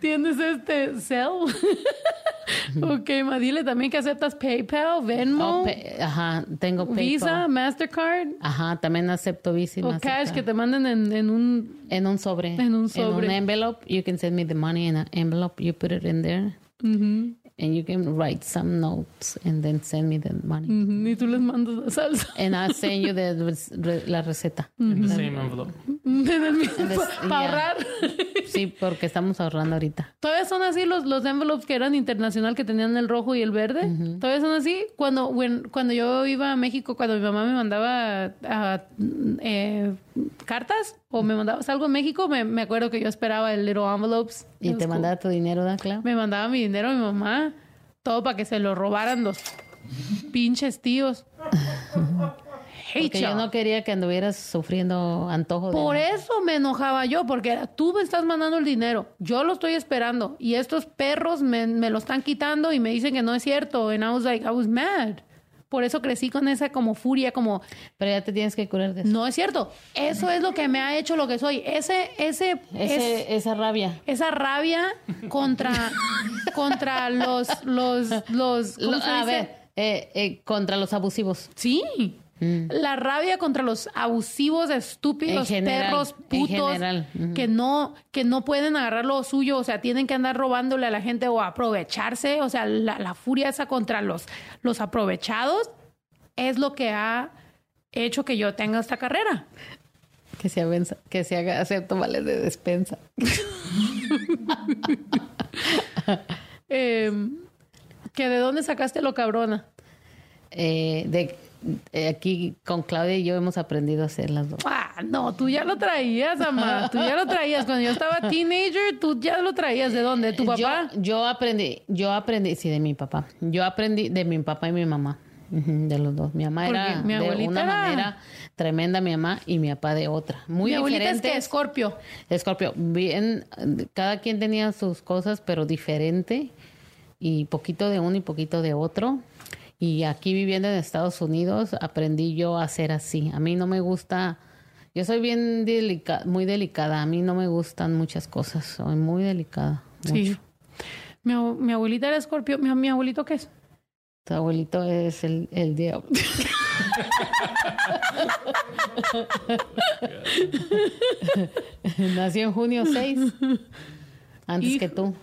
Speaker 1: ¿Tienes este
Speaker 2: *laughs*
Speaker 1: cell? ok, ma, dile también que aceptas PayPal, Venmo,
Speaker 2: Oh, pe- ajá, tengo PayPal.
Speaker 1: Visa, Mastercard
Speaker 2: Ajá, también acepto Visa. y
Speaker 1: o cash
Speaker 2: Mastercard.
Speaker 1: que te manden en, en un...
Speaker 2: En un sobre.
Speaker 1: En un sobre.
Speaker 2: En un envelope. You can send me the money in an envelope. You put it in there.
Speaker 1: Ujú.
Speaker 2: And you can write some notes and then send me the money.
Speaker 1: Ujú, Y tú les mandas la salsa. *laughs*
Speaker 2: And I'll send you the, re- la receta.
Speaker 1: Mm-hmm.
Speaker 3: In the same envelope.
Speaker 1: Para ahorrar. *laughs*
Speaker 2: Sí, porque estamos ahorrando ahorita.
Speaker 1: Todavía son así los, los envelopes que eran internacional, que tenían el rojo y el verde. Todavía son así. Cuando, when- cuando yo iba a México, cuando mi mamá me mandaba ah, eh, cartas o me mandaba algo en México, me, me acuerdo que yo esperaba el little envelopes.
Speaker 2: Y te mandaba tu dinero, ¿da, Clau?
Speaker 1: Me mandaba mi dinero mi mamá. Todo para que se lo robaran los pinches tíos. Hate
Speaker 2: *laughs* Porque yo
Speaker 1: y'all.
Speaker 2: no quería que anduvieras sufriendo antojo de...
Speaker 1: Por eso me enojaba yo, porque era, tú me estás mandando el dinero, yo lo estoy esperando y estos perros me, me lo están quitando y me dicen que no es cierto. And I was like, I was mad. Por eso crecí con esa como furia, como...
Speaker 2: Pero ya te tienes que curar de eso.
Speaker 1: No es cierto. Eso es lo que me ha hecho lo que soy. Ese, ese,
Speaker 2: Ese-
Speaker 1: es-
Speaker 2: esa rabia.
Speaker 1: esa rabia contra, contra los, los, los, ¿cómo
Speaker 2: Lo-
Speaker 1: se
Speaker 2: a
Speaker 1: dice?
Speaker 2: ver, eh, eh, contra los abusivos.
Speaker 1: Sí. La rabia contra los abusivos, estúpidos,
Speaker 2: En general,
Speaker 1: perros,
Speaker 2: en
Speaker 1: putos,
Speaker 2: general, ujú.
Speaker 1: que no que no pueden agarrar lo suyo, o sea, tienen que andar robándole a la gente o aprovecharse, o sea, la, la furia esa contra los, los aprovechados es lo que ha hecho que yo tenga esta carrera.
Speaker 2: Que se, avenza- que se haga hacer tomales de despensa.
Speaker 1: Em, que de dónde sacaste lo cabrona.
Speaker 2: Eh, de, eh, aquí con Claudia y yo hemos aprendido a hacer las dos.
Speaker 1: Ah, no, tú ya lo traías, Amada. Tú ya lo traías. Cuando yo estaba teenager, tú ya lo traías. ¿De dónde? ¿De tu papá?
Speaker 2: Eh, Yo, yo aprendí, yo aprendí, sí, de mi papá. Yo aprendí de mi papá y mi mamá, Ujú, de los dos. Mi mamá
Speaker 1: Porque
Speaker 2: era
Speaker 1: mi
Speaker 2: de
Speaker 1: abuelita
Speaker 2: una
Speaker 1: era-
Speaker 2: manera tremenda, mi mamá y mi papá de otra. Muy
Speaker 1: Mi abuelita es
Speaker 2: diferente.
Speaker 1: que Escorpio.
Speaker 2: Escorpio, bien, eh, cada quien tenía sus cosas, pero diferente y poquito de uno y poquito de otro. Y aquí viviendo en Estados Unidos aprendí yo a ser así. A mí no me gusta, yo soy bien delicada, muy delicada. A mí no me gustan muchas cosas, soy muy delicada.
Speaker 1: Sí.
Speaker 2: mucho.
Speaker 1: Mi, abu- mi abuelita era Escorpio. Mi, mi abuelito qué es?
Speaker 2: Tu abuelito es el, el diablo. *laughs* Nació en junio 6, antes que tú.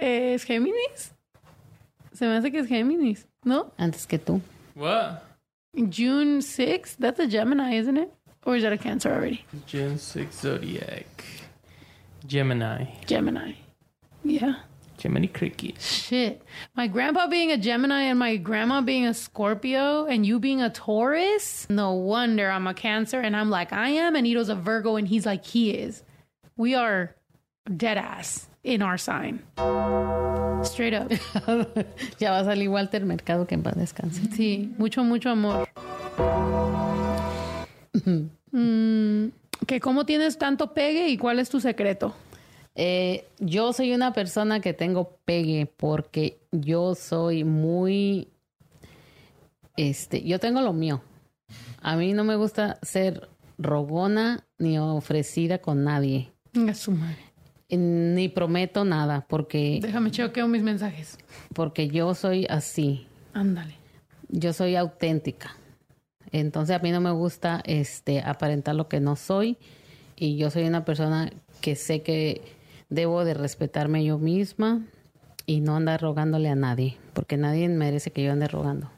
Speaker 1: Eh, ¿Es Géminis? Se me hace que es Géminis, ¿no?
Speaker 2: Antes que tú.
Speaker 3: What?
Speaker 1: June 6th, that's a Gemini, isn't it? Or is that a Cancer already?
Speaker 3: Gen 6 Zodiac. Gemini.
Speaker 1: Gemini. Yeah.
Speaker 3: Gemini Cricket.
Speaker 1: Shit. My grandpa being a Gemini and my grandma being a Scorpio and you being a Taurus? No wonder I'm a Cancer and I'm like, I am. And Ito's a Virgo and he's like, he is. We are dead ass in our sign. Straight up.
Speaker 2: ya va a salir Walter Mercado, que en paz descanse.
Speaker 1: Sí, mucho, mucho amor. Mm, que cómo tienes tanto pegue y cuál es tu secreto.
Speaker 2: Eh, yo soy una persona que tengo pegue porque yo soy muy, este, yo tengo lo mío. A mí no me gusta ser rogona ni ofrecida con nadie.
Speaker 1: Venga, su madre.
Speaker 2: Ni prometo nada porque,
Speaker 1: Déjame chequeo mis mensajes.
Speaker 2: porque yo soy así.
Speaker 1: Ándale.
Speaker 2: yo soy auténtica. Entonces a mí no me gusta este aparentar lo que no soy y yo soy una persona que sé que debo de respetarme yo misma y no andar rogándole a nadie, porque nadie merece que yo ande rogando.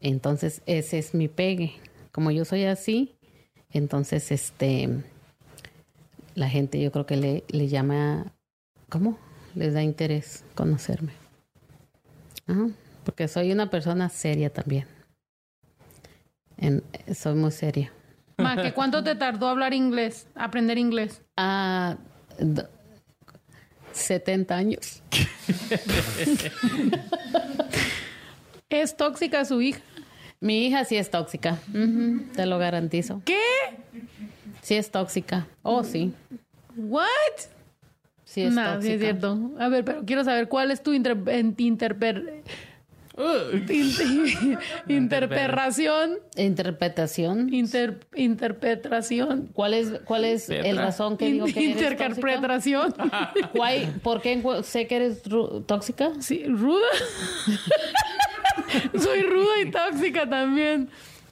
Speaker 2: Entonces ese es mi pegue. Como yo soy así, entonces este la gente yo creo que le, le llama ¿cómo? les da interés conocerme. Ajá, porque soy una persona seria también. En- soy muy seria.
Speaker 1: Ma, ¿que ¿cuánto te tardó hablar inglés, aprender inglés?
Speaker 2: Ah, do- 70 años.
Speaker 1: ¿Es tóxica su hija?
Speaker 2: Mi hija sí es tóxica, Ujú, te lo garantizo.
Speaker 1: ¿Qué?
Speaker 2: Sí es tóxica. Oh, sí.
Speaker 1: What?
Speaker 2: Sí es
Speaker 1: Nah, sí
Speaker 2: tóxica.
Speaker 1: es cierto. A ver, pero quiero saber cuál es tu inter en- interper- *laughs* inter- interperración,
Speaker 2: Interpretación.
Speaker 1: inter interpretación.
Speaker 2: ¿Cuál es, cuál es
Speaker 1: Petra.
Speaker 2: el razón que digo que eres *laughs*
Speaker 1: Interpretación.
Speaker 2: tóxica? Guay, ¿Por qué encu- sé que eres ru- tóxica?
Speaker 1: Sí, ruda. *laughs* soy ruda y tóxica también.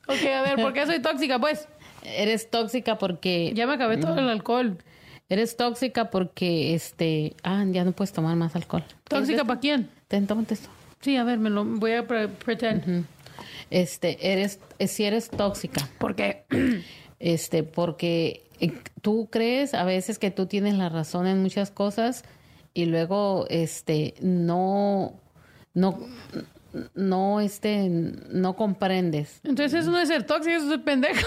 Speaker 1: Ok, a ver, ¿por qué soy tóxica? Pues
Speaker 2: Eres tóxica porque...
Speaker 1: ya me acabé todo
Speaker 2: Mm.
Speaker 1: el alcohol.
Speaker 2: Eres tóxica porque, este... Ah, ya no puedes tomar más alcohol.
Speaker 1: ¿Tóxica para quién?
Speaker 2: Ten, tómate esto.
Speaker 1: Sí, a ver, me lo voy a pre- pretend.
Speaker 2: Este, eres... eh, Si eres tóxica.
Speaker 1: ¿Por qué?
Speaker 2: Este, porque eh, tú crees a veces que tú tienes la razón en muchas cosas y luego, este, no... No... No, este... No comprendes.
Speaker 1: *clears throat* Entonces eso no es ser tóxica, eso es ser pendejo.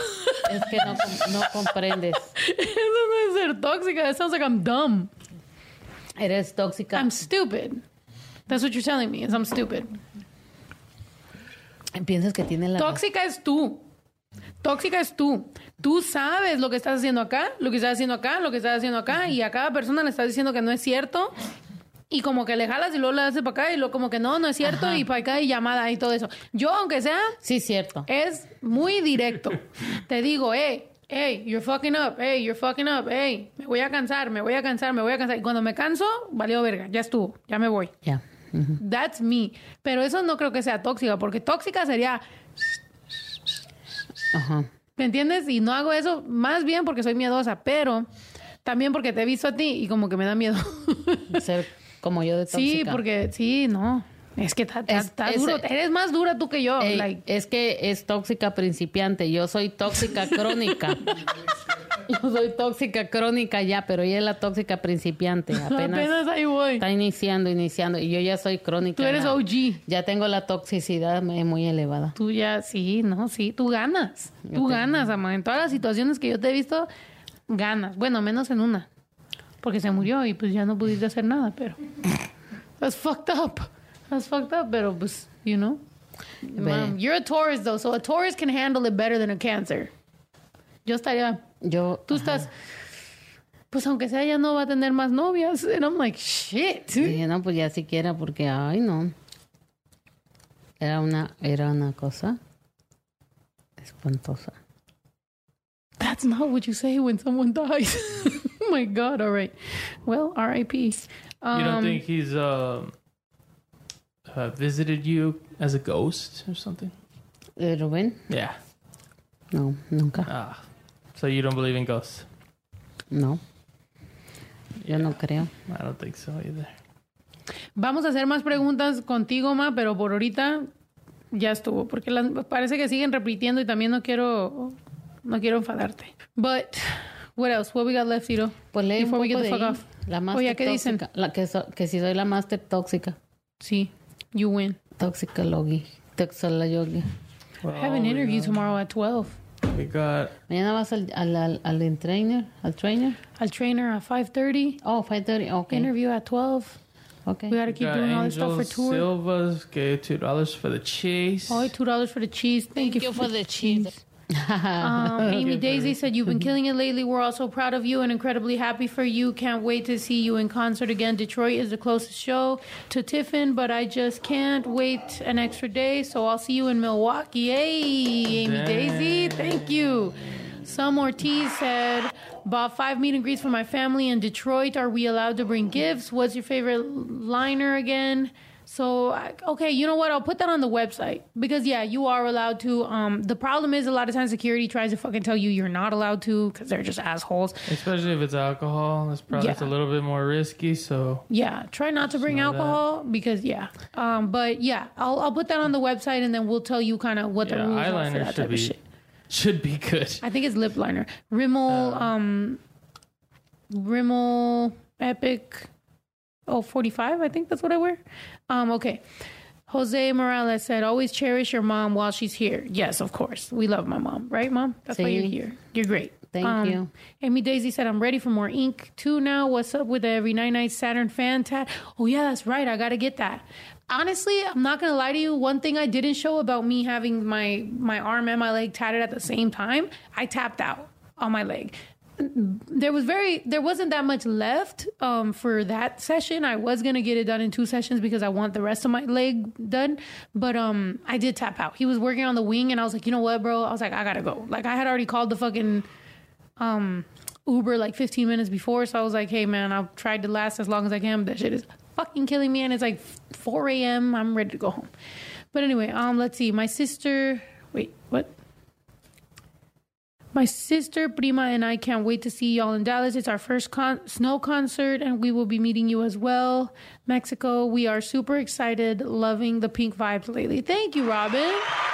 Speaker 2: Es que no, com- no comprendes.
Speaker 1: *laughs* eso no es ser tóxica. That sounds like I'm dumb.
Speaker 2: Eres tóxica.
Speaker 1: I'm stupid. That's what you're telling me, is I'm stupid.
Speaker 2: Piensas que tienes la razón.
Speaker 1: Tóxica es tú. Tóxica es tú. Tú sabes lo que estás haciendo acá, lo que estás haciendo acá, lo que estás haciendo acá, y a cada persona le estás diciendo que no es cierto. Y como que le jalas y luego le haces para acá y luego como que no, no es cierto y para acá y llamada y todo eso. Yo, aunque sea,
Speaker 2: Sí, cierto.
Speaker 1: es muy directo. Te digo, hey, hey, you're fucking up, hey, you're fucking up, hey, me voy a cansar, me voy a cansar, me voy a cansar. Y cuando me canso, valió verga, ya estuvo, ya me voy.
Speaker 2: Ya.
Speaker 1: That's me. Pero eso no creo que sea tóxica, porque tóxica sería,
Speaker 2: Ajá.
Speaker 1: ¿me entiendes? Y no hago eso más bien porque soy miedosa, pero también porque te he visto a ti y como que me da
Speaker 2: *laughs*
Speaker 1: miedo.
Speaker 2: Ser como yo de
Speaker 1: Sí,
Speaker 2: tóxica.
Speaker 1: porque sí, no. Es que está, está-
Speaker 2: Es-
Speaker 1: está
Speaker 2: es-
Speaker 1: duro. Eres más dura tú que yo.
Speaker 2: Ey,
Speaker 1: like.
Speaker 2: Es que es tóxica principiante. Yo soy tóxica
Speaker 1: *laughs*
Speaker 2: crónica. *laughs* Yo soy tóxica crónica ya, pero ella es la tóxica principiante.
Speaker 1: *laughs*
Speaker 2: Apenas,
Speaker 1: Apenas ahí voy.
Speaker 2: Está iniciando, iniciando. Y yo ya soy crónica.
Speaker 1: Tú eres
Speaker 2: ya.
Speaker 1: OG.
Speaker 2: Ya tengo la toxicidad eh, muy elevada.
Speaker 1: Tú ya, sí, no, sí, tú ganas. Tú ganas, ama. En todas las situaciones que yo te he visto, ganas. Bueno, menos en una. Porque se murió y pues ya no pudiste hacer nada, pero. That's fucked up. That's fucked up, pero pues, you know. Mom, you're a Taurus though, so a Taurus can handle it better than a Cancer. Yo estaría.
Speaker 2: Yo.
Speaker 1: Tú estás. Pues aunque sea, ya no va a tener más novias. And I'm like, shit.
Speaker 2: Dije, no, pues ya siquiera, porque, ay, no. Era una, era una cosa espantosa.
Speaker 1: That's not what you say when someone dies. *laughs* oh my God. All right. Well, R.I.P. Um,
Speaker 3: you don't think he's uh, uh, visited you as a ghost or something?
Speaker 2: Eh, Rubén,
Speaker 3: Yeah.
Speaker 2: no, nunca,
Speaker 3: Ah, so you don't believe in ghosts?
Speaker 2: no. Yo no creo.
Speaker 3: I don't think so either.
Speaker 1: Vamos a hacer más preguntas contigo, Ma, pero por ahorita ya estuvo, porque las- parece que siguen repitiendo y también no quiero, no quiero enfadarte. But what else? What we got left, Ciro?
Speaker 2: Pues lee un
Speaker 1: Before we get
Speaker 2: poco
Speaker 1: the
Speaker 2: de
Speaker 1: fuck
Speaker 2: ahí.
Speaker 1: off.
Speaker 2: La máster
Speaker 1: Oye, ¿qué dicen?
Speaker 2: tóxica. La que, so- que si soy la máster tóxica.
Speaker 1: Sí, you win.
Speaker 2: Toxicology. Toxicology.
Speaker 1: I have an interview tomorrow at 12.
Speaker 3: We got
Speaker 2: Mañana vas al, al, al, al entrainer, al trainer.
Speaker 1: I'll train her at 5.30.
Speaker 2: Oh, 5.30, ok.
Speaker 1: Interview at 12.
Speaker 2: Okay.
Speaker 1: We gotta keep
Speaker 3: got
Speaker 1: doing all this
Speaker 3: Angel
Speaker 1: stuff for tour.
Speaker 3: Silva's gave two dollars for the cheese.
Speaker 1: Oh, two dollars for the cheese. Thank, you, for the cheese. Um, *laughs* Amy
Speaker 3: Okay,
Speaker 1: Daisy said you've been killing it lately. We're all so proud of you and incredibly happy for you. Can't wait to see you in concert again. Detroit is the closest show to Tiffin, but I just can't wait an extra day. So I'll see you in Milwaukee. Yay, Amy Daisy. Thank you. Some Ortiz said, bought five meet and greets for my family in Detroit. Are we allowed to bring gifts? What's your favorite liner again? So, I- okay, you know what? I'll put that on the website because, yeah, you are allowed to. Um, the problem is a lot of times security tries to fucking tell you you're not allowed to because they're just assholes.
Speaker 3: Especially if it's alcohol, it's probably it's a
Speaker 1: Yeah.
Speaker 3: little bit more risky. So
Speaker 1: Yeah, try not to bring
Speaker 3: Smell that.
Speaker 1: alcohol because, yeah. Um, but yeah, I'll, I'll put that on the website and then we'll tell you kind of what
Speaker 3: yeah,
Speaker 1: the rules are for
Speaker 3: eyeliner
Speaker 1: that type
Speaker 3: should
Speaker 1: of
Speaker 3: be
Speaker 1: shit.
Speaker 3: should be good.
Speaker 1: I think it's lip liner. Rimmel, um, Rimmel Epic oh 45, I think that's what I wear. Um, okay. Jose Morales said, always cherish your mom while she's here. Yes, of course. We love my mom, right, mom? That's why you're
Speaker 2: Sí.
Speaker 1: here. You're great.
Speaker 2: Thank you.
Speaker 1: Amy Daisy said, I'm ready for more ink too now. What's up with the every night night Saturn fan tat? Oh, yeah, that's right. I got to get that. Honestly, I'm not going to lie to you. One thing I didn't show about me having my, my arm and my leg tatted at the same time, I tapped out on my leg. There was very, there wasn't that much left um, for that session. I was gonna get it done in two sessions because I want the rest of my leg done, but um, I did tap out. He was working on the wing, and I was like, you know what, bro? I was like, I gotta go. Like, I had already called the fucking um Uber like 15 minutes before, so I was like, "Hey man, I've tried to last as long as I can. But that shit is fucking killing me, and it's like 4 a.m. I'm ready to go home." But anyway, um, let's see. My sister, wait, what? My sister, Prima, and I can't wait to see y'all in Dallas. It's our first con- snow concert, and we will be meeting you as well. Mexico, we are super excited, loving the pink vibes lately. Thank you, Robin.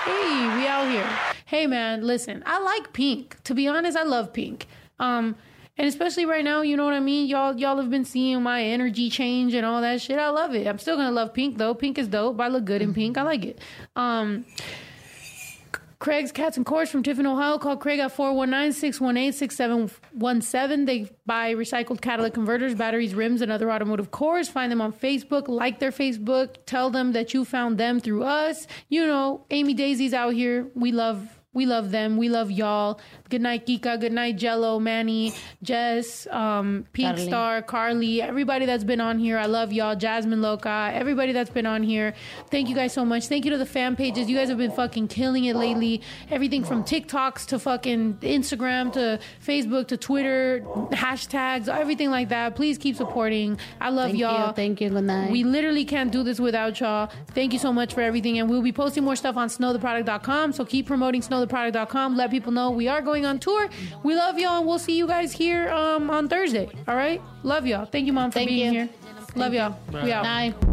Speaker 1: Hey, we out here. Hey, man, listen, I like pink. To be honest, I love pink. Um, and especially right now, you know what I mean? Y'all, y'all have been seeing my energy change and all that shit. I love it. I'm still gonna love pink though. Pink is dope. I look good in pink. I like it. Um, Craig's Cats and Cords from Tiffin, Ohio. Call Craig at 419-618-6717. They buy recycled catalytic converters, batteries, rims, and other automotive cores. Find them on Facebook. Like their Facebook. Tell them that you found them through us. You know, Amy Daisy's out here. We love We love them. We love y'all. Good night, Kika. Good night, Jello, Manny, Jess, um, Pink
Speaker 2: Carly.
Speaker 1: Star, Carly, everybody that's been on here. I love y'all. Jasmine Loca, everybody that's been on here. Thank you guys so much. Thank you to the fan pages. You guys have been fucking killing it lately. Everything from TikToks to fucking Instagram to Facebook to Twitter, hashtags, everything like that. Please keep supporting. I love
Speaker 2: Thank you,
Speaker 1: y'all.
Speaker 2: thank you, good night.
Speaker 1: We literally can't do this without y'all. Thank you so much for everything. And we'll be posting more stuff on snowtheproduct.com. So keep promoting snowtheproduct.com. Let people know we are going on tour. We love y'all and we'll see you guys here um, on Thursday. All right? Love y'all. Thank you, Mom, for being here. Love y'all.
Speaker 2: you.
Speaker 1: We out.
Speaker 2: Bye.